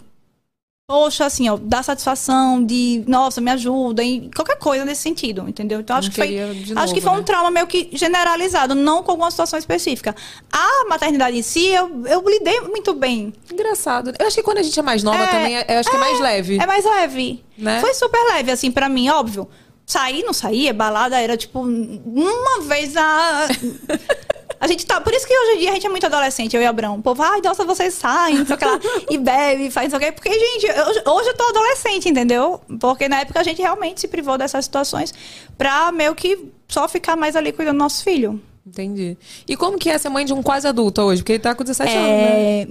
poxa, assim, ó, dar satisfação de, nossa, me ajuda, e qualquer coisa nesse sentido, entendeu? Então acho Não que foi, queria de acho que novo, foi né? um trauma meio que generalizado, não com alguma situação específica. A maternidade em si, eu, eu lidei muito bem. Engraçado. Eu acho que quando a gente é mais nova É, também, eu acho que é mais leve. É mais leve. Né? Foi super leve, assim, pra mim, óbvio. Sair, não saía, balada era tipo uma vez a. A gente tá. Por isso que hoje em dia a gente é muito adolescente, eu e Abrão. O povo, ai, nossa, vocês saem, não sei o que lá, e bebe, faz não sei o que. Porque, gente, eu- hoje eu tô adolescente, entendeu? Porque na época a gente realmente se privou dessas situações pra meio que só ficar mais ali cuidando do nosso filho. Entendi. E como que é ser mãe de um quase adulto hoje? Porque ele tá com 17 anos,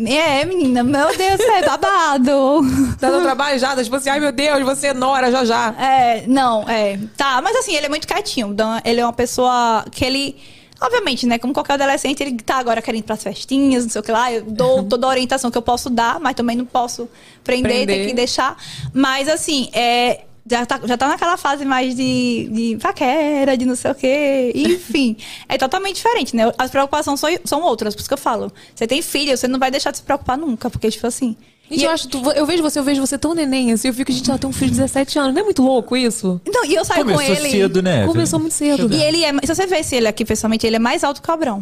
né? É, é, menina, meu Deus, é babado. Tá dando trabalho já, tá tipo assim, ai meu Deus, você é nora, já já. É, não, é. Tá, mas assim, ele é muito quietinho. O Dan, ele é uma pessoa que ele. Obviamente, né? Como qualquer adolescente, ele tá agora querendo ir pras festinhas, não sei o que lá. Eu dou toda a orientação que eu posso dar, mas também não posso prender, Prender. tem que deixar. Mas assim, é. Já tá, já tá naquela fase mais de, de paquera, de não sei o quê. Enfim, é totalmente diferente, né? As preocupações são, são outras, por isso que eu falo. Você tem filho, você não vai deixar de se preocupar nunca, porque, tipo assim. Gente, eu, acho, tu- eu vejo você, eu vejo você tão neném assim, eu fico, gente, ela tem um filho de 17 anos, não é muito louco isso? Então, e eu saio com Começou ele. cedo, né? Evelyn? Começou muito cedo. E ele é. Se você vê esse ele aqui pessoalmente, ele é mais alto que o Abrão.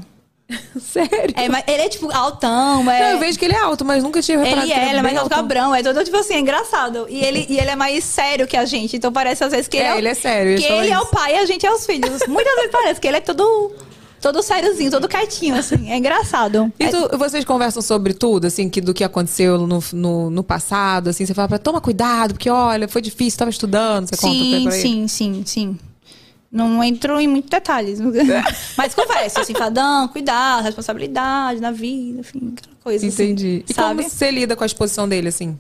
Sério? É, mas ele é tipo altão, é. Não, eu vejo que ele é alto, mas nunca tinha reparado Ele que é, ele é mais bem alto que o Abrão, é todo tipo assim, é engraçado. E ele, e ele é mais sério que a gente, então parece às vezes que ele É, o- ele é sério, eu ia Que falar ele é o isso. pai e a gente é os filhos. Muitas vezes parece que ele é todo, todo sériozinho, todo quietinho, assim. É engraçado. E tu- vocês conversam sobre tudo, assim, que, do que aconteceu no, no, no passado, assim, você fala pra toma cuidado, porque olha, foi difícil, tava estudando, você conta pra, sim, pra ele. sim, sim, sim. Não entro em muitos detalhes. Mas conversa, assim, fadão, cuidado, responsabilidade na vida, enfim, aquela coisa. assim, Entendi. e sabe? como você lida com a exposição dele, assim?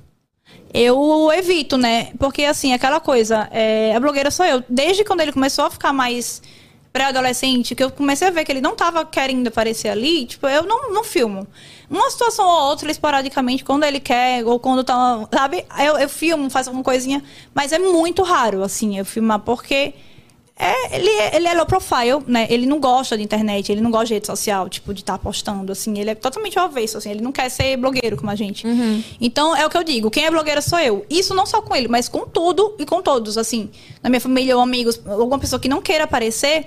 Eu evito, né? Porque, assim, aquela coisa, é, a blogueira sou eu. Desde quando ele começou a ficar mais pré-adolescente, que eu comecei a ver que ele não tava querendo aparecer ali, tipo, eu não, não filmo. Uma situação ou outra, esporadicamente, quando ele quer, ou quando tá. Sabe? Eu, eu filmo, faço alguma coisinha. Mas é muito raro, assim, eu filmar, porque É, ele, é- ele é low profile, né? Ele não gosta de internet, ele não gosta de rede social, tipo, de estar postando, assim. Ele é totalmente avesso, assim. Ele não quer ser blogueiro como a gente. Uhum. Então, é o que eu digo. Quem é blogueira sou eu. Isso não só com ele, mas com tudo e com todos, assim. Na minha família ou amigos, alguma pessoa que não queira aparecer...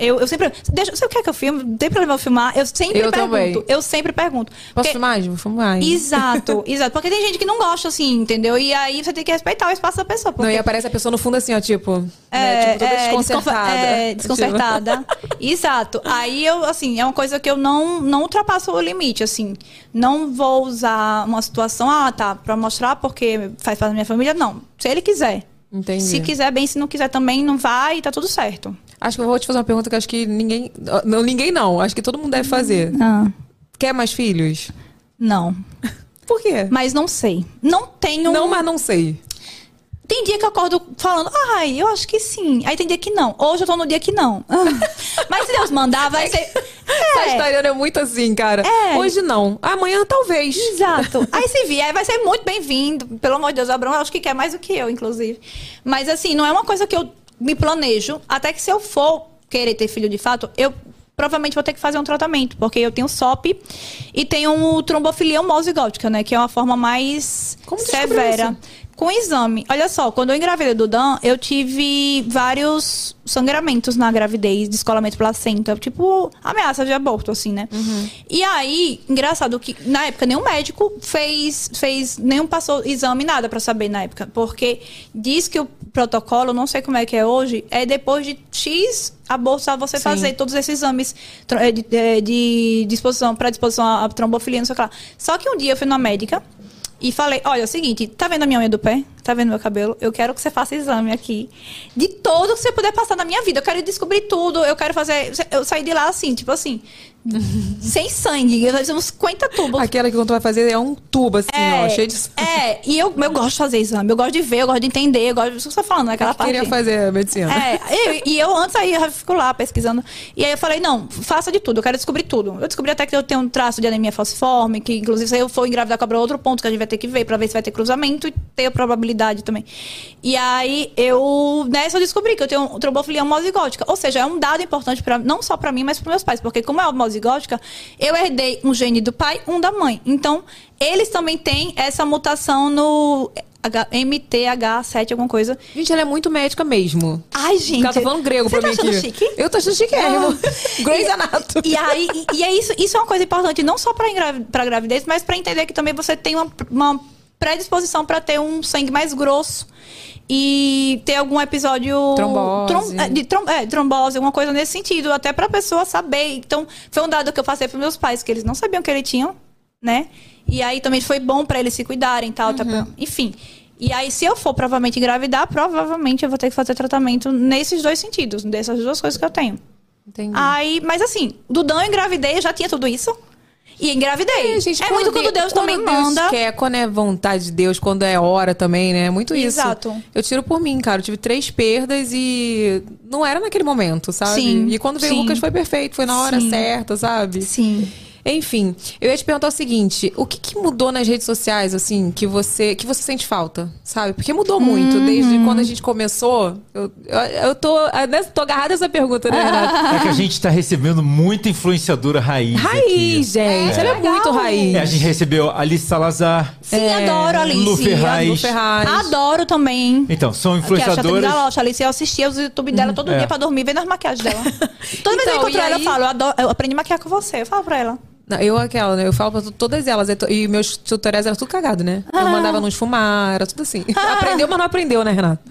Eu, eu sempre... Deixa, você quer que eu filme? Não tem problema eu filmar. Eu sempre Eu pergunto. também. Eu sempre pergunto. Posso Porque- filmar? Vou filmar. hein? Exato, exato. Porque tem gente que não gosta, assim, entendeu? E aí você tem que respeitar o espaço da pessoa. Porque É, Não, e aparece a pessoa no fundo assim, ó, tipo. né, tipo, toda desconcertada. Tipo. desconfa- é, desconcertada. Exato. Aí eu, assim, é uma coisa que eu não, não ultrapasso o limite, assim. Não vou usar uma situação, ah, tá, pra mostrar porque faz parte da minha família, não. Se ele quiser. Tipo, entendi. Se quiser bem, se não quiser também, não vai, tá tudo certo. Tipo, Acho que eu vou te fazer uma pergunta que acho que ninguém. Não, ninguém não. Acho que todo mundo deve fazer. Ah, Quer mais filhos? não. Por quê? Mas não sei. Não tenho. Não, mas não sei. Tem dia que eu acordo falando, ai, eu acho que sim. Aí tem dia que não. Hoje eu tô no dia que não. Mas se Deus mandar, vai ser. Essa É. historiana é muito assim, cara. É. Hoje não. Amanhã talvez. Exato. Aí se vier, vai ser muito bem-vindo. Pelo amor de Deus, o Abrão acho que quer mais do que eu, inclusive. Mas assim, não é uma coisa que eu me planejo. Até que se eu for querer ter filho de fato, eu provavelmente vou ter que fazer um tratamento. Porque eu tenho SOP e tenho um trombofilia homozigótica, né? Que é uma forma mais Como descobriu severa. isso? Com exame. Olha só, quando eu engravidei do Dan, eu tive vários sangramentos na gravidez, descolamento placenta, tipo ameaça de aborto, assim, né? E aí, engraçado que na época nenhum médico fez, fez nenhum passou exame, nada pra saber na época, porque diz que o protocolo, não sei como é que é hoje, é depois de X abortos a você fazer todos esses exames tro- eh, de, eh, de disposição, predisposição à à trombofilia, não sei o que lá. Só que um dia eu fui numa médica. E falei, olha, é o seguinte, tá vendo a minha unha do pé? Tá vendo meu cabelo? Eu quero que você faça exame aqui. De todo que você puder passar na minha vida. Eu quero descobrir tudo. Eu quero fazer. Eu saí de lá assim, tipo assim. sem sangue. Eu fiz uns 50 tubos. Aquela que quando tu vai fazer é um tubo, assim, ó, cheio de. É, e eu, eu gosto de fazer exame. Eu gosto de ver, eu gosto de entender. Eu gosto de. Você tá falando naquela parte. Queria fazer medicina. É, eu- e eu antes aí eu fico lá pesquisando. E aí eu falei, não, faça de tudo, eu quero descobrir tudo. Eu descobri até que eu tenho um traço de anemia falciforme, que inclusive se eu for engravidar cobra é outro ponto que a gente vai ter que ver pra ver se vai ter cruzamento e ter a probabilidade também. E aí eu nessa eu descobri que eu tenho trombofilia homozigótica, ou seja, é um dado importante para não só pra mim, mas para meus pais, porque como é homozigótica, eu herdei um gene do pai, um da mãe. Então, eles também têm essa mutação no H- MTH7 alguma coisa. Gente, ela é muito médica mesmo. Ai, gente. O cara tá falando grego Você pra tá mim achando aqui. chique? Ah. Eu tô achando chiquérrimo. Grey's Anatomy. E aí, e, e é isso, isso é uma coisa importante, não só pra, engravi- pra gravidez, mas pra entender que também você tem uma, uma predisposição pra ter um sangue mais grosso e ter algum episódio Trombose. trom- é, de trom- é, trombose, alguma coisa nesse sentido, até pra pessoa saber. Então, foi um dado que eu passei pros meus pais, que eles não sabiam que eles tinham, né? E aí também foi bom pra eles se cuidarem e tal, tá bom. enfim. E aí, se eu for provavelmente engravidar, provavelmente eu vou ter que fazer tratamento nesses dois sentidos, dessas duas coisas que eu tenho. Entendi. Aí, mas assim, do Dan eu engravidei, eu já tinha tudo isso. E engravidei. É, gente, muito quando Deus também quando manda. Deus quer, quando é vontade de Deus, quando é hora também, né? É muito isso. Exato. Eu tiro por mim, cara. Eu tive três perdas e não era naquele momento, sabe? Sim, E quando veio o sim. Lucas foi perfeito, foi na hora Sim. certa, sabe? Sim. Enfim, eu ia te perguntar o seguinte: o que, que mudou nas redes sociais, assim, que você que você sente falta, sabe? Porque mudou Uhum. muito desde quando a gente começou. Eu, eu, eu tô, nessa- tô agarrada essa pergunta, né, Renata? É que a gente tá recebendo muita influenciadora raiz. Raiz, aqui. gente. É. Ela é Legal. muito raiz. É, a gente recebeu Alice Salazar. É. Sim, adoro, Alice. Lu Ferraz. Lu Ferraz. Adoro também. Então, Que é a são chata de influenciadoras. galocha, Alice, eu assistia os YouTube dela todo é. dia pra dormir, vendo as maquiagens dela. Toda vez que eu Então, encontro e ela, eu aí- falo, eu, adoro- eu aprendi a maquiar com você. Eu falo pra ela. Não, eu aquela, né? Eu falo pra tu- todas elas. E to- E meus tutoriais eram tudo cagado, né? Ah. Eu mandava não esfumar, era tudo assim. Aprendeu, mas não aprendeu, né, Renata?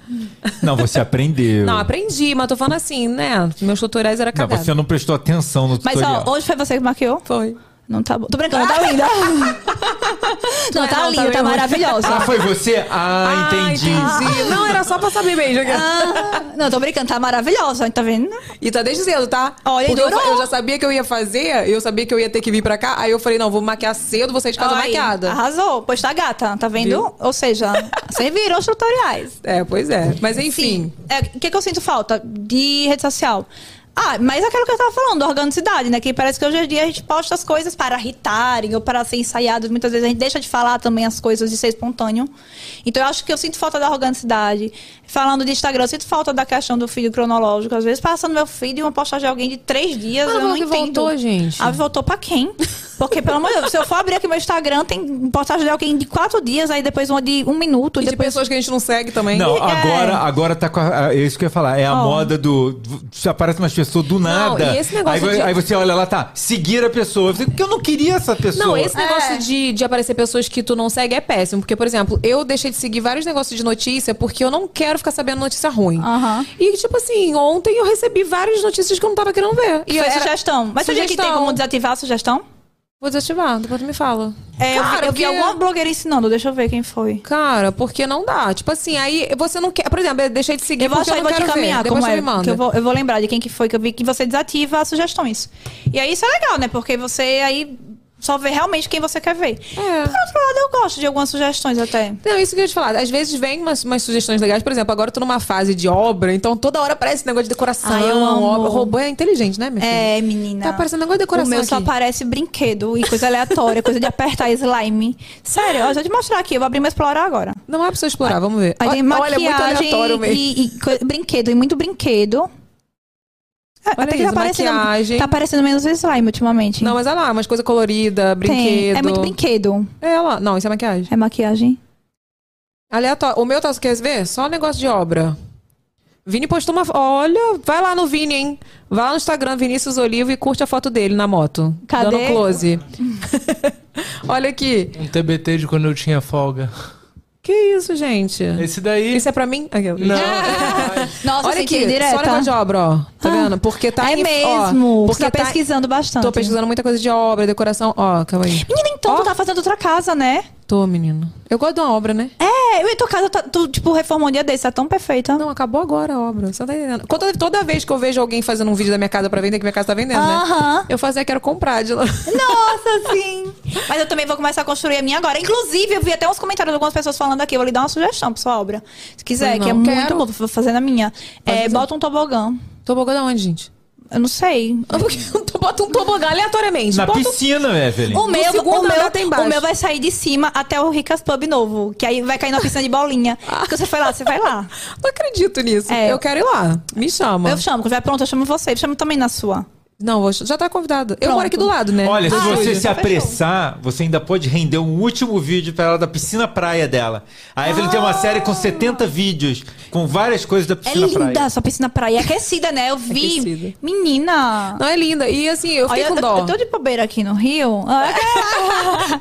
Não, você aprendeu. Não, aprendi, mas tô falando assim, né? Meus tutoriais eram Não, cagados. você não prestou atenção no Mas tutorial. ó, hoje foi você que maquiou? Foi. Não tá bom. Tô brincando, tá linda. não, tá não, tá linda, tá bem, Ah, maravilhosa. foi você? Ah, entendi. Não, era só pra saber mesmo. cara. Ah, não, tô brincando, tá maravilhosa, tá vendo? E tá desde cedo, tá? Olha, Porque eu, durou. fa- eu já sabia que eu ia fazer, eu sabia que eu ia ter que vir pra cá. Aí eu falei, não, vou maquiar cedo, vou sair de casa Aí, maquiada. Arrasou, pois tá gata, tá vendo? Viu? Ou seja, serviram os tutoriais. É, pois é. Mas enfim. É, O que, que eu sinto falta de rede social? Ah, mas aquilo que eu tava falando, organicidade, né? Que parece que hoje em dia a gente posta as coisas para irritarem ou para ser ensaiadas. Muitas vezes a gente deixa de falar também as coisas de ser espontâneo. Então eu acho que eu sinto falta da organicidade. Falando de Instagram, eu sinto falta da questão do feed cronológico. Às vezes passa no meu feed uma postagem de alguém de três dias. Mas eu falou não que entendo. voltou, gente. Ah, voltou pra quem? Porque, pelo amor de Deus, se eu for abrir aqui meu Instagram, tem postagem de alguém de quatro dias, aí depois uma de um minuto. E de depois... pessoas que a gente não segue também. Não, É. agora, agora tá com a, é isso que eu ia falar. É a Ó. moda do. Só aparece umas pessoas do nada. e esse negócio aí, vo- de- aí você olha lá, tá. Seguir a pessoa. Você, Porque eu não queria essa pessoa. Não, É esse negócio É. de, de aparecer pessoas que tu não segue é péssimo. Porque, por exemplo, eu deixei de seguir vários negócios de notícia porque eu não quero ficar sabendo notícia ruim. Aham. E, tipo assim, ontem eu recebi várias notícias que eu não tava querendo ver. E Foi era- sugestão. Mas sabia que tem Sugestão. como desativar a sugestão? Vou desativar, depois tu me fala. É, eu vi- Cara, eu vi porque- alguma blogueira ensinando, deixa eu ver quem foi. Cara, porque não dá. Tipo assim, aí você não quer. Por exemplo, eu deixei de seguir Eu vou porque achar e eu não vou te quero caminhar, ver. Depois como tu é. me manda. que eu, vou, eu vou lembrar de quem que foi que eu vi que você desativa as sugestões. E aí isso é legal, né? Porque você aí só vê realmente quem você quer ver. É. Por outro lado, eu gosto de algumas sugestões até. Não, isso que eu ia te falar. Às vezes vem umas, umas sugestões legais. Por exemplo, agora eu tô numa fase de obra, então toda hora aparece esse negócio de decoração. Ai, Ah, eu amo. obra. Robô é inteligente, né, minha filha? É, menina. Tá parecendo negócio de decoração O meu só aqui. parece brinquedo e coisa aleatória, coisa de apertar slime. Sério, ó, deixa eu te mostrar aqui, eu vou abrir meu explorar agora. Não é pra você explorar, vamos ver. Aí tem Olha, olha, é muito maquiagem aleatório mesmo. e, e co- brinquedo, e muito brinquedo. É, até que isso, tá parecendo, maquiagem. tá aparecendo menos slime ultimamente. Não, mas olha lá, umas coisas coloridas, Tem. brinquedo. É muito é brinquedo. É, olha lá. Não, isso é maquiagem. É maquiagem. É. Aleatório. O meu tá, quer ver? Só negócio de obra. Vini postou uma. Olha, vai lá no Vini, hein? Vai lá no Instagram, Vinícius Olivo, e curte a foto dele na moto. Cadê? Dando um close. olha aqui. Um TBT de quando eu tinha folga. Que isso, gente? Esse daí. Isso é pra mim? Aqui, ó. Não. Ah, Nossa, Olha senti aqui, só direta. negócio de obra, ó. Tá vendo? Porque tá é em- ó, mesmo. Porque porque tá tá- pesquisando bastante. Tô pesquisando muita coisa de obra, decoração. Ó, calma aí. Menina, então Ó. tu tá fazendo outra casa, né? Tô, menino. Eu gosto de uma obra, né? É, eu e tua casa, tá- tu, tipo, reformou um dia desse, tá tão perfeita. Não, acabou agora a obra. Você não tá entendendo. Toda, toda vez que eu vejo alguém fazendo um vídeo da minha casa pra vender, que minha casa tá vendendo, né? Aham. Eu fazia, quero comprar de novo. Nossa, sim. Mas eu também vou começar a construir a minha agora. Inclusive, eu vi até uns comentários de algumas pessoas falando aqui. Eu vou lhe dar uma sugestão pra sua obra. Se quiser, Não, que é quero. muito bom. Vou fazer na minha. É, bota um tobogã. Tô bogando aonde, gente? Eu não sei. Bota um tobogã aleatoriamente. Na Bota um- piscina, né, Evelyn. O meu, segundo o, meu, andar tem embaixo. o meu vai sair de cima até o Ricas Pub novo. Que aí vai cair na piscina de bolinha. Ah. Porque você foi lá, você vai lá. Não acredito nisso. É. Eu quero ir lá. Me chama. Eu chamo, quando vai pronto, eu chamo você. Eu chamo também na sua. Não, vou- já tá convidado. Eu Pronto. moro aqui do lado, né? Olha, se Ah, você hoje. se apressar, você ainda pode render um último vídeo pra ela da piscina praia dela. A Evelyn Ah! tem uma série com 70 vídeos, com várias coisas da É piscina linda praia. sua piscina praia. É aquecida, né? Eu vi. Aquecida. Menina. Não, é linda. E assim, eu fiquei Olha, com eu- dó. eu, tô de bobeira aqui no Rio. Ah,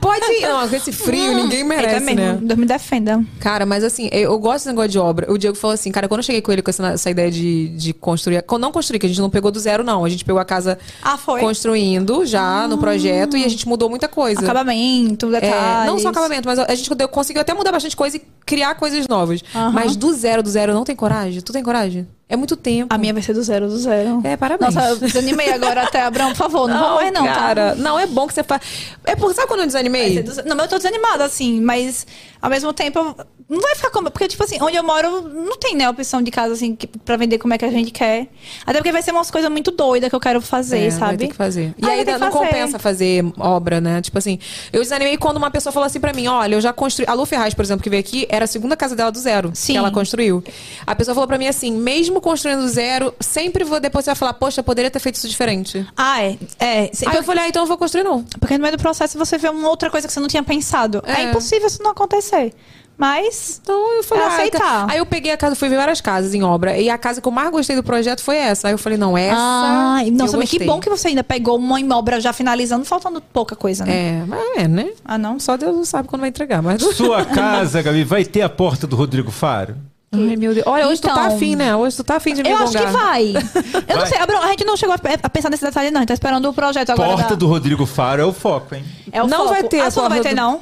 Pode ir. Não, com esse frio, ninguém merece, é mesmo. né? Deus me defenda. Cara, mas assim, eu, eu gosto desse negócio de obra. O Diego falou assim, cara, quando eu cheguei com ele com essa, essa ideia de, de construir. com- Não construir, que a gente não pegou do zero, não. A gente pegou a casa Ah, foi? Ah. construindo já no projeto e a gente mudou muita coisa. Acabamento, tá, É, detalhes. não só acabamento, mas a gente deu- conseguiu até mudar bastante coisa e criar coisas novas. Mas do zero, do zero, não tem coragem? Tu tem coragem? É muito tempo. A minha vai ser do zero, do zero. É, parabéns. Nossa, eu desanimei agora até, Abrão, por favor. Não, vou mais não, tá? cara. Não, é bom que você faz. É por... Sabe quando Vai eu ser desanimei? dos- Não, mas eu tô desanimada, assim, mas ao mesmo tempo eu- não vai ficar como. Porque, tipo assim, onde eu moro não tem, né, opção de casa, assim, que, pra vender como é que a gente quer. Até porque vai ser umas coisas muito doidas que eu quero fazer, É, sabe? Vai ter que fazer. E Ah, aí vai ter que não fazer. compensa fazer obra, né? Tipo assim, eu desanimei quando uma pessoa falou assim pra mim: olha, eu já construí. A Lu Ferraz, por exemplo, que veio aqui, era a segunda casa dela do zero que Sim. ela construiu. A pessoa falou pra mim assim: mesmo construindo do zero, sempre vou. Depois você vai falar, poxa, eu poderia ter feito isso diferente. Ah, é. É. Sempre- Aí eu falei, ah, então eu vou construir não. Porque no meio do processo você vê uma outra coisa que você não tinha pensado. É, É. impossível isso não acontecer. Mas. Então eu falei, É ah, aceitar. tá. Aí eu peguei a casa, fui ver várias casas em obra. E a casa que eu mais gostei do projeto foi essa. Aí eu falei, não, essa. Ai, não Ah, nossa, mas que bom que você ainda pegou uma obra já finalizando, faltando pouca coisa, né? É, mas é, né? Ah, não? Só Deus sabe quando vai entregar, mas. Sua casa, Gabi, vai ter a porta do Rodrigo Faro? Ai, meu Deus. Olha, hoje tu tá Então- afim, né? Hoje tu tá afim de me Eu acho que gongar. vai. Eu Vai. não sei, Abrão, a gente não chegou a pe- a pensar nesse detalhe, não. A gente tá esperando o projeto agora. Porta da- do Rodrigo Faro é o foco, hein? É o Não foco. vai ter a A sua não vai porta ter, do- não.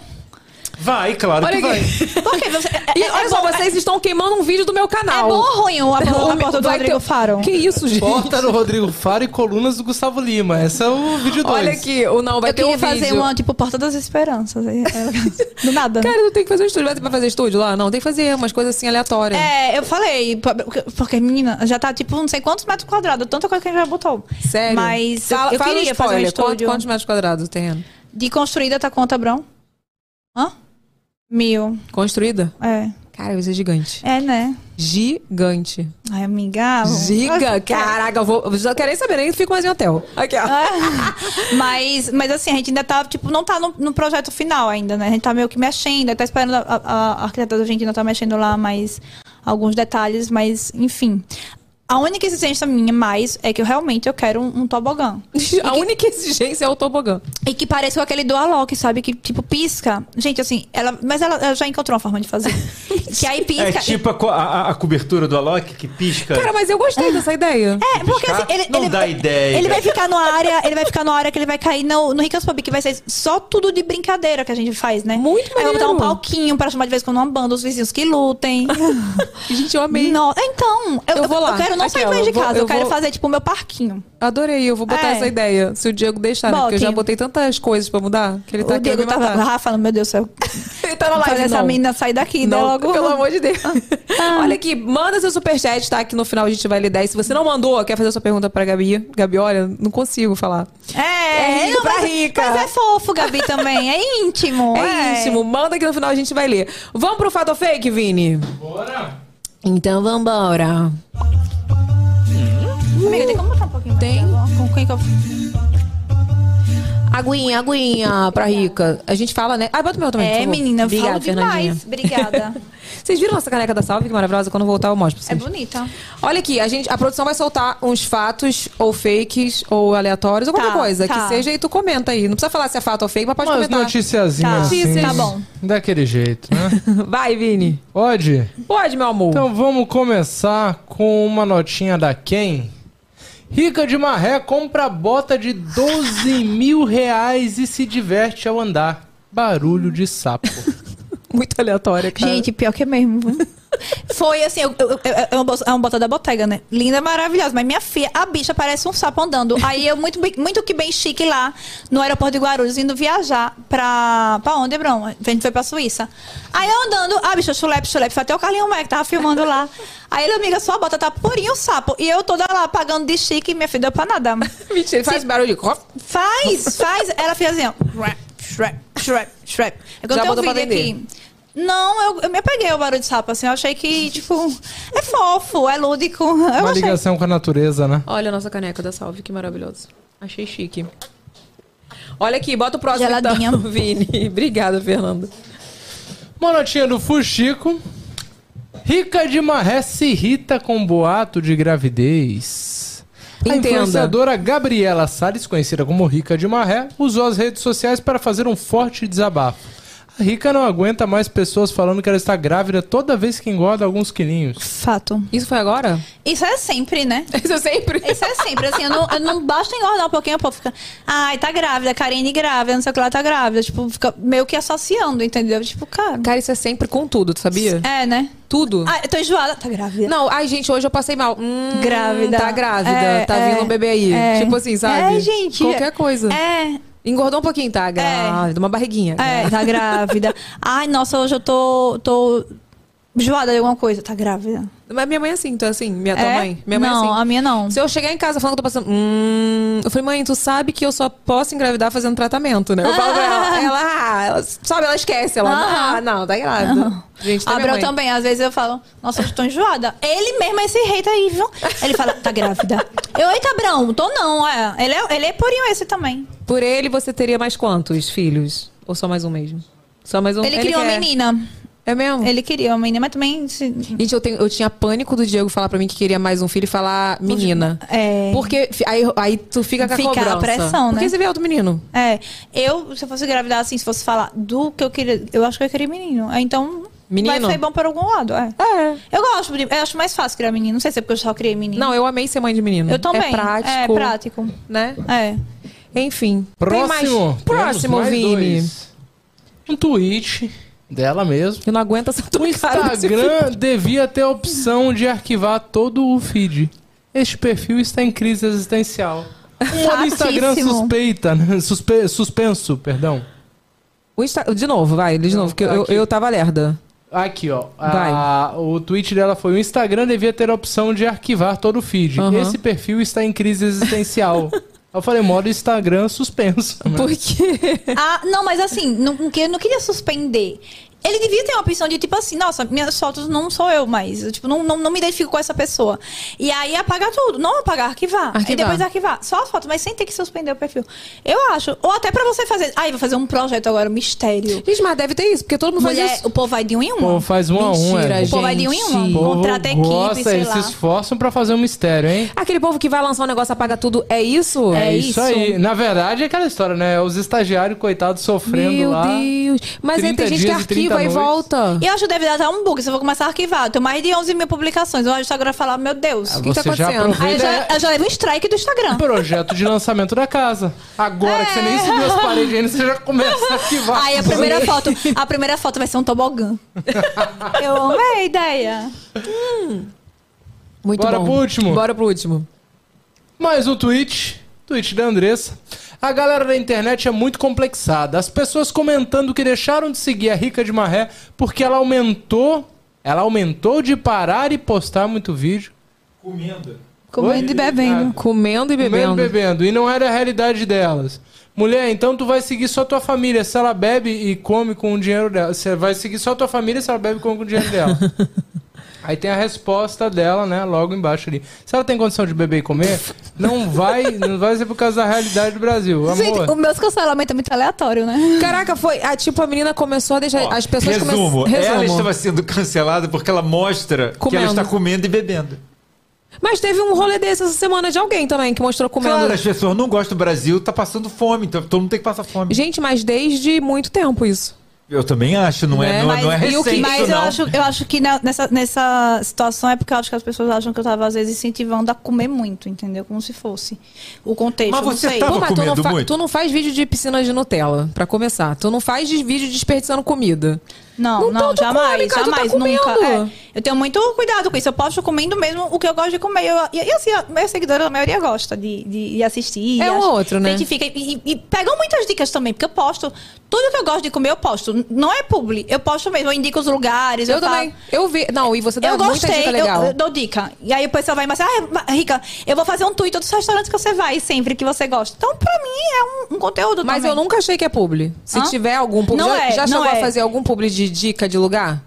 Vai, claro Olha que vai. aqui. Porque você. E olha só, vocês estão queimando um vídeo do meu É, é canal. bom ou ruim a, a, a porta do Vai ter- um Rodrigo Faro? Que isso, gente? Porta do Rodrigo Faro e colunas do Gustavo Lima. Esse é o vídeo 2. Olha aqui, o não vai Eu ter queria um fazer vídeo. uma, tipo, Porta das Esperanças. é, Do nada. né? Cara, eu tenho que fazer um estúdio. Vai ter pra fazer estúdio lá? Não, tem que fazer umas coisas assim aleatórias. É, eu falei, porque- porque, menina, já tá tipo não sei quantos metros quadrados, tanta coisa que a gente já botou. Sério. Mas eu- eu, fala um queria fazer um spoiler. Quanto- estúdio. Quantos metros quadrados o terreno? De construída tá quanto, Abrão? Hã? Mil. Construída? É. Cara, isso é gigante. É, né? Gigante. Ai, amiga. Giga? Caraca, eu vou. eu Já quero nem saber, nem fico mais em hotel. Aqui, Ah, ó. Mas, mas assim, a gente ainda tá, tipo, não tá no, no projeto final ainda, né? A gente tá meio que mexendo, tá esperando a, a, a arquiteta da gente ainda tá mexendo lá mais alguns detalhes, mas enfim. A única exigência minha mais é que eu realmente eu quero um, um tobogã. A única exigência é o tobogã. E que pareça com aquele do Alok, sabe? Que, tipo, pisca. Gente, assim, ela. Mas ela, ela já encontrou uma forma de fazer. que aí pisca. É tipo a, co- a- a- a cobertura do Alok que pisca. Cara, mas eu gostei dessa ideia. É, porque assim, ele, Não ele, dá ideia. ele vai ficar numa área, ele vai ficar numa área que ele vai cair no, no Ricas Pub, que vai ser só tudo de brincadeira que a gente faz, né? Muito Aí eu vou botar um maneiro. palquinho pra chamar de vez em quando uma banda, os vizinhos que lutem. Gente, eu amei. No- Então, eu, Eu vou lá. eu quero não sair Aqui, ó, mais de eu vou- casa, eu, eu quero vou- fazer, tipo, o meu parquinho. Adorei, eu vou botar É. essa ideia. Se o Diego deixar, né? Porque eu Bote. já botei tantas coisas pra mudar que ele tá o Diego querendo me tá matar. Rafa, falando, meu Deus do céu. Ele tá na Fazer live, essa não. menina sair daqui, né? Não, Logo. Ah. pelo amor de Deus. Olha aqui, manda seu superchat, tá? Que no final a gente vai ler 10. Se você não mandou, quer fazer sua pergunta pra Gabi? Gabi, olha, não consigo falar. É É, rico não, pra mas, rica. mas é fofo, Gabi, também. É íntimo. É íntimo, manda que no final a gente vai ler. Vamos pro fato ou fake, Vini? Bora! Então vambora. Amiga, tem como botar um pouquinho mais? Tem. de água? Com quem que eu... Aguinha, aguinha pra rica. A gente fala, né? Ah, bota o meu também. por É, favor. menina, eu Obrigada, falo Fernandinha. demais. Obrigada. Vocês viram essa caneca da salve que maravilhosa? Quando eu voltar, eu mostro pra É vocês. bonita. Olha aqui, a, gente, a produção vai soltar uns fatos ou fakes ou aleatórios ou qualquer Tá, coisa tá. que seja e tu comenta aí. Não precisa falar se é fato ou fake, mas pode Umas comentar. noticiazinhas Tá. assim. Notícias. Tá bom. Daquele jeito, né? Vai, Vini. Pode? Pode, meu amor. Então vamos começar com uma notinha da quem? Rica de Marré compra bota de 12 mil reais e se diverte ao andar. Barulho de sapo. Muito aleatória, cara. Gente, pior que é mesmo. viu? Foi assim, eu- eu- eu- é, uma bolsa, é uma bota da Bottega, né? Linda, maravilhosa. Mas minha filha, a bicha parece um sapo andando. Aí eu, muito, bem- muito que bem chique lá no aeroporto de Guarulhos, indo viajar pra. pra onde, Brão? A gente foi pra Suíça. Aí eu andando, a bicha, chulepe, chulepe. Foi até o Carlinho Maia que tava filmando lá. Aí ele, amiga, sua bota tá purinho o sapo. E eu toda lá pagando de chique e minha filha deu pra nada. Mentira, ele faz barulho de... Faz, faz. Ela fez assim, ó. Shrap, shrap, shrap, shrap. É que Já eu tenho botou um pra vídeo vender. aqui. Não, eu, eu me apeguei ao barulho de sapo, assim. Eu achei que, tipo, é fofo, é lúdico. Eu Uma achei. ligação com a natureza, né? Olha a nossa caneca da salve, que maravilhosa. Achei chique. Olha aqui, bota o próximo Geladinha. então, Vini. Obrigada, Fernanda. Uma notinha do Fuxico. Rica de Marré se irrita com boato de gravidez. A Entenda. influenciadora Gabriela Salles, conhecida como Rica de Marré, usou as redes sociais para fazer um forte desabafo. A Rica não aguenta mais pessoas falando que ela está grávida toda vez que engorda alguns quilinhos. Fato. Isso foi agora? Isso é sempre, né? Isso eu sempre... Isso é sempre, assim, eu não, eu não basta engordar um pouquinho, o povo fica, ai, tá grávida, Karine grávida, não sei o que lá, tá grávida. Tipo, fica meio que associando, entendeu? Tipo, cara. Cara, isso é sempre com tudo, tu sabia? É, né? Tudo. Ah, eu tô enjoada, tá grávida. Não, ai, gente, hoje eu passei mal. Hum, grávida. Tá grávida, É, tá é, vindo um bebê aí. é. Tipo assim, sabe? É, gente. Qualquer coisa. É, Engordou um pouquinho, tá? Grávida, uma barriguinha. é, tá grávida. Ai, nossa, hoje eu tô, tô enjoada de alguma coisa. Tá grávida. Mas minha mãe é assim, tu é assim? Minha tua É? mãe? Minha mãe é Não, assim. a minha não. Se eu chegar em casa falando que eu tô passando. Hum. Eu falei, mãe, tu sabe que eu só posso engravidar fazendo tratamento, né? Eu falo pra ela, ela, ah, ela sabe, ela esquece. Ela, Aham. ah, não, tá grávida. Gente, tá minha Abreu mãe. também, às vezes eu falo, nossa, hoje eu tô enjoada. Ele mesmo é esse rei aí, viu? Ele fala, tá grávida. Eu, eita, Abrão, tô não, é. Ele é, ele é purinho esse também. Por ele, você teria mais quantos filhos? Ou só mais um mesmo? Só mais um Ele, queria uma quer. menina. É mesmo? Ele queria uma menina, mas também... se- Gente, eu, tenho- eu tinha pânico do Diego falar pra mim que queria mais um filho e falar menina. É. Porque fi- aí, aí tu fica com a Fica a cobrança. pressão, né? Porque você vê outro menino. É, eu, se eu fosse engravidar assim, se fosse falar do que eu queria, eu acho que eu queria menino. É, Então, Menino? vai ser bom por algum lado, é. É. Eu gosto, de- eu acho mais fácil criar menino. Não sei se é porque eu só criei menino. Não, eu amei ser mãe de menino. eu também. É prático. É prático. Né? É. Enfim. Tem mais- Próximo. temos Próximo, mais Vini. dois. um tweet dela mesmo. Eu não aguento essa O tua cara de- Instagram devia ter a opção de arquivar todo o feed. Este perfil está em crise existencial. Uma do Instagram Chatíssimo. suspeita, né? Suspe- suspenso, perdão. O Insta- De novo, vai, de novo, porque eu, tá aqui. eu tava lerda. Aqui, ó. A- o tweet dela foi: o Instagram devia ter a opção de arquivar todo o feed. Aham. Esse perfil está em crise existencial. eu falei, modo Instagram suspenso. né? Por quê? Ah, não, mas assim, não, não que- não queria suspender. Ele devia ter uma opção de tipo assim, nossa, minhas fotos não sou eu mais. Eu, tipo, não, não, não me identifico com essa pessoa. E aí apagar tudo. Não apagar, arquivar. E Arquivar. depois arquivar. Só as fotos, mas sem ter que suspender o perfil. Eu acho. Ou até pra você fazer. Aí, vou fazer um projeto agora, um mistério. Gente, mas deve ter isso, porque todo mundo Mulher, faz isso. o povo vai de um em um. O povo faz um a um, Mentira, é. O povo vai de um em um. gente. povo Contrata equipe, gosta, sei eles lá. se esforçam pra fazer um mistério, hein? Aquele povo que vai lançar um negócio, apaga tudo, é isso? É isso aí. Na verdade, é aquela história, né? Os estagiários, coitados, sofrendo Meu lá. Deus. Mas aí 30 tem gente que dias e 30 arquiva e noites. volta. E eu acho que deve dar até um bug. Se eu vou começar a arquivar. Eu tenho mais de 11 mil publicações. Eu acho que agora falar, meu Deus. que tá Ah, Você já acontecendo? Ah, aproveita. Aí eu já, eu já levo um strike do é Instagram. Projeto de lançamento da casa. Agora que você nem subiu as paredes ainda, você já começa a arquivar. Aí a primeira foto, a primeira foto vai ser um tobogã. Eu amei a ideia. Muito Bora bom. pro último? Bora pro último. Mais um tweet. Tweet da Andressa. A galera da internet é muito complexada. As pessoas comentando que deixaram de seguir a Rica de Marré porque ela aumentou. Ela aumentou de parar e postar muito vídeo. Comendo. Comendo e bebendo. Comendo e bebendo. né? Comendo, bebendo. E não era a realidade delas. Mulher, então tu vai seguir só tua família se ela bebe e come com o dinheiro dela. Você vai seguir só tua família se ela bebe e come com o dinheiro dela. Aí tem a resposta dela, né, logo embaixo ali. Se ela tem condição de beber e comer, não vai, não vai ser por causa da realidade do Brasil. Tá Amor. Gente, então? o meus cancelamento é muito aleatório, né? Caraca, foi. Ah, tipo, a menina começou a deixar. as pessoas come- Resumo, ela Resumo. estava sendo cancelada porque ela mostra que Comendo. ela está comendo e bebendo. Mas teve um rolê desse essa semana de alguém também que mostrou comendo. Claro, as pessoas não gostam do Brasil, tá passando fome, então todo mundo tem que passar fome. Gente, mas desde muito tempo isso. Eu também acho, não é, Né? não, Mas não é e o recente, que- isso Mas eu não. acho, eu acho que na- nessa, nessa situação é porque eu acho que as pessoas acham que eu tava, às vezes, incentivando a comer muito, entendeu? Como se fosse o contexto. Mas eu não você sei. tava Pô, mas tu não, comendo fa- muito? tu não faz vídeo de piscina de Nutella, pra começar. Tu não faz de- vídeo desperdiçando comida. Não, Não, não, tu jamais, come, cara, tu tá jamais, comendo. nunca. É, eu tenho muito cuidado com isso. Eu posto comendo mesmo o que eu gosto de comer. Eu- e, e assim, a, meus seguidores, a maioria gosta de, de, de assistir. É um acha- ou outro, né? Identifica. E, e, e pegam muitas dicas também, porque eu posto. Tudo que eu gosto de comer, eu posto. Não é publi, eu posto mesmo, eu indico os lugares. Eu, falo- também. Eu vi. Não, e você dá eu muita gostei, dica eu, legal. eu dou dica. E aí o pessoal vai, mas, ah, Rica, eu vou fazer um tweet dos restaurantes que você vai sempre, que você gosta. Então, pra mim, é um, um conteúdo Mas também. eu nunca achei que é publi. Se Hã? tiver algum publi. Não já é, já não chegou a é. fazer algum publi de dica de lugar?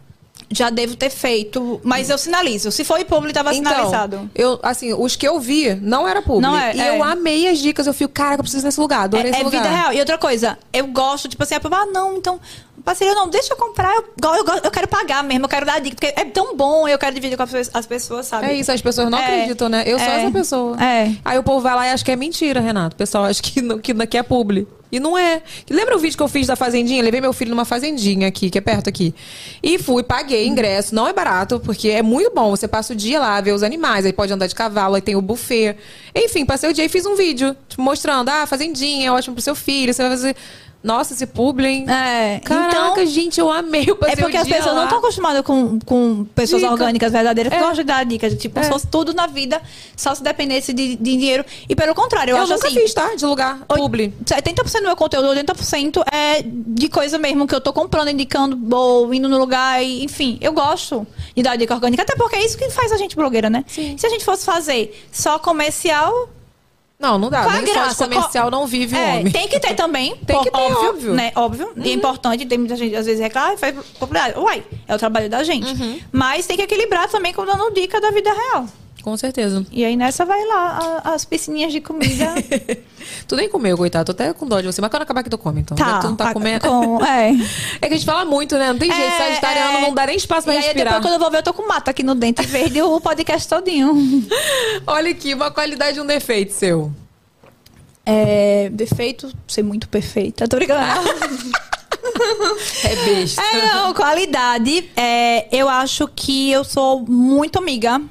Já devo ter feito, mas eu sinalizo. Se foi publi, tava sinalizado. Então, eu, assim, os que eu vi não era publi. Não é, e é. eu amei as dicas. Eu fico, caraca, eu preciso desse lugar, adorei É, esse é lugar. vida real. E outra coisa, eu gosto, tipo assim, a pessoa, ah, não, então, parceiro, não, deixa eu comprar, eu, go- eu, go- eu quero pagar mesmo, eu quero dar dica, porque é tão bom, eu quero dividir com as pessoas, as pessoas, sabe? É isso, as pessoas não É, acreditam, né? Eu sou é, essa pessoa. é. Aí o povo vai lá e acha que é mentira, Renato. O pessoal acha que, não, que, que é publi. E não é. Lembra o vídeo que eu fiz da fazendinha? Levei meu filho numa fazendinha aqui, que é perto aqui. E fui, paguei ingresso. Não é barato, porque é muito bom. Você passa o dia lá, vê os animais, aí pode andar de cavalo, aí tem o buffet. Enfim, passei o dia e fiz um vídeo tipo, mostrando. Ah, fazendinha, é ótimo pro seu filho. Você vai fazer... Nossa, esse publi, hein? É, Caraca, então- gente, eu amei o passeio É porque as pessoas não estão acostumadas com, com pessoas um Dica. orgânicas verdadeiras, que É. gostam de dar dicas. Tipo, É. se fosse tudo na vida, só se dependesse de, de dinheiro. E pelo contrário, eu, Eu, acho nunca assim. fiz, tá? De lugar Oi- publi. 70% do meu conteúdo, 80% é de coisa mesmo que eu tô comprando, indicando, ou indo no lugar, e, enfim, eu gosto de dar dica orgânica, até porque é isso que faz a gente blogueira, né? Se a gente fosse fazer só comercial, Não, não dá. Qual a Nem só de graça? comercial Qual- não vive o é, homem. tem que ter também, Tem que ter, óbvio, óbvio. Uhum. né? Óbvio, e é importante, tem muita gente às vezes reclama, e faz popularidade. Uai, é o trabalho da gente. Uhum. Mas tem que equilibrar também com dando dica da vida real. Com certeza. E aí nessa vai lá a- as piscininhas de comida. Tu nem comeu, coitado. Tô até com dó de você. Mas quando acabar que tu come, então. Já que tu não tá a- comendo. com- é. É que a gente fala muito, né? Não tem jeito. Sagitariano não dá nem espaço pra e aí respirar. depois quando eu vou ver, eu tô com mata aqui no dente verde o podcast todinho. Olha aqui, uma qualidade e um defeito seu. É, defeito, ser muito perfeita. Tô brincando. É besta. É, não, qualidade. É, eu acho que eu sou muito amiga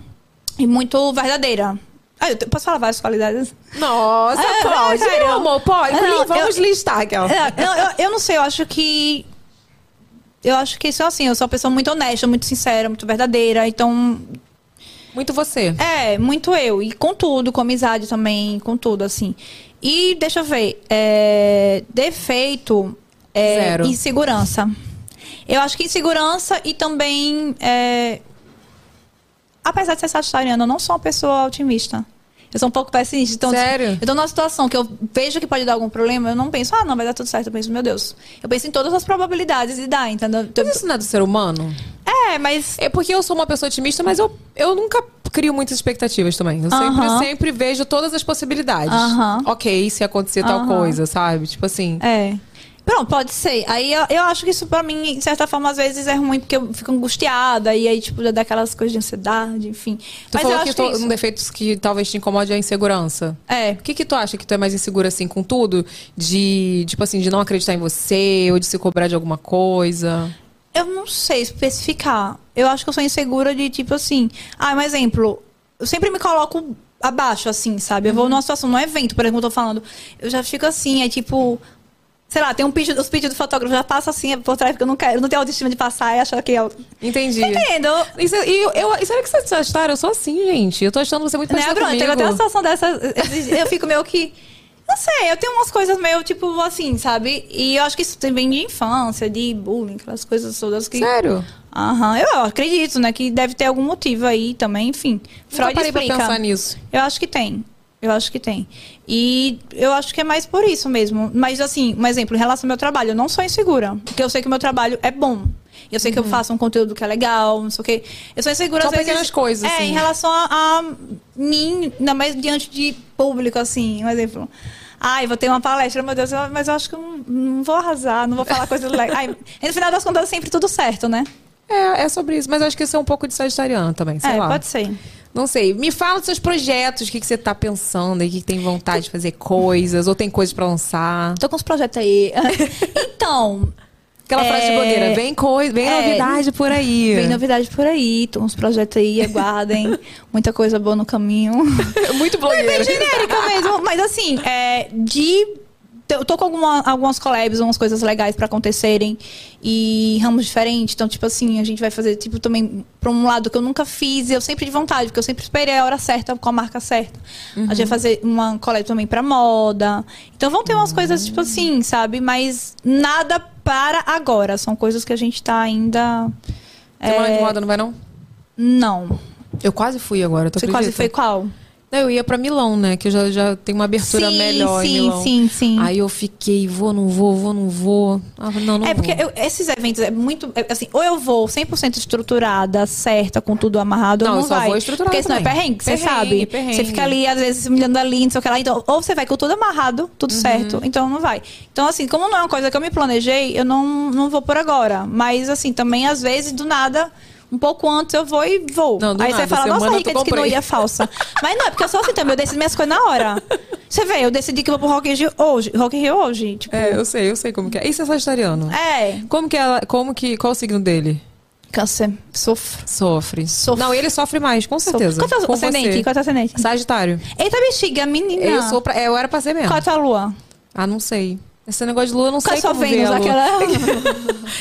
e muito verdadeira. Ah, eu te- posso falar várias qualidades? Nossa, É, pode, é, meu amor. Pode. Não, Vamos É, eu- listar aquela. É, não, eu, eu não sei, eu acho que eu acho que isso é assim, eu sou uma pessoa muito honesta, muito sincera, muito verdadeira. Então, Muito você. é, muito eu. E com tudo, com amizade também, com tudo, assim. E deixa eu ver. é, defeito é Zero. insegurança. Eu acho que insegurança e também. é, apesar de ser sagitariana, eu não sou uma pessoa otimista. Eu sou um pouco pessimista. Então, Sério? Eu tô numa situação que eu vejo que pode dar algum problema, eu não penso, ah, não, vai dar tudo certo. Eu penso, meu Deus. Eu penso em todas as probabilidades de dar, entendeu? Mas isso não é do ser humano? É, mas É porque eu sou uma pessoa otimista, mas eu, eu nunca crio muitas expectativas também. Eu sempre, Aham. sempre vejo todas as possibilidades. Aham. Ok, se acontecer tal Aham. coisa, sabe? Tipo assim. É. Pronto, pode ser. Aí eu, eu acho que isso pra mim, de certa forma, às vezes é ruim, porque eu fico angustiada, e aí, tipo, dá aquelas coisas de ansiedade, enfim. Tu Mas eu falou que, acho que. é to- isso- um defeito que talvez te incomode é a insegurança. É. O que que tu acha que tu é mais insegura, assim, com tudo? De, tipo assim, de não acreditar em você, ou de se cobrar de alguma coisa? Eu não sei especificar. Eu acho que eu sou insegura de tipo assim. Ah, um exemplo. Eu sempre me coloco abaixo, assim, sabe? Eu Uhum. vou numa situação, num evento, por exemplo, eu tô falando. Eu já fico assim, é tipo. Sei lá, tem um pedido, os pedidos do fotógrafo já passa assim por trás, porque eu não quero, eu não tenho autoestima de passar e achar que é. Entendi. Entendo. Isso, e eu, eu, e será que você é de Sagitário? Eu sou assim, gente. Eu tô achando você muito Né, parecida Bruno? Chegou comigo. até uma situação dessa. Eu fico meio que. Não sei, eu tenho umas coisas meio tipo assim, sabe? E eu acho que isso também de infância, de bullying, aquelas coisas todas que. Sério? Aham, eu acredito, né? Que deve ter algum motivo aí também, enfim. Nunca Freud parei explica. pra pensar nisso. Eu acho que tem. Eu acho que tem. E eu acho que é mais por isso mesmo. Mas, assim, um exemplo, em relação ao meu trabalho, eu não sou insegura. Porque eu sei que o meu trabalho é bom. Eu sei que eu faço um conteúdo que é legal, não sei o quê. Eu sou insegura São às vezes- Uhum. pequenas coisas, É, assim. em relação a, a mim, ainda mais diante de público, assim, um exemplo. Ai, vou ter uma palestra, meu Deus, eu- mas eu acho que eu não, não vou arrasar, não vou falar coisa legal. Ai, no final das contas, é sempre tudo certo, né? É, é sobre isso. Mas eu acho que isso é um pouco de Sagitariano também, sei é, lá. pode ser. Não sei. Me fala dos seus projetos, o que, que você tá pensando aí, o que, que tem vontade de fazer coisas, ou tem coisas pra lançar. Tô com uns projetos aí. então, Aquela É. frase de blogueira, vem coisa, vem É. novidade por aí. Vem novidade por aí, tem uns projetos aí, aguardem. Muita coisa boa no caminho. Muito blogueira. Genérica mesmo, mas assim, é, de. Eu tô com alguma, algumas collabs, umas coisas legais pra acontecerem e ramos diferentes. Então, tipo assim, a gente vai fazer, tipo, também pra um lado que eu nunca fiz, e eu sempre de vontade, porque eu sempre esperei a hora certa, com a marca certa. A Uhum. gente vai fazer uma collab também pra moda. Então vão ter Ah. umas coisas, tipo assim, sabe? Mas nada para agora. São coisas que a gente tá ainda. Tem uma É. de moda, não vai não? Não. Eu quase fui agora, tu Você acredita? quase foi qual? Não, eu ia pra Milão, né? Que eu já, já tem uma abertura Sim, melhor em sim, Milão. sim, sim. Aí eu fiquei, vou, não vou, vou, não vou. Ah, não, não É porque vou. eu- esses eventos é muito. é, assim, ou eu vou 100% estruturada, certa, com tudo amarrado, Não, ou eu não só vai. vou estruturada Porque senão é também. perrengue, você Perrengue, sabe. perrengue. Você fica ali, às vezes, se humilhando ali, não sei o que lá. Então, ou você vai com tudo amarrado, tudo Uhum. certo, então não vai. Então, assim, como não é uma coisa que eu me planejei, eu não, não vou por agora. Mas, assim, também, às vezes, do nada. Um pouco antes eu vou e vou. Não, do Aí nada, você fala, nossa, semana a eu Rica tô disse que não comprei. ia falsa. Mas não, é porque eu sou assim também, eu decido minhas coisas na hora. Você vê, eu decidi que vou pro Rock in Rio hoje. Rock in Rio hoje, tipo. É, eu sei, eu sei como que é. Isso é sagitariano. é. Como que ela. Como que. Qual o signo dele? Câncer. Sofro. Sofre. Sofre. Não, ele sofre mais, com certeza. Sofro. Quanto é o com ascendente? você. Quanto é o ascendente? Sagitário. Eita, bexiga, menina. Eu sou pra, eu era pra ser mesmo. Quanto é a lua? Ah, não sei. Esse negócio de lua eu não Qual é sei sua como Vênus? ver a lua. Aquela...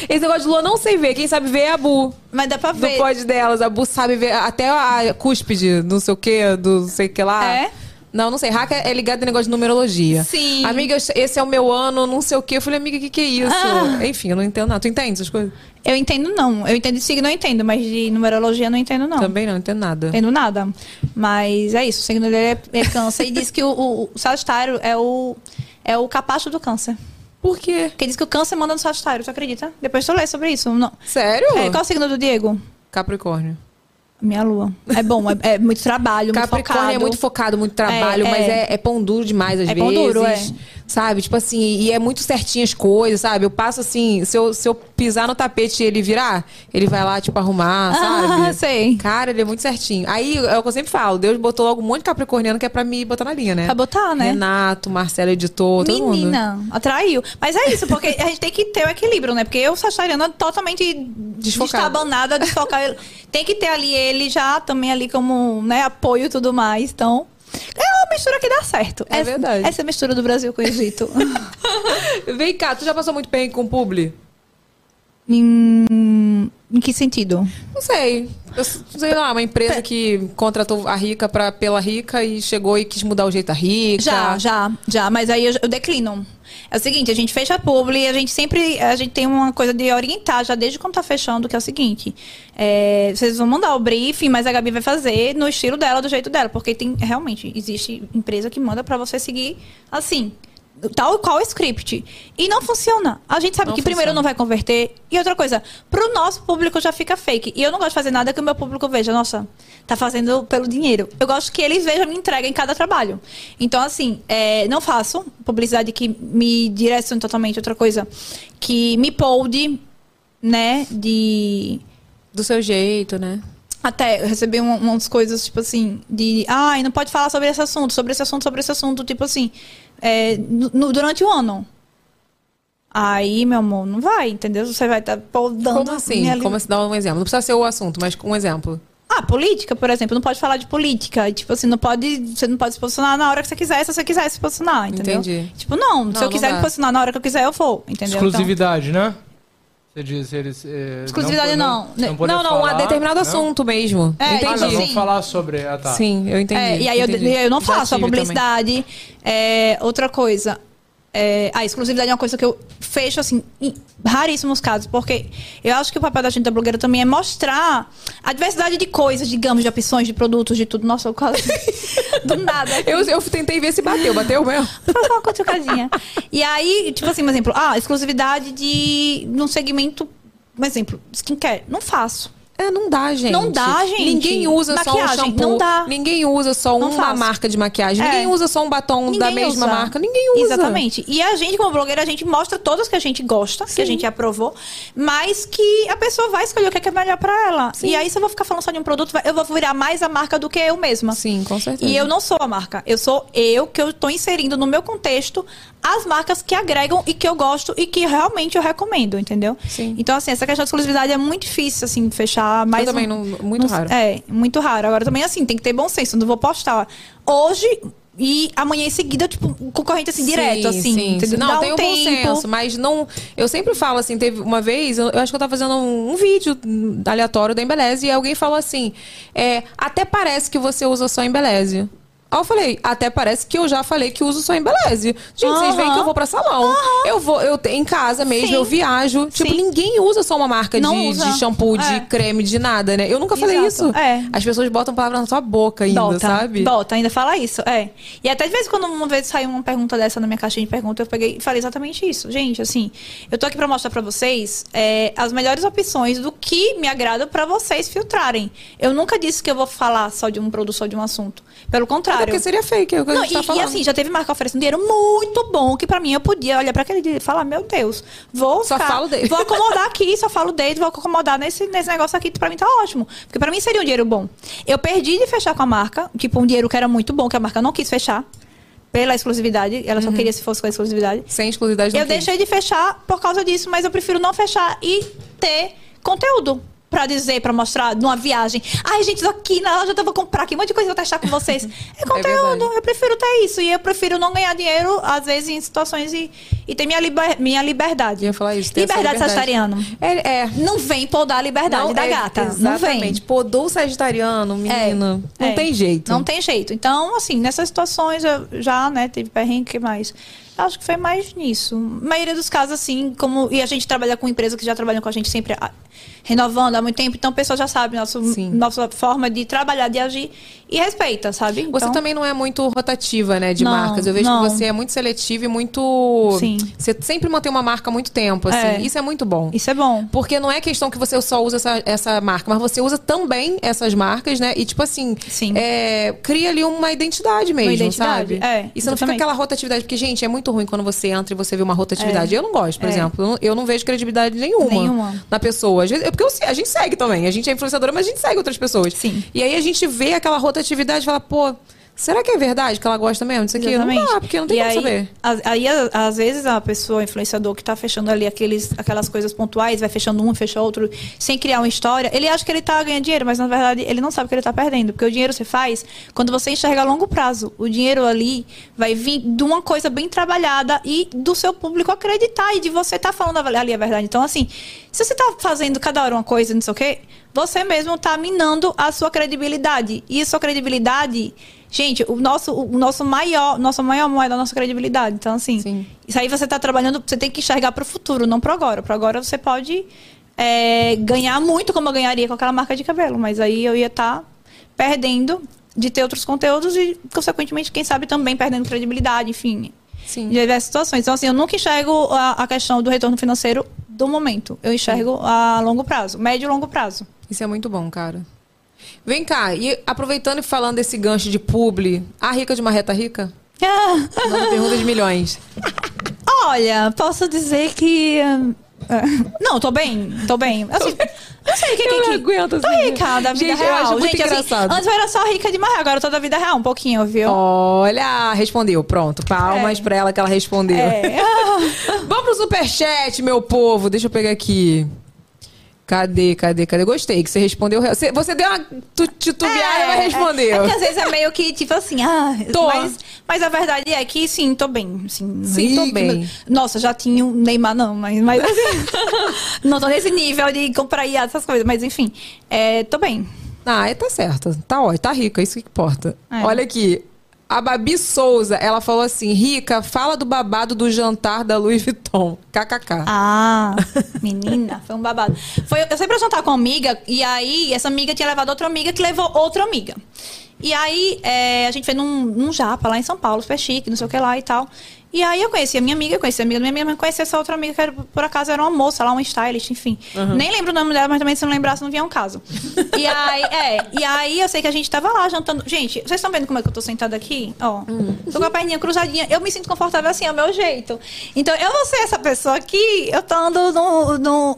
Esse negócio de lua eu não sei ver. Quem sabe ver é a Bu. Mas dá pra Do ver. pod delas. A Bu sabe ver até a cúspide, não sei o que, do não sei o que lá. É? Não, não sei. Hack é ligado em negócio de numerologia. Sim. Amiga, esse é o meu ano, não sei o que. Eu falei, amiga, o que, que é isso? Ah. Enfim, eu não entendo nada. Tu entende essas coisas? Eu entendo não. Eu entendo de signo, eu entendo. Mas de numerologia, eu não entendo não. É. Também não entendo nada. Entendo nada. Mas é isso. O signo dele é, é câncer. e diz que o, o, o sagitário é o... É o capacho do câncer. Por quê? Porque diz que o câncer manda no sagitário. Tu acredita? Depois tu lê sobre isso. Não. Sério? É, qual é o signo do Diego? Capricórnio. Minha lua. É bom. É, é muito trabalho, muito Capricórnio focado. é muito focado, muito trabalho, É, é. mas é, é pão duro demais às É vezes. pão duro, é. Sabe? Tipo assim, e é muito certinho as coisas, sabe? Eu passo assim, se eu, se eu pisar no tapete e ele virar, ele vai lá, tipo, arrumar, Ah, sabe? sei. Cara, ele é muito certinho. Aí é o que eu sempre falo: Deus botou logo um monte de capricorniano que é pra me botar na linha, né? Pra botar, né? Renato, Marcelo, editor, todo mundo. Menina, atraiu. Mas é isso, porque a gente tem que ter o equilíbrio, né? Porque eu, Sagitariana, totalmente Desfocada. destabanada, desfocada. tem que ter ali ele já também ali como né, apoio e tudo mais. Então, é uma mistura que dá certo. É Essa- verdade. Essa é a mistura do Brasil com o Egito. Vem cá, tu já passou muito bem com o publi? Em, em que sentido? Não sei. Eu s- sei lá, uma empresa que contratou a rica pra, pela rica e chegou e quis mudar o jeito da rica. Já, já, já, mas aí eu, eu declino. É o seguinte, a gente fecha a publi, a gente sempre, a gente tem uma coisa de orientar já desde quando tá fechando, que é o seguinte, é, vocês vão mandar o briefing, mas a Gabi vai fazer no estilo dela, do jeito dela, porque tem, realmente, existe empresa que manda pra você seguir assim, tal qual o script. E não funciona. A gente sabe Não que primeiro funciona. não vai converter, e outra coisa, pro nosso público já fica fake, e eu não gosto de fazer nada que o meu público veja, nossa, tá fazendo pelo dinheiro. Eu gosto que eles vejam a minha entrega em cada trabalho. Então, assim, é, não faço publicidade que me direcione totalmente outra coisa, que me polde, né, de... Do seu jeito, né? Até eu recebi um- umas coisas, tipo assim, de. Ai, não pode falar sobre esse assunto, sobre esse assunto, sobre esse assunto, tipo assim, é, no- no- durante o ano. Aí, meu amor, não vai, entendeu? Você vai estar tá podando. Como assim? minha li- Como se dá um exemplo? Não precisa ser o assunto, mas um exemplo. Ah, política, por exemplo, não pode falar de política. Tipo assim, não pode. Você não pode se posicionar na hora que você quiser, se você quiser se posicionar, entendeu? Entendi. Tipo, não, Não, se eu não quiser dá. me posicionar na hora que eu quiser, eu vou, entendeu? Então- Exclusividade, né? Você diz, eles. eh, Exclusividade, não. não. poder não, não, falar, a determinado não? assunto mesmo. É, Ah, não, entendi. vamos Sim. falar sobre. Ah, tá. tipo assim, Sim, eu entendi. É, e aí eu, entendi. e aí eu não Já faço a tive publicidade. É, outra coisa. é, a exclusividade é uma coisa que eu fecho, assim, em raríssimos casos, porque eu acho que o papel da gente da blogueira também é mostrar a diversidade de coisas, digamos, de opções, de produtos, de tudo. Nossa, eu quase. Do nada. também. Eu, eu tentei ver se bateu, bateu mesmo. Faz uma cutucadinha. E aí, tipo assim, por exemplo, ah, exclusividade de. num segmento. Um exemplo, skincare. Não faço. É, não dá, gente. Não dá, gente. Ninguém usa só um Maquiagem, shampoo. não dá. Ninguém usa só Não uma faço. marca de maquiagem. É. Ninguém usa só um batom da Ninguém mesma usa. marca. Ninguém usa. Exatamente. E a gente, como blogueira, a gente mostra todas que a gente gosta, que a gente aprovou, mas que a pessoa vai escolher o que é, que é melhor pra ela. E aí, se eu vou ficar falando só de um produto, vai- eu vou virar mais a marca do que eu mesma. Sim, com certeza. E eu não sou a marca. Eu sou eu que eu tô inserindo no meu contexto as marcas que agregam e que eu gosto e que realmente eu recomendo, entendeu? Sim. Então, assim, essa questão de exclusividade é muito difícil, assim, fechar mais. Eu também não- muito raro. É, muito raro. Agora também, assim, tem que ter bom senso. Eu Não vou postar hoje e amanhã em seguida, tipo, um concorrente, assim, direto, assim. entendeu? Não, Dá tem um bom senso, mas não. Eu sempre falo assim, teve uma vez, eu, eu acho que eu tava fazendo um, um vídeo hum, aleatório da Embeleze e alguém falou assim: é, até parece que você usa só Embeleze. Aí eu falei, até parece que eu já falei que uso só embeleze. Gente, vocês veem Aham. que eu vou pra salão. Eu vou, eu te- em casa mesmo, Sim. eu viajo. Tipo, Sim. ninguém usa só uma marca Não de, usa. de shampoo, de É. creme, de nada, né? Eu nunca falei Exato. isso. É. As pessoas botam palavra na sua boca ainda, Bota, sabe? Bota, ainda fala isso, é. E até de vez em quando, uma vez saiu uma pergunta dessa na minha caixinha de pergunta, eu peguei e falei exatamente isso. Gente, assim, eu tô aqui pra mostrar pra vocês é, as melhores opções do que me agrada pra vocês filtrarem. Eu nunca disse que eu vou falar só de um produto, só de um assunto. Pelo Até contrário. porque seria fake, é o que a Não, gente tá e, e falando. assim, já teve marca oferecendo dinheiro muito bom, que pra mim eu podia olhar pra aquele dinheiro e falar, meu Deus, vou Só ficar- falo dele. Vou acomodar aqui, só falo dele, vou acomodar nesse, nesse negócio aqui, pra mim tá ótimo. Porque pra mim seria um dinheiro bom. Eu perdi de fechar com a marca, tipo, um dinheiro que era muito bom, que a marca não quis fechar, pela exclusividade, ela Uhum. só queria se fosse com a exclusividade. Sem exclusividade não Eu tem. deixei de fechar por causa disso, mas eu prefiro não fechar e ter conteúdo pra dizer, pra mostrar numa viagem. Ai, gente, tô aqui na loja, eu vou comprar aqui um monte de coisa, vou testar com vocês. É conteúdo, verdade. eu prefiro ter isso. E eu prefiro não ganhar dinheiro, às vezes, em situações e, e ter minha, liber- minha liberdade. Eu ia falar isso. tem essa Liberdade, sagitariano. É, é. Não vem podar a liberdade Não, da é, gata. Não vem. Exatamente. Podou o sagitariano, menina. não É. tem jeito. Não tem jeito. Então, assim, nessas situações eu já, né, teve perrengue, o que mais? Eu Acho que foi mais nisso. A maioria dos casos, assim, como. E a gente trabalha com empresas que já trabalham com a gente sempre ah, renovando há muito tempo, então o pessoal já sabe nosso, Sim. nossa forma de trabalhar, de agir e respeita, sabe? Você Então, também não é muito rotativa, né, de Não, marcas. Eu vejo não. que você é muito seletiva e muito. Sim. Você sempre mantém uma marca há muito tempo, assim. É. Isso é muito bom. Isso é bom. Porque não é questão que você só usa essa, essa marca, mas você usa também essas marcas, né? E tipo assim, Sim. é, cria ali uma identidade mesmo, identidade, sabe? é, e você não fica exatamente. aquela rotatividade, porque, gente, é muito ruim quando você entra e você vê uma rotatividade. Eu não gosto, por É. exemplo. Eu não, eu não vejo credibilidade nenhuma, Nenhuma. na pessoa. Às vezes, é porque eu se- a gente segue também. A gente é influenciadora, mas a gente segue outras pessoas. Sim. E aí a gente vê aquela rotatividade e fala, pô. Será que é verdade que ela gosta mesmo disso aqui? Não dá, porque não tem e como aí, saber. a- Aí, a- às vezes, a pessoa, o influenciador que tá fechando ali aqueles, aquelas coisas pontuais, vai fechando um, fecha outro, sem criar uma história, ele acha que ele tá ganhando dinheiro, mas na verdade ele não sabe que ele tá perdendo. Porque o dinheiro você faz quando você enxerga a longo prazo. O dinheiro ali vai vir de uma coisa bem trabalhada e do seu público acreditar e de você tá falando a- ali a verdade. Então, assim, se você tá fazendo cada hora uma coisa, não sei o quê, você mesmo tá minando a sua credibilidade. E a sua credibilidade. Gente, o nosso, o nosso maior, nossa maior moeda é a nossa credibilidade. Então, assim, Sim. isso aí você tá trabalhando, você tem que enxergar pro futuro, não pro agora. Pro agora você pode é, ganhar muito como eu ganharia com aquela marca de cabelo, mas aí eu ia estar perdendo de ter outros conteúdos e, consequentemente, quem sabe também perdendo credibilidade, enfim. Sim. Em diversas situações. Então, assim, eu nunca enxergo a, a questão do retorno financeiro do momento. Eu enxergo a longo prazo, médio e longo prazo. Isso é muito bom, cara. Vem cá, e aproveitando e falando desse gancho de publi, a rica de uma reta rica? Mandando pergunta de milhões. Olha, posso dizer que. hum, é. Não, tô bem, tô bem. Assim, não sei o que Eu que. não que- aguento, Tô assim. rica da vida Gente, eu real. acho muito Gente, assim, engraçado. antes eu era só rica de maré, agora eu tô da vida real um pouquinho, viu? Olha, respondeu. Pronto, palmas É. pra ela que ela respondeu. É. Vamos pro superchat, meu povo. Deixa eu pegar aqui. Cadê, cadê, cadê? Gostei que você respondeu. real. Você, você deu uma tu- titubeada, mas respondeu. É, porque às vezes é meio que tipo assim, ah, Tô. Mas, mas a verdade é que sim, tô bem. Assim, Sim, tô rica, bem. mas- Nossa, já tinha um Neymar, não, mas, mas assim, não tô nesse nível de comprar IA, essas coisas, mas enfim, é, tô bem. Ah, é, tá certo. Tá ó, tá rica, isso que importa. É. Olha aqui. A Babi Souza, ela falou assim: Rica, fala do babado do jantar da Louis Vuitton. KKK. Ah, menina, foi um babado. Foi, eu sempre ia jantar com uma amiga, e aí essa amiga tinha levado outra amiga que levou outra amiga. E aí é, a gente foi num, num japa lá em São Paulo, super chique, não sei o que lá e tal. E aí eu conheci a minha amiga, eu conheci a amiga da minha amiga, mas conheci essa outra amiga que era, por acaso era uma moça lá, uma stylist, enfim. Nem lembro o nome dela, mas também se eu não lembrasse não vinha um caso. E aí, é, e aí eu sei que a gente tava lá jantando. Gente, vocês estão vendo como é que eu tô sentada aqui? Ó, tô com a perninha cruzadinha. Eu me sinto confortável assim, é o meu jeito. Então eu vou ser essa pessoa que eu tô andando num, num,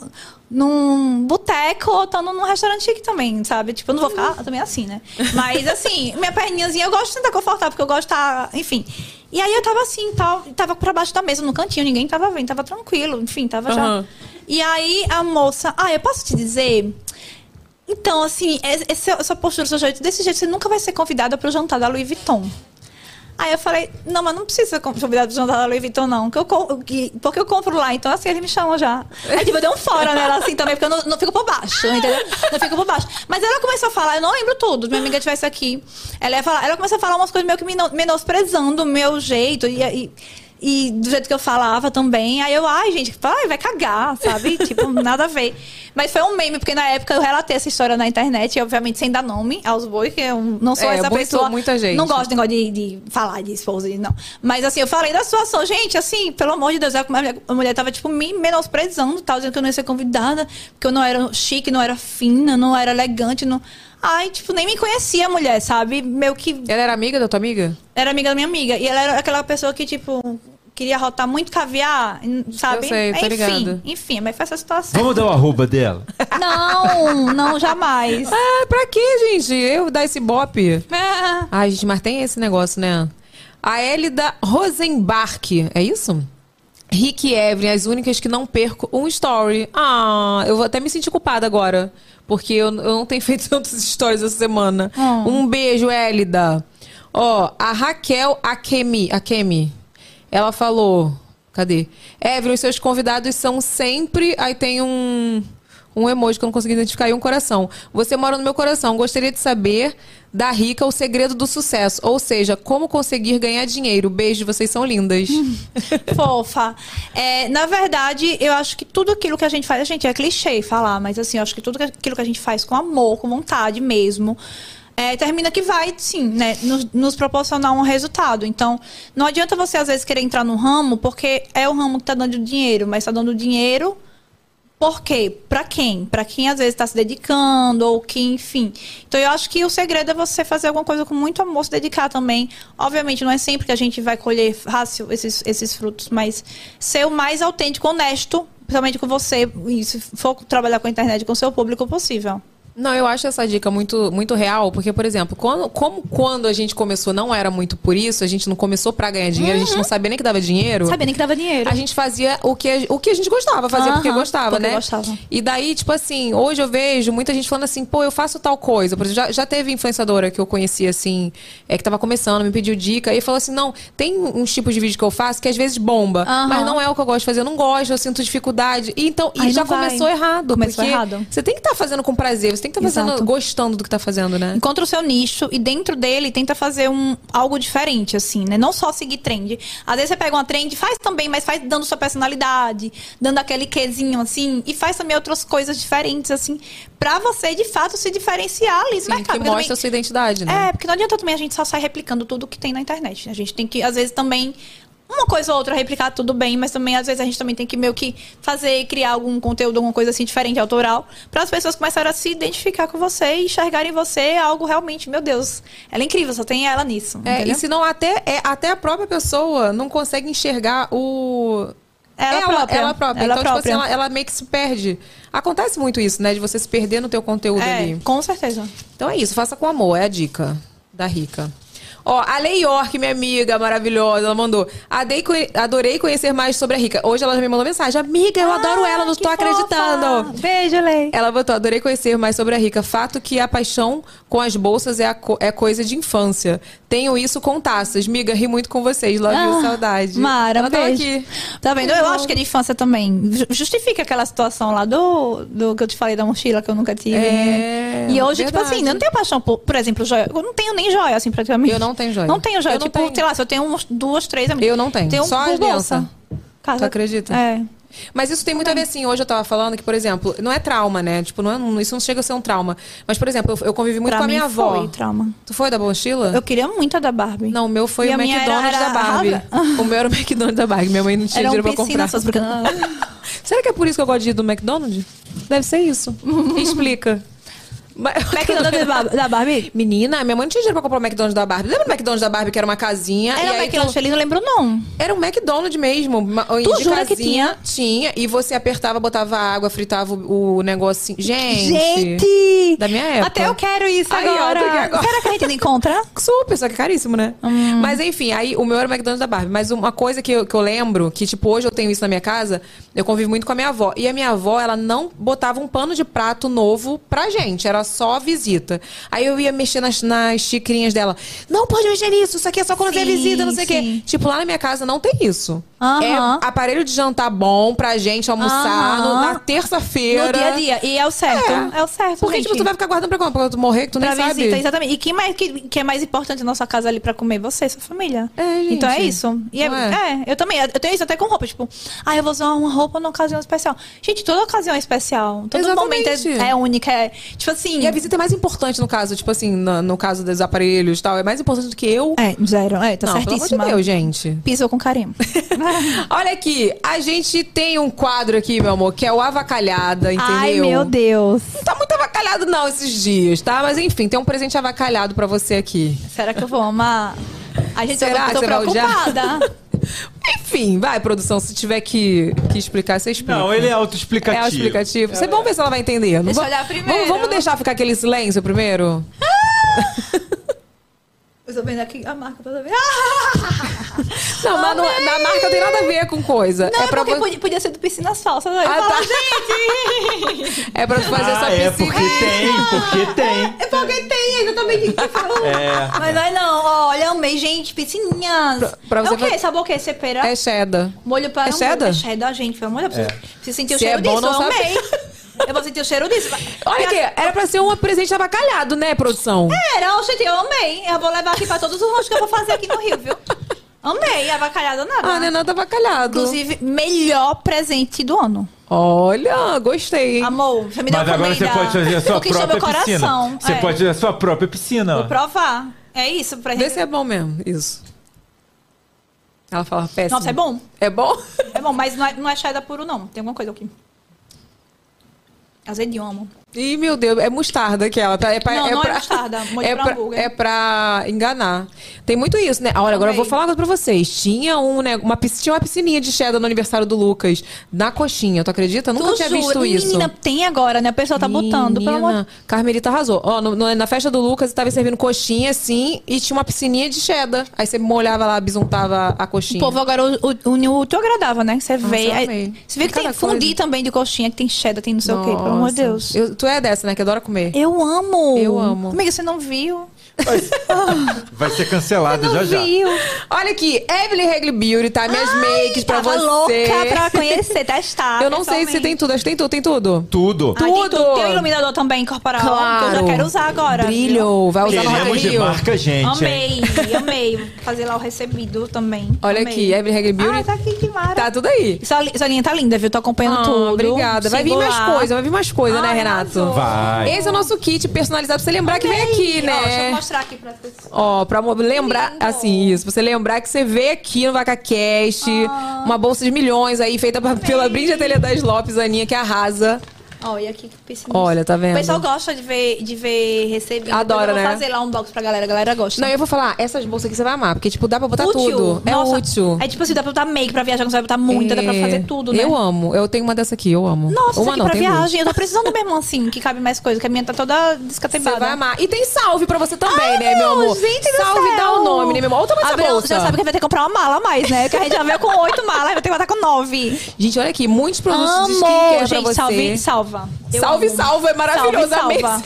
num boteco ou tô num restaurante chique também, sabe? Tipo, eu não vou ficar também assim, né? Mas assim, minha perninhazinha eu gosto de sentar confortável, porque eu gosto de estar, enfim. E aí eu tava assim, tal, e tava pra baixo da mesa, no cantinho, ninguém tava vendo, tava tranquilo, enfim, tava já. Aham. E aí a moça, ah, eu posso te dizer então, assim, es- esse- essa postura, seu jeito, desse jeito, você nunca vai ser convidada para o jantar da Louis Vuitton. Aí eu falei, não, mas não precisa ser convidada para o jantar da Louis Vuitton, não, que eu, com- que- porque eu compro lá, então assim, ele me chamam já. Aí tipo, eu dei um fora nela, assim, também, porque eu não, não fico por baixo, entendeu? Não fico por baixo. Mas ela começou a falar, eu não lembro tudo, minha amiga tivesse aqui, ela ia falar, ela começou a falar umas coisas meio que meno- menosprezando o meu jeito, e... e e do jeito que eu falava também. Aí eu, ai, gente, ai, vai cagar, sabe? tipo, nada a ver. Mas foi um meme, porque na época eu relatei essa história na internet, e obviamente sem dar nome aos boi, que eu não sou É, essa boitou pessoa. muita gente. Não gosto de negócio de, de falar de esposa, de- não. Mas assim, eu falei da situação, gente, assim, pelo amor de Deus, a mulher, a mulher tava, tipo, me menosprezando, tal, dizendo que eu não ia ser convidada, porque eu não era chique, não era fina, não era elegante, não. Ai, tipo, nem me conhecia a mulher, sabe? Meio que Ela era amiga da tua amiga? era amiga da minha amiga. E ela era aquela pessoa que, tipo, queria rotar muito caviar, n- sabe? Eu sei, tô enfim, ligada. enfim, mas foi essa situação. Vamos dar o arroba dela. Não, não, jamais. Ah, pra quê, gente? Eu dar esse bope? É. Ai, gente, mas tem esse negócio, né? A Elida Rosenbach, é isso? Rick e Evelyn, as únicas que não perco um story. Ah, eu vou até me sentir culpada agora. Porque eu, eu não tenho feito tantos stories essa semana. Um beijo, Elida. Ó, a Raquel Akemi, Akemi, ela falou... Cadê? Evelyn, os seus convidados são sempre... Aí tem um... Um emoji que eu não consegui identificar e um coração. Você mora no meu coração. Gostaria de saber da Rica o segredo do sucesso. Ou seja, como conseguir ganhar dinheiro. Beijo, vocês são lindas. Fofa. É, na verdade, eu acho que tudo aquilo que a gente faz, a gente é clichê falar, mas assim, eu acho que tudo que- aquilo que a gente faz com amor, com vontade mesmo, é, termina que vai, sim, né, nos, nos proporcionar um resultado. Então, não adianta você às vezes querer entrar num ramo, porque é o ramo que tá dando dinheiro, mas tá dando dinheiro Por quê? Pra quem? Pra quem às vezes tá se dedicando ou que, enfim. Então eu acho que o segredo é você fazer alguma coisa com muito amor, se dedicar também. Obviamente não é sempre que a gente vai colher fácil esses, esses frutos, mas ser o mais autêntico, honesto, principalmente com você, e se for trabalhar com a internet, com o seu público possível. Não, eu acho essa dica muito, muito real, porque, por exemplo, quando, como quando a gente começou não era muito por isso, a gente não começou pra ganhar dinheiro, a gente não sabia nem que dava dinheiro. Sabia nem que dava dinheiro. A gente fazia o que a, o que a gente gostava, fazia porque Aham, gostava, porque né? gostava. E daí, tipo assim, hoje eu vejo muita gente falando assim, pô, eu faço tal coisa. Por exemplo, já, já teve influenciadora que eu conheci, assim, é que tava começando, me pediu dica, e falou assim: não, tem uns tipos de vídeo que eu faço que às vezes bomba, Aham. mas não é o que eu gosto de fazer, eu não gosto, eu sinto dificuldade. E então, e Aí já não vai. começou errado. Começou porque errado. Você tem que estar fazendo com prazer, você tem que estar fazendo, Exato. gostando do que tá fazendo, né? Encontra o seu nicho e dentro dele tenta fazer um, algo diferente, assim, né? Não só seguir trend. Às vezes você pega uma trend, faz também, mas faz dando sua personalidade, dando aquele quezinho, assim, e faz também outras coisas diferentes, assim, pra você, de fato, se diferenciar ali no Sim, mercado. que Porque mostra a Ah, também- sua identidade, né? É, porque não adianta também a gente só sair replicando tudo que tem na internet. né? A gente tem que, às vezes, também. Uma coisa ou outra replicar tudo bem, mas também, às vezes, a gente também tem que meio que fazer, criar algum conteúdo, alguma coisa assim diferente, autoral, para as pessoas começarem a se identificar com você e enxergarem em você algo realmente, meu Deus, ela é incrível, só tem ela nisso. É, entendeu? e senão até, é, até a própria pessoa não consegue enxergar o. Ela própria. Ela própria. Ela então, própria. tipo assim, ela, ela meio que se perde. Acontece muito isso, né? De você se perder no teu conteúdo É, ali. com certeza. Então é isso, faça com amor, é a dica da Rica. Ó, a Lei York, minha amiga maravilhosa, ela mandou. "Adei conhe- Adorei conhecer mais sobre a Rica. Hoje ela já me mandou mensagem. Amiga, eu adoro ela, não Ah, que estou fofa. acreditando. Beijo, Lei. Ela botou, adorei conhecer mais sobre a Rica. Fato que a paixão com as bolsas é, a co- é coisa de infância. Tenho isso com taças. Miga, ri muito com vocês. Love you, Ah, saudade. Mara, Ela tá beijo. aqui. Tá vendo? Eu acho que é de infância também. Ju- Justifica aquela situação lá do, do que eu te falei da mochila que eu nunca tive. É, e hoje, tipo verdade. assim, eu não tenho paixão por, por exemplo, joia. Eu não tenho nem joia, assim, praticamente. Eu não tenho joia. Não tenho joia. Eu não tipo, tenho. sei lá, se eu tenho umas duas, três amigas. Eu não tenho. Tenho Só por as bolsa. densas. Cara, Tu acredita? É. Mas isso tem muito a ver, assim. Hoje eu tava falando que, por exemplo, não é trauma, né? Tipo, não é- não- isso não chega a ser um trauma. Mas, por exemplo, eu, eu convivi muito Pra com a mim minha avó. foi trauma. Tu foi da mochila? Eu queria muito a da Barbie. Não, o meu foi E o a minha era- McDonald's era da Barbie. rasa. O meu era o McDonald's da Barbie. Minha mãe não tinha Era um dinheiro pra piscina comprar. suas porque- Será que é por isso que eu gosto de ir do McDonald's? Deve ser isso. Explica. Mas- McDonald's da Bar- da Barbie? Menina, minha mãe não tinha dinheiro pra comprar o McDonald's da Barbie. Lembra do McDonald's da Barbie, que era uma casinha? Era um e o aí então? McLanche tu- feliz, não lembro não. Era um McDonald's mesmo. uma- um Tu de jura que casinha. Tinha. E você apertava, botava água, fritava o, o negocinho. Gente! Gente! Da minha época. Até eu quero isso Aí, ó, agora. tu quer agora? Será que a gente ainda encontra? Super, só que é caríssimo, né? Hum. Mas enfim, aí o meu era o McDonald's da Barbie. Mas uma coisa que eu, que eu lembro, que tipo, hoje eu tenho isso na minha casa, eu convivo muito com a minha avó. E a minha avó, ela não botava um pano de prato novo pra gente, era só visita. Aí eu ia mexer nas, nas xicrinhas dela. Não pode mexer nisso, isso aqui é só quando tem Sim, visita, não sei o quê. sim. Tipo, lá na minha casa não tem isso. Aham. É aparelho de jantar bom pra gente almoçar no- Aham. na terça-feira. No dia a dia. E é o certo. É, o certo. Porque, gente. tipo, tu vai ficar guardando pra quando? Pra quando tu morrer, que tu nem Pra sabe. visita, exatamente. E quem mais, que, que é mais importante na sua casa ali pra comer? Você e sua família. É, gente. Então é isso. E é, Não é? é, eu também. Eu tenho isso até com roupa. Tipo, ah, eu vou usar uma roupa numa ocasião especial. Gente, toda ocasião é especial. Todo Exatamente. momento é, é única. É, tipo assim. E a visita é mais importante no caso, tipo assim, na- no, caso dos aparelhos e tal. É mais importante do que eu. É, zero. É, tá não, certíssima. pelo amor de Deus, gente. Pisou com carinho. Olha aqui, a gente tem um quadro aqui, meu amor, que é o Avacalhada, entendeu? Ai, meu Deus. Não tá muito avacalhado não esses dias, tá? Mas enfim, tem um presente avacalhado pra você aqui. Será que eu vou amar? A gente Será eu tô que você vai odiar? preocupada. Enfim, vai, produção, se tiver que, que explicar, você explica. Não, ele é autoexplicativo. É o explicativo. Você vamos ver se ela vai entender. Não Deixa eu va- olhar primeiro. Vamos, vamos deixar ficar aquele silêncio primeiro? Eu tô vendo aqui a marca pra saber. Não, mas não, é, Amei! na marca tem nada a ver com coisa. Não, é, pra porque vo- podia, podia ser do piscinas falsas. Né? Eu Ah, falo, tá. gente! É pra tu fazer Ah, essa é, piscina. porque tem, porque tem. É porque tem, exatamente. Que falou. É. Mas nós não, ó, olha, amei, gente, piscininhas. Pra- pra você é o quê? fa- Sabor o quê? Cepera? É cheddar. Molho para É cheddar? É cheddar, gente, pelo amor de Deus. Se sentir o Se é cheiro bom, disso, não eu sabe. amei. Eu vou sentir o cheiro disso. Olha aqui, era pra ser um presente abacalhado, né, produção? Era, oh, gente, eu amei. Eu vou levar aqui pra todos os rostos que eu vou fazer aqui no Rio, viu? Amei, avacalhada nada. Ah, não é nada abacalhado. Inclusive, melhor presente do ano. Olha, gostei. hein? Amor, você me deu Mas agora comida. você pode fazer a sua Conquistou própria meu coração. piscina. Você É. pode fazer a sua própria piscina. ó. Vou provar. É isso pra Vê se é bom mesmo, isso. Ela fala péssimo. Nossa, é bom. É bom? É bom, mas não é, não é cheddar puro, não. Tem alguma coisa aqui. Azedinho, amor. Ih, meu Deus, é mostarda aquela. tá? É pra, Não, é não é pra- mostarda, molho é pra pra, hambúrguer. é pra enganar. Tem muito isso, né? Olha, agora eu vou Também. falar uma coisa pra vocês. Tinha, um, né, uma, pisc- tinha uma piscininha de cheddar no aniversário do Lucas, na coxinha, tu acredita? Eu Nunca tinha visto Menina, isso. tem agora, né? O pessoal tá botando. Pelo amor... Menina, Carmelita arrasou. Ó, no- no- na festa do Lucas, tava servindo coxinha, assim, e tinha uma piscininha de cheddar. Aí você molhava lá, bisuntava a O coxinha. povo agora u- une o teu agradável, né? Você vê. eu aí- amei. Você vê que Cada tem fundi coisa. também de coxinha, que tem cheddar, tem não sei o quê. é Pelo amor de Deus. Eu- tu é dessa, né? Que adora comer. Eu amo. Eu amo. Amiga, você não viu? Vai ser cancelado já já. Viu? Olha aqui, Evelyn Regley Beauty, tá? Minhas makes pra Tava você. louca pra conhecer, testar. Eu não sei se tem pessoalmente. tudo, acho que tem tudo, tem tudo. Tudo. Ah, tem tudo. tudo. Tem o iluminador também corporal, que eu já quero usar agora. viu? Brilho, vai usar no Rock in Queremos de Rio. marca, gente. hein? Amei, amei. Fazer lá o recebido também. Olha Amei. aqui, é- Evelyn Regley Ah, Beauty. tá aqui, que mara. Tá tudo aí. Essa, li- essa linha tá linda, viu? Tô acompanhando Ah, tudo. Obrigada. Vai vir Sigo mais lá. coisa, vai vir mais coisa, né, Ai, Renato? arrasou. Vai. Esse é o nosso kit personalizado pra você lembrar que vem aqui, Ó, deixa eu né? mostrar aqui pra pessoas. Ó, pra mo- lembrar, Lindo. assim, isso. pra Você lembrar que você veio aqui no VacaCast. Ah. Uma bolsa de milhões aí, feita pra- pela Brinde Ateliê das Lopes, Aninha, que arrasa. Olha aqui que piscina. Olha, tá vendo? O pessoal gosta de ver, de ver recebido. Adora, Depois eu vou né? fazer lá um box pra galera. A galera gosta. Não, eu vou falar, essas bolsas aqui você vai amar, porque, tipo, dá pra botar útil. tudo. É Nossa, útil. É tipo assim, dá pra botar make pra viajar, não você vai botar muita, dá pra É. fazer tudo, né? Eu amo. Eu tenho uma dessa aqui, eu amo. Nossa, uma isso aqui pra tem duas. viagem. Eu tô precisando mesmo assim, que cabe mais coisa, que a minha tá toda Você vai descatebada. amar. E tem salve pra você também, Ai, né, meu amor? Gente do salve céu. dá o nome, né, meu amor? Olha o tamanho A dessa Bel bolsa. já sabe que vai ter que comprar uma mala a mais, né? Que a gente já veio com oito malas, vai ter que botar com nove. Gente, olha aqui, muitos produtos Amor, de skincare pra é. gente, você. salve, salva. Eu salve, amo. salva, é maravilhoso. Salve, amei. salva.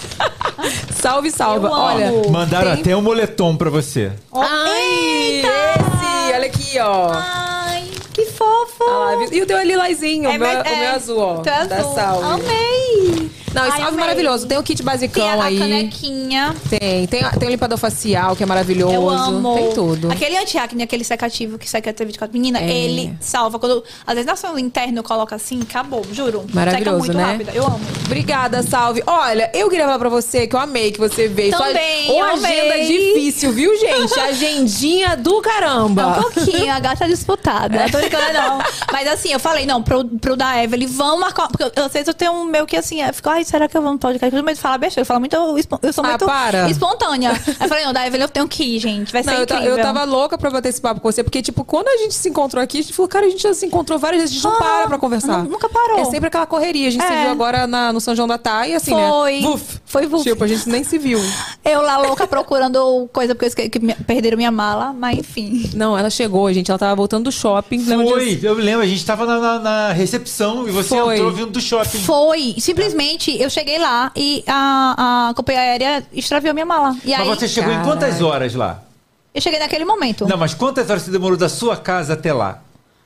salve, salva. Eu Olha. amo. Mandaram tem- até um moletom pra você. Ai, esse, olha aqui, ó. Ai, que fofo. Ah, lá, e o teu é lilazinho, o, meu, mas- o meu é azul, ó. Tu é Dá azul. salve. Amei. Não, e Ai, salve amei. maravilhoso. Tem o kit Tem basicão a, a Então, aí. canequinha. Tem, tem, tem o limpador facial, que é maravilhoso. Eu amo. Tem tudo. Aquele antiacne, aquele secativo que seca até 24. Menina, É. ele salva. Quando, às vezes, na ação interna coloca assim, acabou, juro. Maravilhoso, seca muito né? rápido. Eu amo. Obrigada, salve. Olha, eu queria falar pra você que eu amei que você veio. Sua- Também, Uma eu agenda é amei. difícil, viu, gente? Agendinha do É um caramba. pouquinho, a gata é disputada. Não tô brincando, não. Mas assim, eu falei, não, pro, pro da Evelyn, vamos marcar. Porque eu, eu sei que eu tenho um meu que assim, eu fico, ai, será que eu vou no podcast? Eu tenho medo de falar besteira. Eu falo muito, eu, espo- eu sou Ah, muito para. espontânea. Aí eu falei, não, da Evelyn eu tenho que ir, gente. Vai ser Não, eu, ta- incrível. eu tava louca pra bater esse papo com você, porque, tipo, quando a gente se encontrou aqui, a gente falou, cara, a gente já se encontrou várias vezes, a gente não Ah, para pra conversar. nu- nunca parou. É sempre aquela correria. A gente se É. viu agora na- no São João da Tá e assim, Foi. né? Vuf. Foi vuf. Tipo, a gente nem se viu. Eu lá louca procurando coisa porque eu esque- que me- perderam minha mala, mas enfim. Não, ela chegou, gente. Ela tava voltando do shopping. lembra disso? Foi, eu me lembro, a gente tava na, na- na recepção e você Foi. entrou vindo do shopping. Foi, simplesmente eu cheguei lá e a, a companhia aérea extraviou minha mala. E aí Mas você chegou em Caralho. quantas horas lá? eu cheguei naquele momento. Não, mas quantas horas você demorou da sua casa até lá?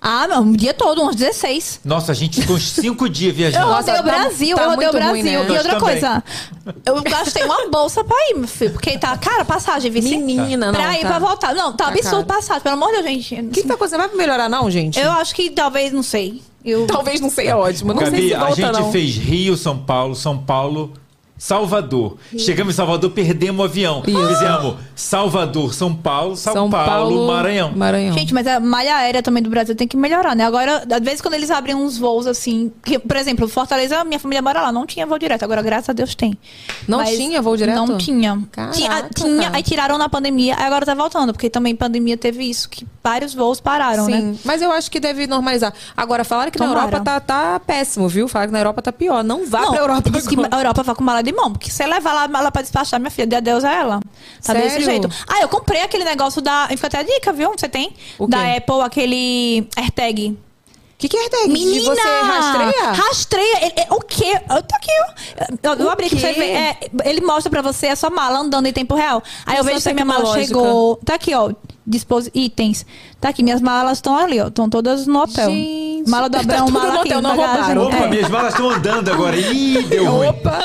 Ah, não, um dia todo, uns 16. Nossa, a gente ficou uns cinco dias Eu viajando. Nossa, rodei o tá- Brasil, tá eu rodei o muito Brasil. ruim, né? E Nós outra também. coisa, eu gastei uma bolsa pra ir, meu filho. Porque tá cara a passagem, viu? Menina, não, Pra ir, tá. pra voltar. Não, tá, Tá absurdo caro. passagem, pelo amor de Deus, gente. O que, que tá acontecendo? Vai melhorar, não, gente? Eu acho que talvez, não sei. Eu... Talvez não é seja ótimo. Não sei Gabi, se volta, a gente não. fez Rio, São Paulo, São Paulo, Salvador. Chegamos em Salvador, perdemos o avião. Fizemos Salvador, São Paulo, São, Paulo, Maranhão. Maranhão. Gente, mas a malha aérea também do Brasil tem que melhorar, né? Agora, às vezes, quando eles abrem uns voos assim. que, por exemplo, Fortaleza, minha família mora lá, não tinha voo direto. Agora, graças a Deus, tem. Não tinha voo direto? Não tinha. Caraca, tinha, tinha, cara. aí tiraram na pandemia, aí agora tá voltando, porque também pandemia teve isso, que vários voos pararam, né? Sim, mas eu acho que deve normalizar. Agora, falaram que na Tomara. Europa tá, tá péssimo, viu? Falaram que na Europa tá pior. Não vá Não, pra Europa diz que agora. a Europa vai com mala de mão, porque se você levar lá a mala pra despachar, minha filha, dê adeus a ela. Tá desse Sério? jeito. Ah, eu comprei aquele negócio da. Fica até a dica, viu? Você tem? O Da quê? Apple, aquele AirTag. O que, que é hashtag? Menina! De você rastreia? Rastreia. Ele- é- o quê? Eu tô aqui. ó. Eu, eu O abri aqui pra quê? você ver. É, ele mostra pra você a sua mala andando em tempo real. Aí eu Nossa, vejo se a minha mala é tecnológica. chegou. Tá aqui, ó. Dispos... Itens. Tá aqui. Minhas malas estão ali, ó. Estão todas no hotel. Gente. Mala do Tá Abrão, tudo mala no aqui, hotel, não bagagem. roubaram. Opa, É. minhas malas estão andando agora. Ih, deu ruim. Opa!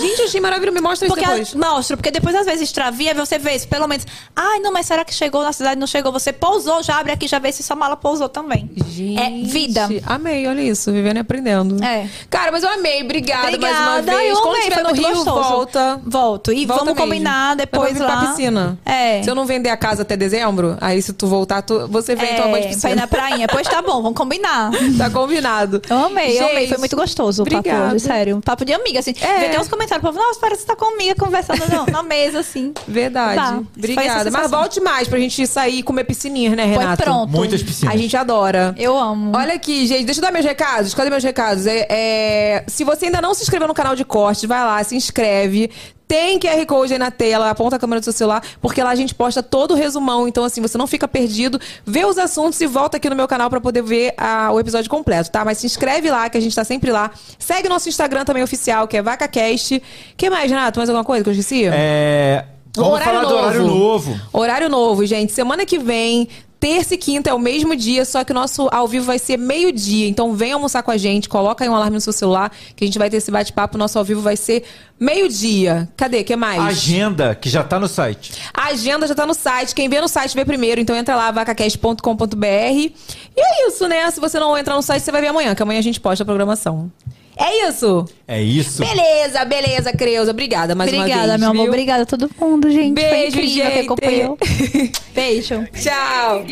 Gente, eu achei maravilhoso. Me mostra isso Porque a- depois. mostra, porque depois às vezes extravia, você vê se pelo menos. Ai, não, mas será que chegou na cidade? Não chegou? Você pousou, já abre aqui, já vê se sua mala pousou também. É vida. Amei, olha isso. Vivendo e aprendendo. É. Cara, mas eu amei. Obrigada, mais uma vez. eu Quando amei, estiver foi no muito Rio, gostoso. volta. Volto. E Volta vamos mesmo. combinar Mas depois vamos lá. pra piscina. É. Se eu não vender a casa até dezembro, aí se tu voltar, tu- você vem e é, toma banho de pra ir piscina. na prainha. Pois tá bom, vamos combinar. Tá combinado. Eu amei, eu amei. Gente, Foi muito gostoso o papo obrigada. hoje, sério. Um papo de amiga, assim. É. Vê até uns comentários, o povo, nossa, parece que você tá com amiga conversando na, na mesa, assim. Verdade. Tá, foi essa Obrigada. Mas sensação. volte mais pra gente sair e comer piscininha, né, Renato? Foi pronto. Muitas piscinas. A gente adora. Eu amo. Olha aqui, gente, deixa eu dar meus recados. Cadê meus recados? É, é, se você ainda não se inscreveu no canal de cortes, vai lá, se inscreve. Tem QR Code aí na tela, aponta a câmera do seu celular, porque lá a gente posta todo o resumão. Então, assim, você não fica perdido, vê os assuntos e volta aqui no meu canal pra poder ver ah, o episódio completo, tá? Mas se inscreve lá, que a gente tá sempre lá. Segue nosso Instagram também oficial, que é VacaCast. que mais, Renato? Mais alguma coisa que eu esqueci? É, vamos falar do horário novo. Horário novo, gente. Semana que vem, terça e quinta é o mesmo dia, só que o nosso ao vivo vai ser meio-dia. Então vem almoçar com a gente, coloca aí um alarme no seu celular, que a gente vai ter esse bate-papo. Nosso ao vivo vai ser meio-dia. Cadê? O que mais? Agenda, que já tá no site. A agenda já tá no site. Quem vê no site vê primeiro. Então entra lá, vacacast.com.br. E é isso, né? Se você não entrar no site, você vai ver amanhã, que amanhã a gente posta a programação. É isso! É isso. Beleza, beleza, Creuza. Obrigada mais uma Obrigada, vez. meu amor. viu? Obrigada a todo mundo, gente. Foi Beijo, incrível que gente. acompanhou. Beijo. Tchau!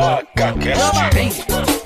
Vaca Cast.